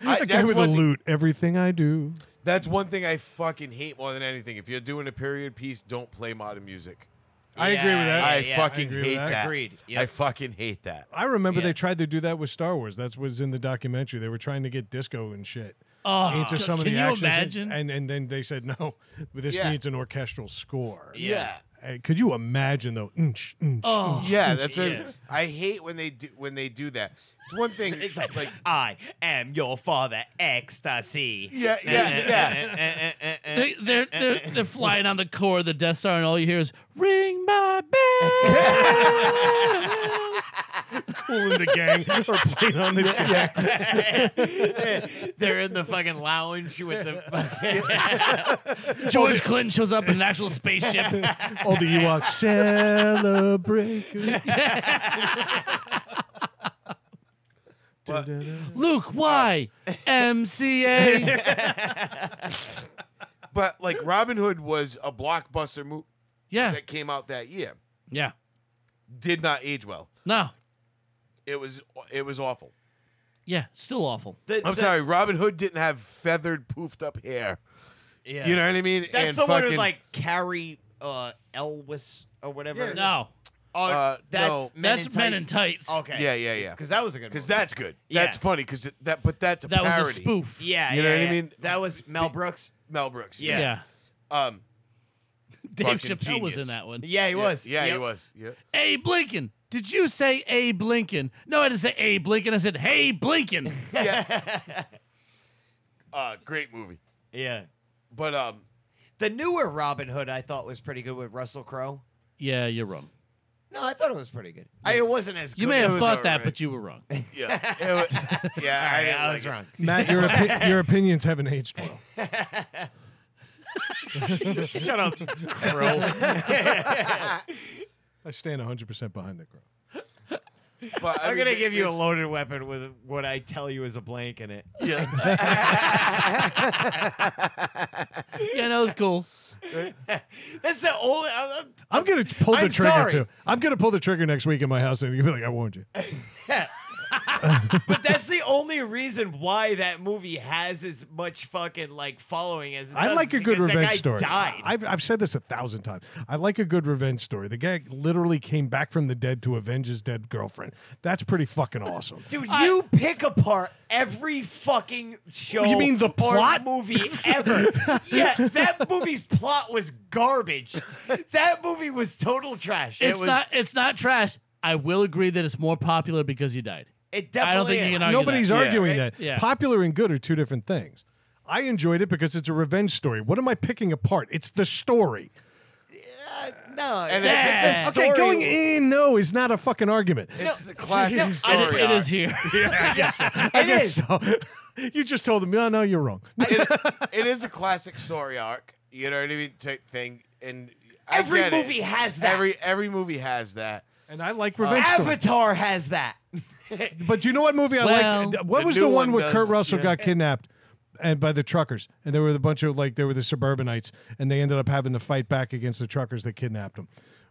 C: I-
B: the guy
C: that's
B: with the
C: one thing-
B: loot. Everything I do.
C: That's one thing I fucking hate more than anything. If you're doing a period piece, don't play modern music.
B: I agree with that.
C: I
A: yeah,
C: fucking
B: I agree with
C: hate
B: that.
C: that.
A: Agreed.
C: I
A: Yep.
C: fucking hate that.
B: I remember
A: Yeah.
B: they tried to do that with Star Wars. That's what's in the documentary. They were trying to get disco and shit
D: Oh,
B: into some of
D: can
B: the
D: you
B: actions, and-
D: imagine?
B: And, and then they said no, but this
C: Yeah.
B: needs an orchestral score.
C: Yeah.
B: Uh, could you imagine though? Inch, inch,
D: Oh.
C: Yeah, that's right.
A: Yeah.
C: I hate when they do when they do that. It's one thing.
A: It's like, I am your father, ecstasy.
C: yeah,
A: eh,
C: yeah, yeah.
D: They, they're, they're, they're flying on the core of the Death Star, and all you hear is "Ring my bell."
B: cool in the gang or playing on the yeah.
A: They're in the fucking lounge with the.
D: George Clinton shows up in an actual spaceship.
B: All the Ewoks celebrate. Da-da-da.
D: Luke, why MCA?
C: but like Robin Hood was a blockbuster movie
D: Yeah,
C: that came out that year.
D: yeah.
C: Did not age well.
D: No,
C: It was it was awful.
D: yeah. Still awful.
A: the
C: I'm
A: the-
C: sorry, Robin Hood didn't have feathered, poofed up hair.
A: yeah.
C: You know what I mean?
A: That's
C: and
A: the one with
C: fucking-
A: like Carrie uh, Elwes or whatever.
D: No,
A: Oh,
C: Uh,
A: that's
C: no.
A: Men
D: that's
A: in
D: Men in
A: Tights.
D: Tights.
A: Okay.
C: Yeah, yeah, yeah.
A: Because that was a good.
C: Because
A: Because
C: that's good. That's
A: Yeah.
C: funny. Because that, but that's a
D: That
C: parody.
D: was a spoof.
A: Yeah.
C: You know
A: yeah,
C: what I
A: yeah.
C: mean?
A: That was Mel Brooks.
C: Mel Brooks.
D: yeah.
A: Yeah.
C: Um.
D: Dave
C: Fucking
D: Chappelle was in
C: genius.
D: that one.
A: Yeah, he was.
C: Yeah,
A: Yep.
C: he was. Yeah.
D: Abe Lincoln. Did you say Abe Lincoln? No, I didn't say Abe Lincoln. I said Hey Blinken.
C: Uh, great movie.
A: Yeah.
C: But um,
A: The newer Robin Hood I thought was pretty good with Russell Crowe.
D: yeah, you're wrong.
A: No, I thought it was pretty good. I, it wasn't as good.
D: You may
A: as-
D: have
C: was
D: thought that,
C: alright.
D: but you were wrong.
C: yeah, it was, yeah. I,
A: I,
C: didn't like
A: was
C: it.
A: wrong.
B: Matt, your, opi- your opinions haven't aged well.
A: Shut up, Crow.
B: I stand 100% behind that girl.
C: But, I
A: I'm
C: mean,
A: gonna give you a
C: it's-
A: loaded weapon with what I tell you is a blank in it.
C: Yeah.
D: yeah, that was cool.
A: That's the only. I'm, I'm-
B: I'm going to pull the
A: I'm
B: trigger
A: sorry.
B: too. I'm going to pull the trigger next week in my house and you'll be like, I warned you.
A: but that's the only reason why that movie has as much fucking like following as. It
B: I
A: does
B: like a good
A: because that
B: revenge
A: guy
B: story.
A: Died.
B: I've, I've said this a thousand times. I like a good revenge story. The guy literally came back from the dead to avenge his dead girlfriend. That's pretty fucking awesome.
A: Dude, you pick apart every fucking show.
B: You mean the
A: or
B: plot?
A: movie ever? yeah, that movie's plot was garbage. That movie was total trash.
D: It's
A: it was.
D: not. It's not trash. I will agree that it's more popular because he died.
A: it
D: I don't
A: definitely.
D: think you
A: is.
D: can argue
B: Nobody's
D: that.
C: Yeah.
B: arguing
A: Right?
B: that.
D: Yeah.
B: Popular and good are two different things. I enjoyed it because it's a revenge story. What am I picking apart? It's the story.
A: No, yeah.
C: And it's-
D: Yeah.
A: the
B: Okay,
A: story-
B: going in no is not a fucking argument.
C: It's the classic
A: No, I
C: story.
D: It- it
C: arc.
D: is here.
B: I
A: it
B: guess
A: is.
B: so. you just told them, no, no, you're wrong.
C: It- it is a classic story arc. You know what I mean? Type thing. And I
A: Every
C: get it.
A: movie has that.
C: Every every movie has that.
B: And I like revenge stories.
A: Avatar has that.
B: But you know what movie I
D: Well-
B: like? What
C: The
B: was
C: new
B: the one
C: one
B: where Kurt
C: does,
B: Russell
C: yeah.
B: got kidnapped and by the truckers? And there were a bunch of like there were the suburbanites, and they ended up having to fight back against the truckers that kidnapped them.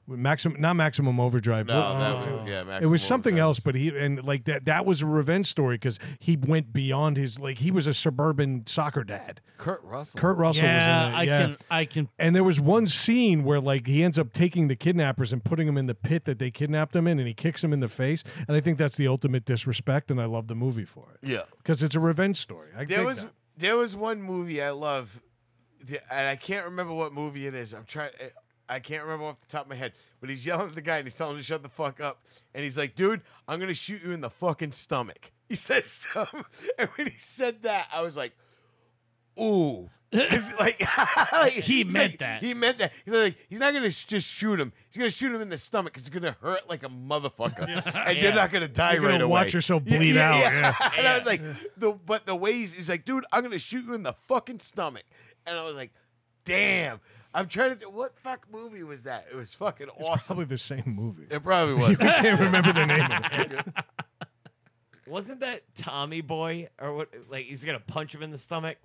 B: Maximum, not maximum overdrive.
C: No,
B: What-
C: that was- yeah,
B: it
C: Maximum
B: was something
C: Overdrive.
B: else. But he and like that that was a revenge story because he went beyond his like he was a suburban soccer dad.
C: Kurt Russell.
B: Kurt Russell was in
D: yeah,
B: that.
D: I
B: yeah.
D: can. I can.
B: And there was one scene where like he ends up taking the kidnappers and putting them in the pit that they kidnapped them in, and he kicks them in the face. And I think that's the ultimate disrespect, and I love the movie for it
C: Yeah.
B: because it's a revenge story. I
C: There
B: dig
C: was
B: that.
C: there was one movie I love the- and I can't remember what movie it is. I'm trying. I can't remember off the top of my head, but he's yelling at the guy and he's telling him to shut the fuck up. And he's like, "Dude, I'm gonna shoot you in the fucking stomach." He says something, and when he said that, I was like, "Ooh." 'Cause, like, like,
D: He
C: he's
D: meant
C: like-
D: that.
C: He meant that. He's like, he's not gonna sh- just shoot him. He's gonna shoot him in the stomach. 'cause It's gonna hurt like a motherfucker, and
D: Yeah.
C: you're not gonna die
B: You're gonna
C: right away.
B: watch yourself bleed out, yeah.
C: and I was like, the but the way he's, he's like, dude, I'm gonna shoot you in the fucking stomach. And I was like, damn. I'm trying to. Th- what fuck movie was that? It was fucking awesome.
B: Probably the same movie.
C: it probably was.
B: I can't remember the name of it.
A: Wasn't that Tommy Boy or what? Like he's gonna punch him in the stomach.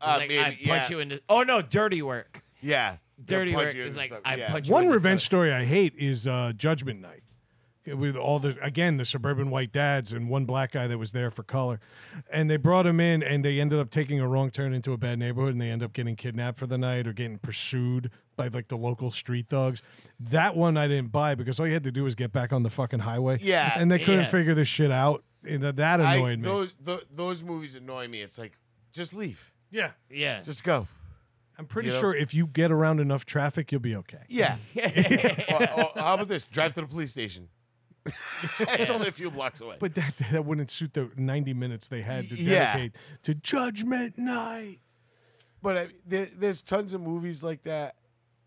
A: He's
C: Uh,
A: like,
C: maybe,
A: I punch
C: yeah.
A: you in the. Oh no, Dirty Work.
C: yeah.
A: Dirty
C: They'll punch
A: Work
C: you in
A: is
C: the
A: like
C: stomach.
A: I
C: Yeah.
A: punch you. in
B: One
A: the
B: revenge
A: stomach.
B: story I hate is uh, Judgment Night. With all the again the suburban white dads and one black guy that was there for color, and they brought him in and they ended up taking a wrong turn into a bad neighborhood and they end up getting kidnapped for the night or getting pursued by like the local street dogs. That one I didn't buy because all you had to do was get back on the fucking highway.
C: Yeah,
B: and they couldn't
D: yeah.
B: figure this shit out. And that, that
C: I-
B: annoyed me.
C: Those tho- those movies annoy me. It's like, just leave.
B: yeah,
D: Yeah.
C: Just go.
B: I'm pretty
C: You know?
B: sure if you get around enough traffic, you'll be okay.
C: Yeah. or, or how about this? Drive to the police station. it's only a few blocks away.
B: But that that wouldn't suit the 90 minutes they had to
C: Y- yeah.
B: dedicate to Judgment Night.
C: But I, there, there's tons of movies like that,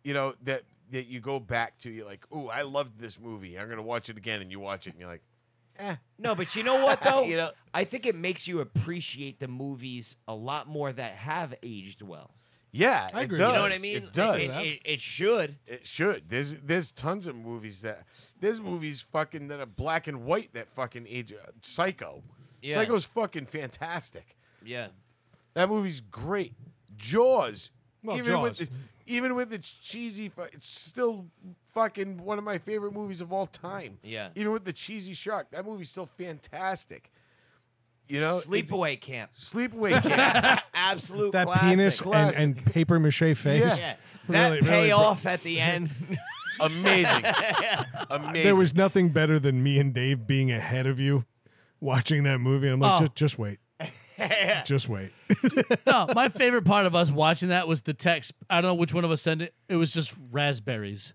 C: you know, that that you go back to. You're like, "Ooh, I loved this movie. I'm gonna watch it again." And you watch it, and you're like,
A: No, but you know what though?
C: You know-
A: I think it makes you appreciate the movies a lot more that have aged well.
C: "Yeah,
B: I agree
C: it
B: with
C: does.
B: you.
A: You know what I mean?
C: It does.
A: It, it- it should.
C: It should. There's there's tons of movies that there's movies fucking that are black and white that fucking age. uh, Psycho.
A: Yeah.
C: Psycho's fucking fantastic.
A: Yeah.
C: That movie's great. Jaws.
B: Well,
C: even with
B: Jaws.
C: it- even with its cheesy, fu- it's still fucking one of my favorite movies of all time.
A: Yeah.
C: Even with the cheesy shark, that movie's still fantastic. You know, it's-
A: Sleepaway Camp.
C: Sleepaway. Camp.
A: Yeah, Absolute
B: That
A: classic.
B: penis and,
C: Classic.
B: and paper mache face.
A: Yeah. That
B: Really, really
A: payoff at the end.
C: Amazing. Amazing.
B: There was nothing better than me and Dave being ahead of you watching that movie. And I'm like,
D: Oh.
B: just, just wait. just wait.
D: no, my favorite part of us watching that was the text. I don't know which one of us sent it. It was just raspberries.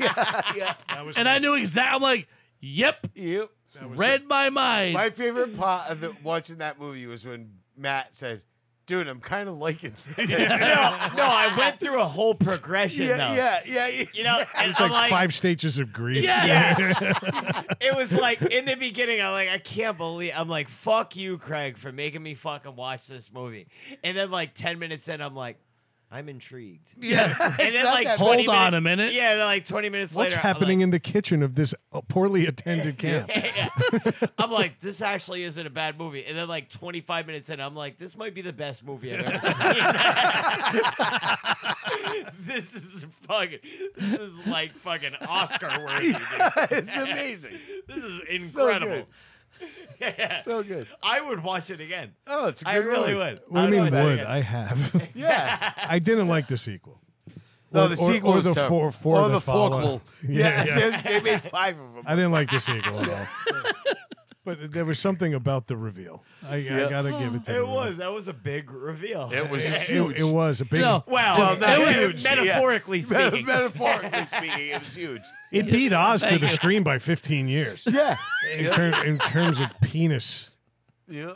D: and I knew exactly. I'm like, yep,
C: Yep.
D: read my mind.
C: My favorite part of the, watching that movie was when Matt said, "Dude, I'm kind of liking this."
A: no, no, I went through a whole progression
C: yeah,
A: though.
C: yeah, yeah, yeah.
A: You know, and
B: It's
A: I'm like,
B: like, five stages of grief.
A: Yes. it was like in the beginning, I'm like, I can't believe I'm like, fuck you, Craig, for making me fucking watch this movie. And then like ten minutes in, I'm like, I'm intrigued.
C: yeah.
A: And then like
D: Hold
A: 20
D: on
A: minute-
D: a minute.
A: Yeah, then, like twenty minutes
B: What's
A: later.
B: happening in the kitchen of this uh, poorly attended camp?
A: I'm like, I'm like, this actually isn't a bad movie. And then like twenty five minutes in, I'm like, this might be the best movie I've ever seen. this is fucking this is like fucking Oscar worthy. dude.
C: it's amazing.
A: This is
C: So
A: incredible. Yeah.
C: good. So good.
A: I would watch it again.
C: Oh, it's a good
A: I really
C: movie.
A: would.
B: What
A: I
B: do you mean
A: watch it
B: would?
A: again.
B: I have.
C: Yeah.
B: I didn't like the sequel.
C: No,
B: Or-
C: the
B: or-
C: sequel
B: or
C: was
B: the
C: tough.
B: four, four
C: or
B: that
C: the
B: follow.
C: forkful.
B: Yeah,
C: Yeah,
B: yeah.
C: there's- they made five of them.
B: I didn't like the sequel at all. But there was something about the reveal. I, I gotta give it to
A: It
B: them.
A: was. That was a big reveal.
C: It was
B: It,
C: huge.
B: it was a big.
D: No.
A: Wow.
C: Well, not
A: it was
C: huge, yeah.
A: metaphorically
C: Meta-
A: speaking.
C: metaphorically speaking, it was huge.
B: It beat Oz to the screen by 15 years
C: Yeah.
B: in, ter- in terms of penis.
C: yeah.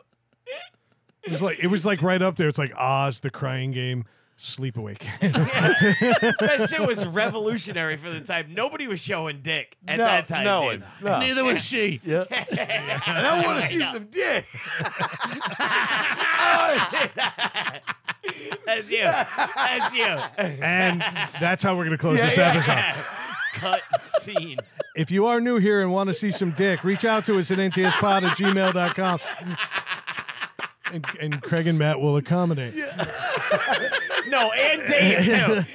B: It was like it was like right up there. It's like Oz, The Crying Game, Sleepaway Camp.
A: that shit was revolutionary for the time. Nobody was showing dick at
C: no,
A: that time.
C: no
A: dude.
C: one. No.
D: Neither was she.
C: Yeah. And I want to see some dick.
A: That's you. That's you.
B: and that's how we're gonna close this
C: yeah,
B: episode.
A: Cut scene.
B: If you are new here and want to see some dick, reach out to us at ntspod at gmail.com. And, and Craig and Matt will accommodate. Yeah,
A: No, and Dave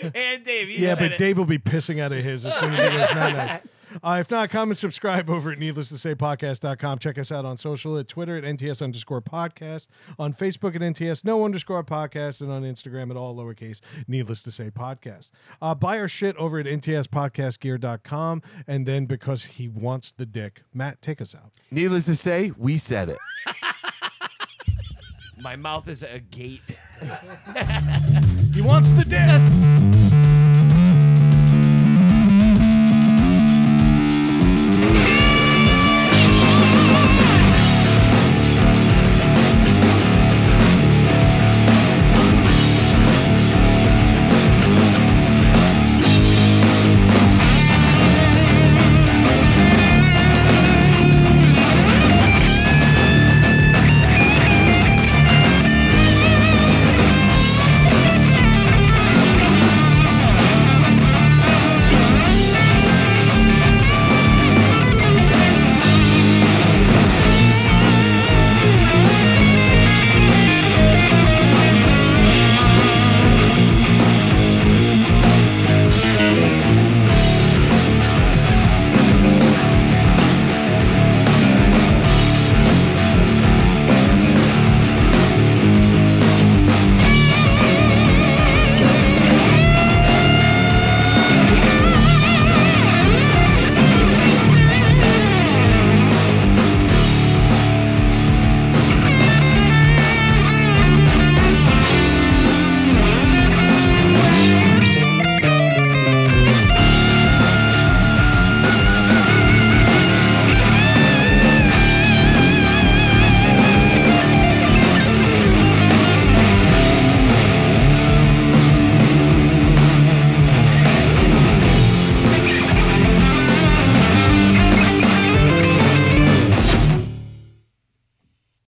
A: too. And Dave. You said
B: but
A: it.
B: Dave will be pissing out of his as soon as he goes, no, no. Uh, if not, comment, subscribe over at needless to say podcast.com. Check us out on social at Twitter at NTS underscore podcast, on Facebook at NTS no underscore podcast, and on Instagram at all lowercase needless to say podcast. Uh, buy our shit over at ntspodcastgear.com. And then because he wants the dick, Matt, take us out.
C: Needless to say, we said it.
A: My mouth is agate.
B: He wants the dick.